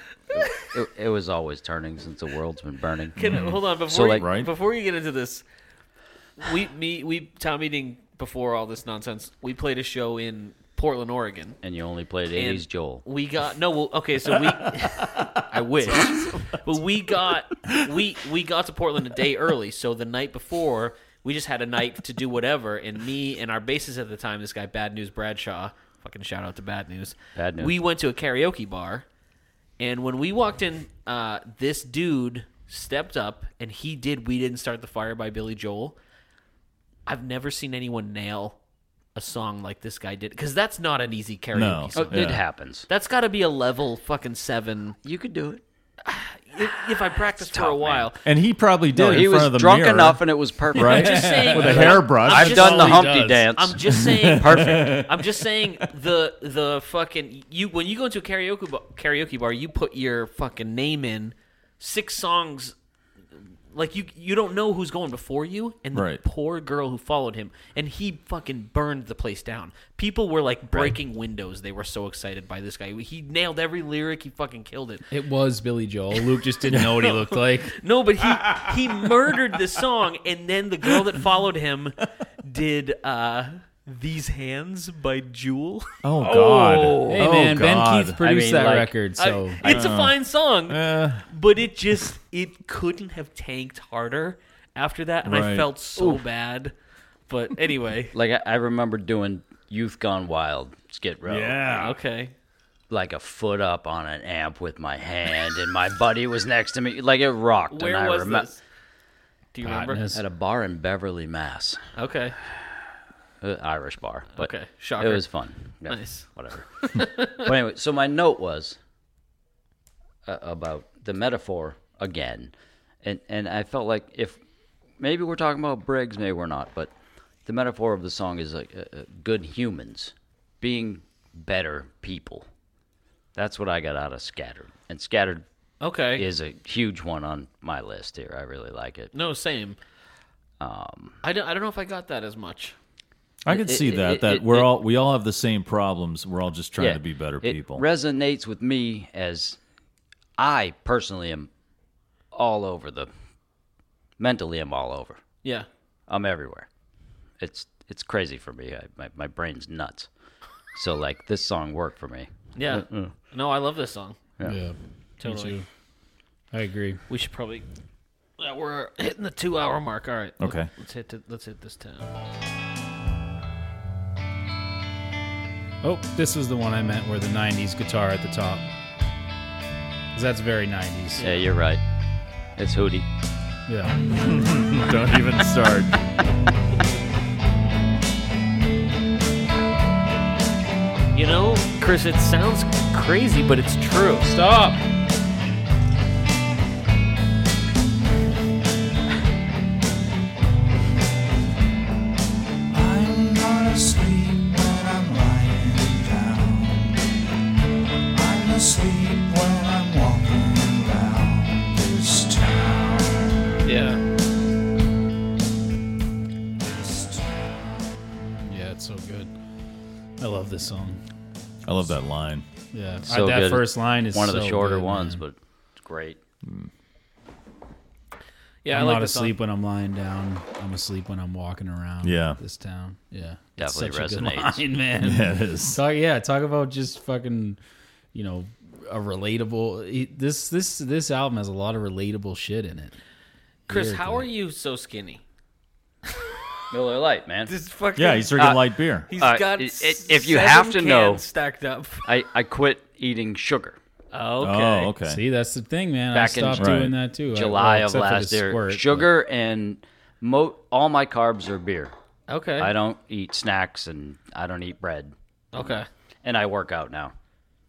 It, it was always turning since the world's been burning.
Can, Hold on, before
So, like-
you,
Right.
before you get into this, we me we town meeting before all this nonsense. We played a show in Portland, Oregon.
And you only played
and
'80s Joel.
We got no. Well, okay, so we. I wish, but we got we we got to Portland a day early. So the night before, we just had a night to do whatever. And me and our bassist at the time, this guy Bad News Bradshaw, fucking shout out to Bad News.
Bad News.
We went to a karaoke bar, and when we walked in, uh, this dude stepped up and he did "We Didn't Start the Fire" by Billy Joel. I've never seen anyone nail a song like this guy did because that's not an easy karaoke
No.
song.
It happens.
That's got to be a level fucking seven.
You could do it.
If, if I practice for
tough,
a while,
And he probably did
No,
in
he
front
was
of the
drunk
mirror,
enough, and it was perfect.
right?
just saying-
With a hairbrush.
I've
just-
done the
all he
Humpty
does.
dance.
I'm just saying.
Perfect.
I'm just saying the the fucking you when you go into a karaoke bar, karaoke bar, you put your fucking name in six songs. Like you, you don't know who's going before you, and the
Right.
poor girl who followed him, and he fucking burned the place down. People were like breaking windows; they were so excited by this guy. He nailed every lyric. He fucking killed it.
it was Billy Joel. Luke just didn't know what he looked like.
No, but he he murdered the song, and then the girl that followed him did uh, "These Hands" by Jewel.
Oh God.
Hey,
oh,
man,
God.
Ben Keith produced
mean,
that
like,
record, so
I- it's a fine song, but it just it couldn't have tanked harder after that, and I
Right.
felt so bad. But anyway,
Like I, I remember doing "Youth Gone Wild" Skid Row.
Yeah.
okay,
Like a foot up on an amp with my hand, and my buddy was next to me. Like it rocked.
where
and I
was
remem-
this? Do you remember?
Hotness.
At a bar in Beverly, Mass.
Okay,
Uh, Irish bar. But
Okay, shocker.
It was fun. Yeah,
Nice.
Whatever. but anyway, so my note was uh, about the metaphor again, and and I felt like if maybe we're talking about Briggs, maybe we're not, but the metaphor of the song is like uh, uh, good humans being better people. That's what I got out of Scattered, and Scattered
Okay.
is a huge one on my list here. I really like it.
No, same. Um, I don't. I don't know if I got that as much.
I can
It-
see
it-
that.
it-
that
it-
we're
it-
all we all have the same problems. We're all just trying to be better
it
people.
resonates with me as I personally am all over the mentally I'm all over.
Yeah.
I'm everywhere. It's it's crazy for me. I, my my brain's nuts. So like this song worked for me.
Yeah. No, I love this song.
Yeah,
Totally.
too. I agree.
We should probably. Yeah, we're hitting the two-hour mark. All right.
Okay.
Let's hit. The, let's hit this town.
Oh, this is the one I meant where the 90s guitar at the top. 'Cause That's very 90s.
Yeah, you're right. It's Hootie.
Yeah.
Don't even start.
You know, Chris, it sounds crazy, but it's true.
Stop.
I'm not asleep when I'm lying down. I'm asleep when I'm walking around this town.
Yeah.
Yeah, it's so good. I love this song.
I love that line.
Yeah. I-
So
that
good.
first line is
One of the
so
shorter
good,
ones,
man.
but it's great.
Yeah,
I'm
I like
not
this
asleep
Song.
when I'm lying down. I'm asleep when I'm walking around.
Yeah.
This town. Yeah. It's
Definitely
such a good
resonates.
line, man.
Yeah, it is.
Talk, yeah, talk about just fucking, you know, a relatable. it- This this this album has a lot of relatable shit in it.
Chris, how
Lyrically.
are you so skinny?
Miller Lite, man.
This fucking
Yeah, he's drinking
Uh,
light beer.
he's
Uh,
got
i- i- if you have
seven
to know-
cans stacked up.
I, I quit eating sugar.
Oh, okay.
See, that's the thing, man.
Back
I
in
stopped
Right.
doing that too. I-
July of
well, except for the
last year.
squirt, but-
sugar and mo- all my carbs are beer.
Okay.
I don't eat snacks and I don't eat bread.
okay.
And I work out now.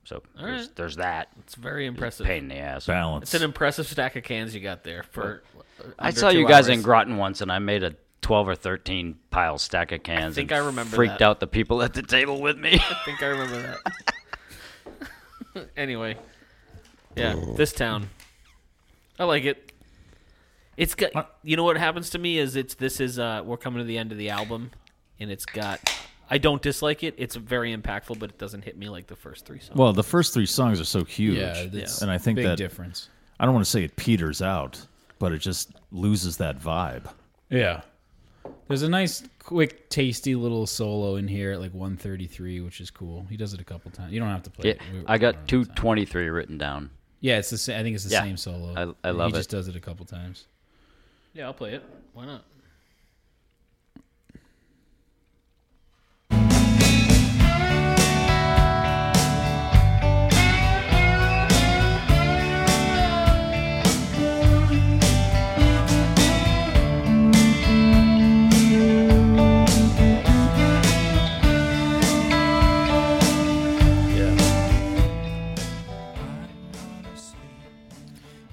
So there's,
right.
there's that.
It's very impressive.
Pain in the ass.
Balance.
It's an impressive stack of cans you got there for.
I
under
saw
two
you guys
hours.
in Groton once and I made a 12 or 13 pile stack of cans.
think
and
I remember
Freaked
that.
out the people at the table with me.
I think I remember that. anyway, yeah, this town. I like it. It's got. You know what happens to me is it's this is uh we're coming to the end of the album, and it's got. I don't dislike it. It's very impactful, but it doesn't hit me like the first three songs.
well, the first three songs are so huge,
Yeah, it's
and I think
big
that
difference.
I don't want to say it peters out, but it just loses that vibe.
Yeah. There's a nice, quick, tasty little solo in here at like 133, which is cool. He does it a couple times. You don't have to play
Yeah,
it. We-
I got 223 written down.
Yeah, it's the same. I think it's the
Yeah.
same solo.
I- I love
He just
it.
does it a couple times.
Yeah, I'll play it. Why not?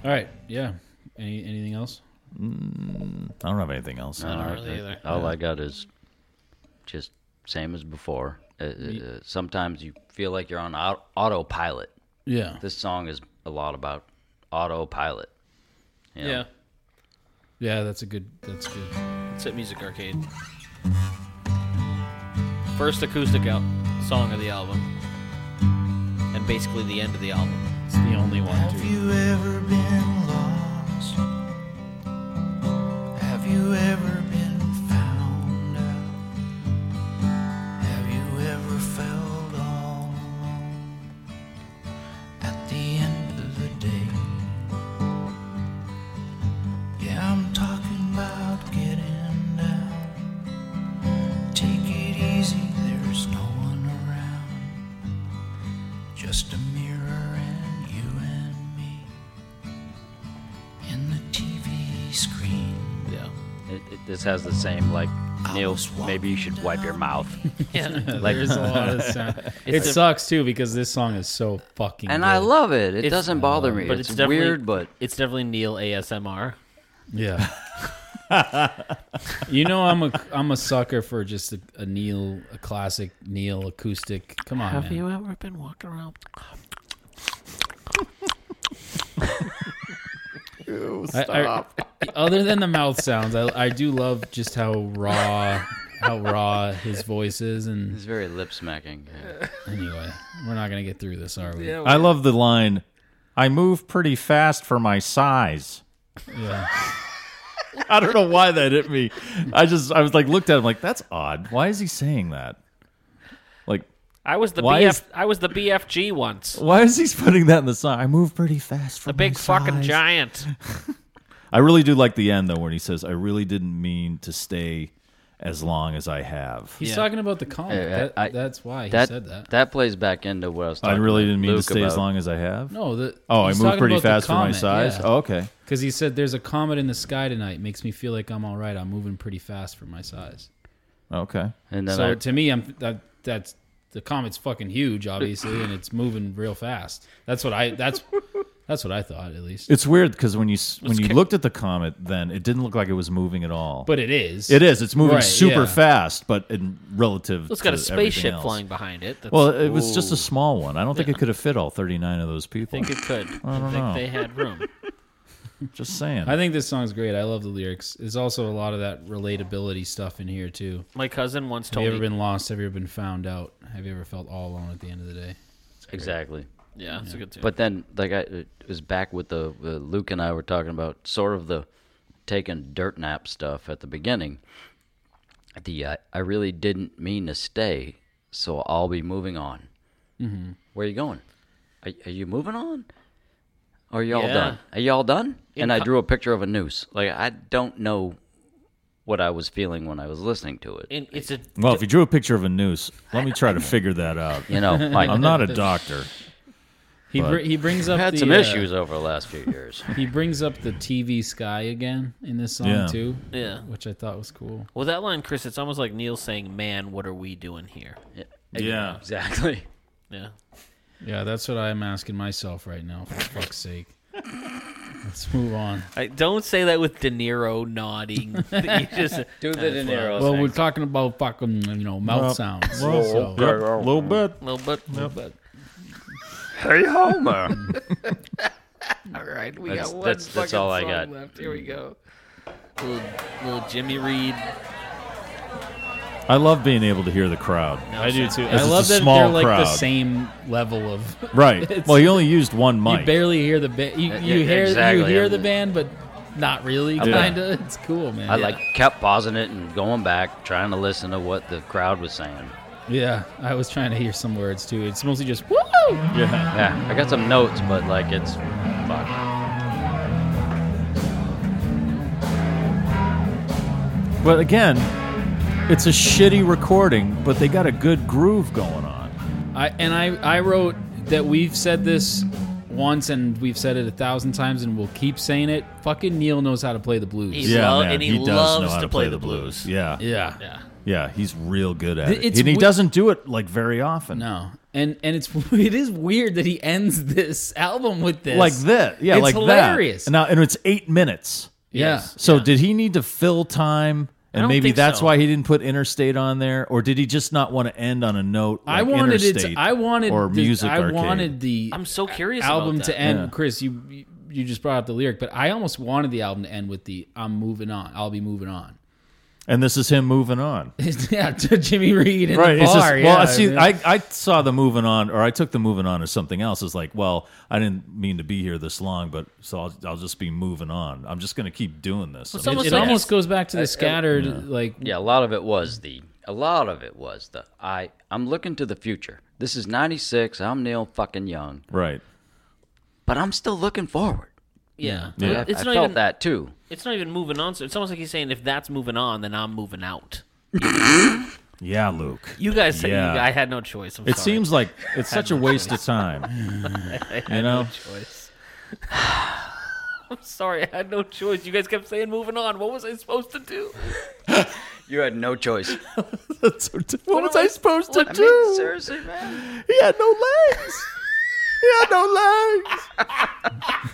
All right. Yeah. Any anything else?
I don't have anything else.
I don't really either.
All I got is just same as before. Uh, uh, sometimes you feel like you're on au- autopilot.
Yeah.
This song is a lot about autopilot. you know?
Yeah,
Yeah, that's a good. That's good.
it's at Music Arcade. First acoustic out song of the album, and basically the end of the album.
It's the only one.
Have
Too.
you ever been lost? Have you ever been found out? Have you ever felt all alone? At the end of the day, yeah, I'm talking about getting down. Take it easy, there's no one around. Just a mirror and you and me in the TV screen.
Yeah.
It, it, this has the same like Neil, maybe you should wipe your mouth. like,
There's a lot of Oh, sound. it sucks too because this song is so fucking.
and I
good.
love it. It
It's-
doesn't bother me.
but
it's
it's definitely-
weird, but
It's definitely Neil ASMR.
Yeah. you know I'm a I'm a sucker for just a, a Neil a classic Neil acoustic. Come on, man.
ever been walking around?
I- I- other than the mouth sounds, I, I do love just how raw how raw his voice is. And
it's very lip smacking. Yeah.
anyway, we're not gonna get through this, are we? Yeah.
I love the line. I move pretty fast for my size. I don't know why that hit me. I just I was like looked at him like that's odd. Why is he saying that? Like
I was the
Why
BF.
is-
I was the BFG once.
why is he putting that in the song? I move pretty fast for
The big
my
fucking
size.
giant.
I really do like the end though when he says I really didn't mean to stay as long as I have.
He's talking about the comic.
Uh,
Yeah,
that,
I-
that's why he
That,
said that.
plays back into what I was
I
talking
really
to
didn't mean
Luke
to stay as
about.
long as I have.
No, the,
Oh, I
he's
move
talking
pretty
about the
fast for my
comet,
size.
yeah.
Oh, okay.
Because he said, "There's a comet in the sky tonight. Makes me feel like I'm all right. I'm moving pretty fast for my size."
Okay.
And then
so
I,
to me, I'm that, that's the comet's fucking huge, obviously, and it's moving real fast. That's what I that's that's what I thought at least.
It's weird because when you s- when you looked at the comet, then it didn't look like it was moving at all.
But it is.
it is. It's moving
Right,
super
yeah.
fast, but in relative.
It's got
to
a spaceship
everything else.
flying behind it. That's,
Well, it was just a small one. I don't think it could have fit all 39 of those
I
people.
think it could. I,
don't
think
know.
they had room.
just saying.
I think this song's great. I love the lyrics. There's also a lot of that relatability stuff in here too.
My cousin once
Have
told
you
me.
ever been lost? Have you ever been found out? Have you ever felt all alone at the end of the day?
exactly.
yeah, that's a good tune.
But then, like, I it was back with the uh, Luke and I were talking about sort of the taking dirt nap stuff at the beginning. The uh, I really didn't mean to stay, so I'll be moving on. Mm-hmm. Where are you going? Are, are you moving on? Are you all
Yeah.
done? Are you all done? and I drew a picture of a noose. Like I don't know what I was feeling when I was listening to it.
and it's a
well, if you drew a picture of a noose, let me try to figure that out.
you know, like,
I'm not a doctor.
He br- he brings
I've
up
had
the,
some
uh,
issues over the last few years.
He brings up the TV sky again in this song
Yeah.
too,
yeah.
which I thought was cool.
Well, that line, Chris, it's almost like Neil saying, "Man, what are we doing here?"
Yeah.
exactly.
Yeah.
Yeah, that's what I'm asking myself right now. For fuck's sake, let's move on.
I, don't say that with De Niro nodding. you just
Do the De Niro
Well, we're talking about fucking you know mouth sounds. so.
A little bit.
little bit, little bit.
Hey Homer.
All right, we
That's-
got one
that's- that's
fucking
all I
song
got.
left. Here we go. Little, little Jimmy Reed.
I love being able to hear the crowd.
I do too.
As
I
it's
love
a
that
small
they're like the
crowd.
same level of.
Right. Well, he only used one
You
mic.
barely hear the band. You,
yeah,
you hear
exactly.
you hear the band, but not really.
Yeah.
Kinda. It's cool, man.
I like kept pausing it and going back, trying to listen to what the crowd was saying.
Yeah, I was trying to hear some words too. It's mostly just woo.
yeah.
Yeah, I got some notes, but like it's fuck.
But again, it's a shitty recording, but they got a good groove going on.
I and I I wrote that we've said this once and we've said it a thousand times and we'll keep saying it. Fucking Neil knows how to play the blues.
He's- lo- and he loves to play the blues.
Yeah. yeah,
yeah.
Yeah.
he's real good at
Th-
it,
it's
and he
wi-
doesn't do it like very often.
No. And and it's it is weird that he ends this album with this.
like that. Yeah,
It's
like
hilarious.
that. Now, and it's eight minutes.
Yeah.
So did he need to fill time? And
don't
maybe
think
that's
so.
why he didn't put Interstate on there, or did he just not want to end on a note? Like
I wanted it.
Interstate
To, I wanted.
or
the-
music.
I
Arcade?
wanted the.
I'm so curious about
Album
that.
to end,
Yeah.
Chris. You you- you just brought up the lyric, but I almost wanted the album to end with the "I'm moving on. I'll be moving on."
and this is him moving on.
yeah, to Jimmy Reed in
right.
the
it's just-
bar.
well,
yeah,
I see.
man.
I, I saw the moving on, or I took the moving on as something else. It's like, well, I didn't mean to be here this long, but so I'll, I'll just be moving on. I'm just going to keep doing this.
Well,
I mean,
almost
it
like
almost
he's-
goes back to the scattered like
Yeah, a lot of it was the. A lot of it was the. I I'm looking to the future. This is '96. I'm Neil fucking young,
right.
but I'm still looking forward.
Yeah.
I,
It's
I
not
felt
even
that too.
It's not even moving on. So it's almost like he's saying, if that's moving on, then I'm moving out.
Yeah, Luke.
You guys said
Yeah.
you, I had no choice. I'm
It
sorry.
seems like it's such a waste of time. You know.
choice. I'm sorry, I had no choice. You guys kept saying moving on. What was I supposed to do?
You had no choice.
That's so t- what was I supposed to
I
do?
mean, seriously, man.
He had no legs. He had no legs.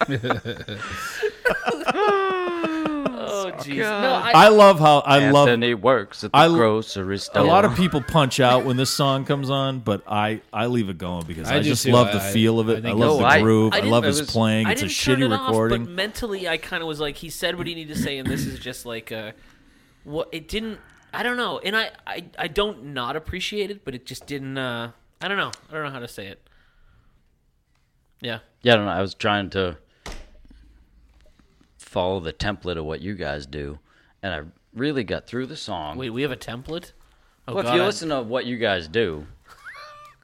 Oh, jeez. No, I,
I love how I love
Anthony works at the
I l-
grocery store.
a lot of people punch out when this song comes on, but I, I leave it going because I,
I do
just
too.
love
I-
the feel of
I
it. I,
think-
love
No,
the
I-
groove.
I
I,
didn't-
love
it
his
was-
playing.
I
It's a
didn't
shitty
turn it
recording.
off, but mentally, I kind of was like, he said what he needed to say, and this is just like a, what it didn't. I don't know, and I, I, I don't not appreciate it, but it just didn't. Uh, I don't know. I don't know how to say it. Yeah,
Yeah, I don't know. I was trying to follow the template of what you guys do, and I really got through the song.
wait, we have a template. Oh,
well, if
God,
you
I-
listen to what you guys do,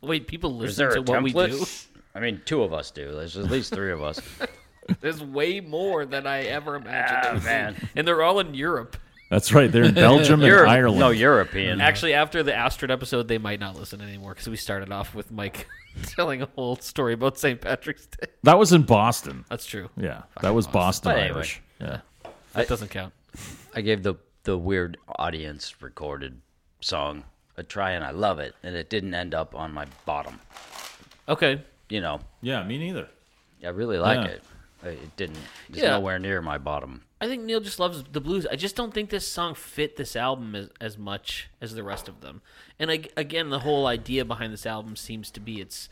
wait, people
is
listen
there
to
a
what we
template?
do.
I mean, two of us do. There's at least three of us.
There's way more than I ever imagined.
Ah, man.
and they're all in Europe.
That's right. They're in Belgium and
Europe-
Ireland.
No, European.
Actually, after the Astrid episode, they might not listen anymore because we started off with Mike telling a whole story about St. Patrick's Day.
that was in Boston.
That's true.
Yeah, that was Boston
But anyway.
Irish. Yeah.
That doesn't count.
I gave the the weird audience recorded song a try, and I love it. And it didn't end up on my bottom.
Okay.
You know,
Yeah, me neither.
I really like
Yeah.
it. I- It didn't. It's
Yeah.
nowhere near my bottom.
I think Neil just loves the blues. I just don't think this song fit this album as, as much as the rest of them. And I, again, the whole idea behind this album seems to be it's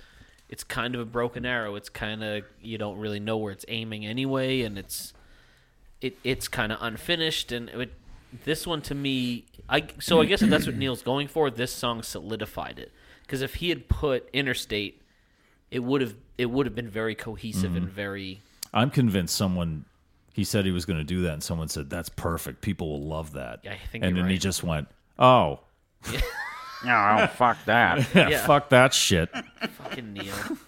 it's kind of a broken arrow. It's kind of you don't really know where it's aiming anyway, and it's it it's kind of unfinished. And it, this one to me, I so I guess if that's what Neil's going for. This song solidified it because if he had put Interstate, it would have it would have been very cohesive and very
I'm convinced someone. He said he was going to do that, and someone said that's perfect. People will love that.
Yeah, I think
and
you're
then he
right.
just went, "Oh,
No, fuck that.
Yeah.
fuck that shit."
Fucking Neil.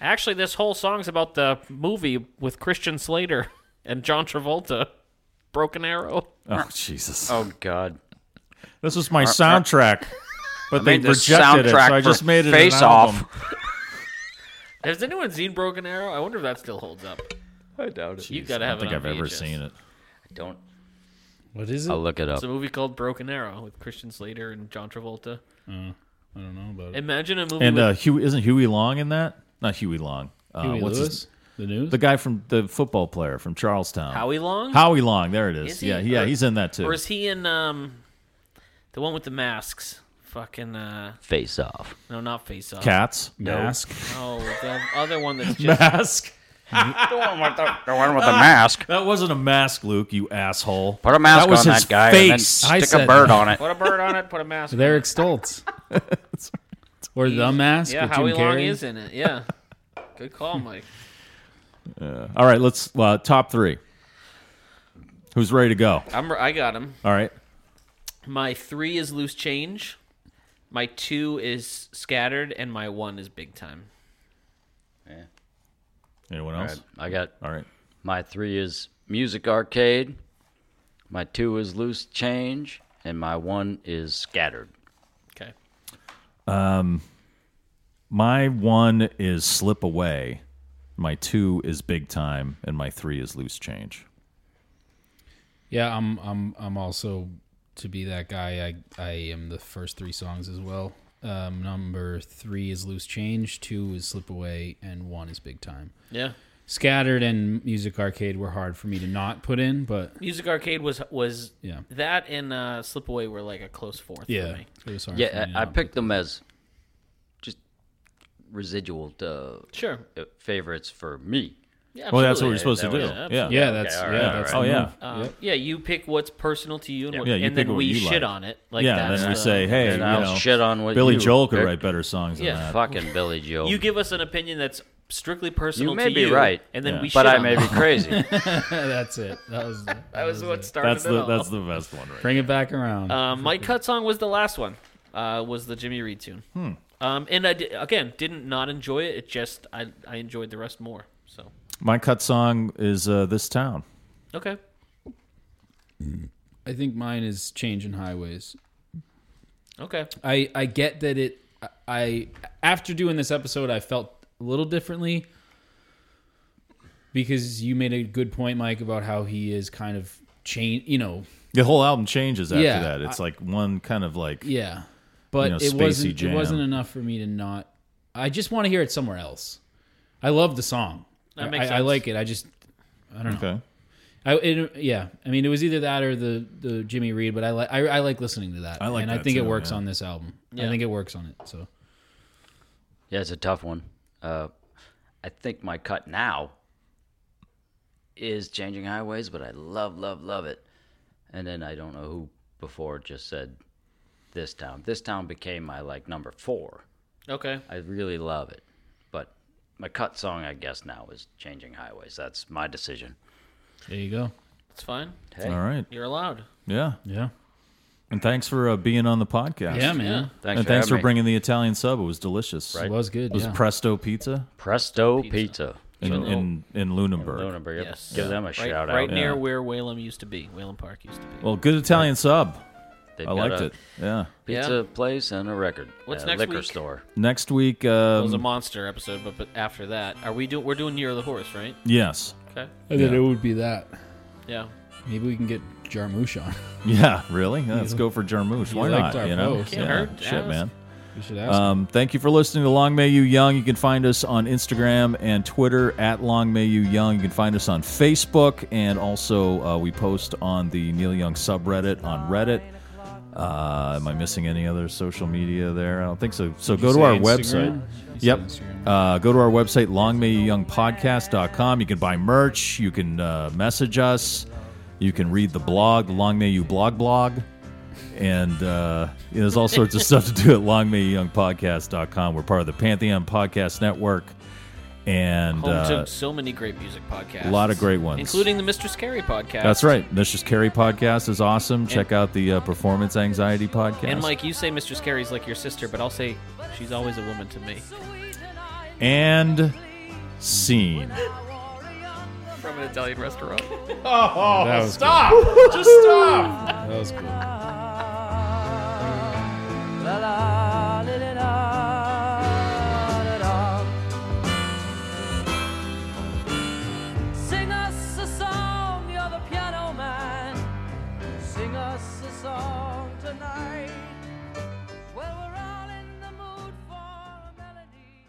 Actually, this whole song's about the movie with Christian Slater and John Travolta, Broken Arrow.
Oh Jesus!
Oh God.
This was my soundtrack, but they
made this
rejected it, so
soundtrack
I just
for
made it
Face
an
Off.
album.
Has anyone seen Broken Arrow? I wonder if that still holds up.
I doubt it.
You gotta
I
have
don't think
it.
I've ever seen it.
Don't.
What is it?
I'll look it up.
It's a movie called Broken Arrow with Christian Slater and John Travolta.
Uh,
I don't know about it.
Imagine a movie
And
with
uh, Huey isn't Huey Long in that? Not Huey Long. Uh,
Huey
what's his-
Lewis? the news?
the guy from the football player from Charlestown?
Howie Long,
uh, Howie Long. There it is.
Is he?
yeah, yeah,
Or-
he's in that too.
or is he in um, the one with the masks? Fucking uh,
Face Off.
no, not Face Off.
Cats
Mask.
No, the other one that's just
mask.
The one with the mask.
That wasn't a mask, Luke. You asshole.
Put a mask
that was
on
his
that guy
Face.
and then
I
stick a
said-
bird on it.
put a bird on it, put a mask. on it.
Derek Stoltz. or the mask.
Yeah,
with
Howie
Jim
Long
Carrey.
is in it. Yeah. Good call, Mike.
All right, let's uh, top three. Who's ready to go?
I'm I got him.
All right.
My 3 is loose change. My 2 is scattered and my 1 is big time.
Anyone
All
else?
right, I got
All right.
my three is Music Arcade. My two is Loose Change, and my one is Scattered.
Okay.
My one is slip away. My two is big time, and my three is loose change.
Yeah, I'm I'm I'm also to be that guy. I I am the first three songs as well. Um, number three is Loose Change, two is Slip Away, and one is Big Time.
Yeah.
Scattered and Music Arcade were hard for me to not put in, but
Music Arcade was was
Yeah.
that and uh, Slip Away were like a close fourth
yeah,
for me.
it was hard for
Yeah,
me to
I, I
not
picked them as just residual uh,
Sure.
uh, favorites for me.
Yeah.
Well, that's what
absolutely.
we're supposed to
that
do.
was-
yeah. Oh,
put- Yeah, that's
Okay, all
yeah,
right,
that's
all
the
right.
move.
Uh,
Yep.
yeah, you pick what's personal to you, and, what,
Yeah, you
and
pick
then
what
we
you
shit
like.
on it. Like
yeah.
that's
Then we
the-
say, hey,
And
you
I'll
know,
shit on what
Billy
you
Joel could
picked.
write better songs
Yeah.
than that.
Fucking Billy Joel.
you give us an opinion that's strictly personal.
You may
to
be right,
and then
Yeah.
we.
but
shit
I
on
may
it.
be crazy.
that's it. That was that
That was what started
That's
it
the
all.
that's the best one. Right.
Bring it back around.
Uh,
Um, my cut song was the last one. Uh, was the Jimmy Reed tune.
Hmm.
Um, and I di- again didn't not enjoy it. It just I I enjoyed the rest more. So
My cut song is uh, "This Town."
okay,
I think mine is Changing Highways.
okay,
I I get that it I after doing this episode I felt a little differently because you made a good point Mike about how he is kind of chain you know
The whole album changes after
Yeah,
that. It's like one kind of like
Yeah, but
know,
it
spacey
wasn't
jam.
it wasn't enough for me to not. I just want to hear it somewhere else. I love the song.
That makes
I, I
sense.
like it. I just I don't know.
okay.
I it, yeah. I mean, it was either that or the the Jimmy Reed, but I like I, I like listening to that.
I like
and I
that
think it
too,
works
yeah.
on this album. I
Yeah.
think it works on it. So
Yeah, it's a tough one. Uh, I think my cut now is changing highways, but I love, love, love it. And then I don't know who before just said this town. This town became my like number four.
Okay.
I really love it, but my cut song, I guess now is changing highways. That's my decision.
there you go.
It's fine.
Hey,
All right.
You're allowed.
Yeah.
Yeah.
And thanks for uh, being on the podcast.
Yeah, man.
thanks
and
for,
thanks
having
for
me.
bringing the Italian sub. It was delicious.
It
Right.
was good.
It was
yeah.
Presto Pizza
Presto Pizza.
in
Even though-
in, in Lunenburg.
Lunenburg.
Yes.
Give them a
right,
shout
Right
out.
near
Yeah.
where Whalem used to be. Whalem Park used to be.
Well, good Italian sub.
They've
I
got
liked
a
it. Yeah.
Pizza place and a record.
What's
uh,
next
Liquor
week?
store.
Next week,
it was a
um,
monster episode, but but after that, are we doing? We're doing Year of the Horse, right?
yes.
Okay.
And then it would be that.
Yeah.
Maybe we can get Jarmusch on.
Yeah, really? Yeah, let's go for Jarmusch.
You
Why
liked
not?
our
You know?
post.
Yeah,
Can't hurt to
shit,
ask.
man.
We should ask.
Um, thank you for listening to Long May You Young. You can find us on Instagram and Twitter at Long May You Young. You can find us on Facebook, and also uh, we post on the Neil Young subreddit on Reddit. Uh, am I missing any other social media there? I don't think so. So go to
say
our
Instagram?
website. Yep. Uh, go to our website, longmayyouyoungpodcast.com. You can buy merch. You can uh, message us. You can read the blog, Long May You Blog Blog and uh, there's all sorts of stuff to do at longmayyoungpodcast.com. We're part of the Pantheon Podcast Network, and
Home
uh,
to so many great music podcasts.
a lot of great ones.
Including the Mistress Carey podcast.
that's right. Mrs. Carey podcast is awesome. Check out the uh, Performance Anxiety podcast.
And Mike, you say Mistress Carey's like your sister, but I'll say she's always a woman to me.
and scene.
From an Italian restaurant.
that was stop! Just stop! That was cool.
Sing us a song, you're the piano man. Sing us a song tonight. Well, we're all in the mood for a melody.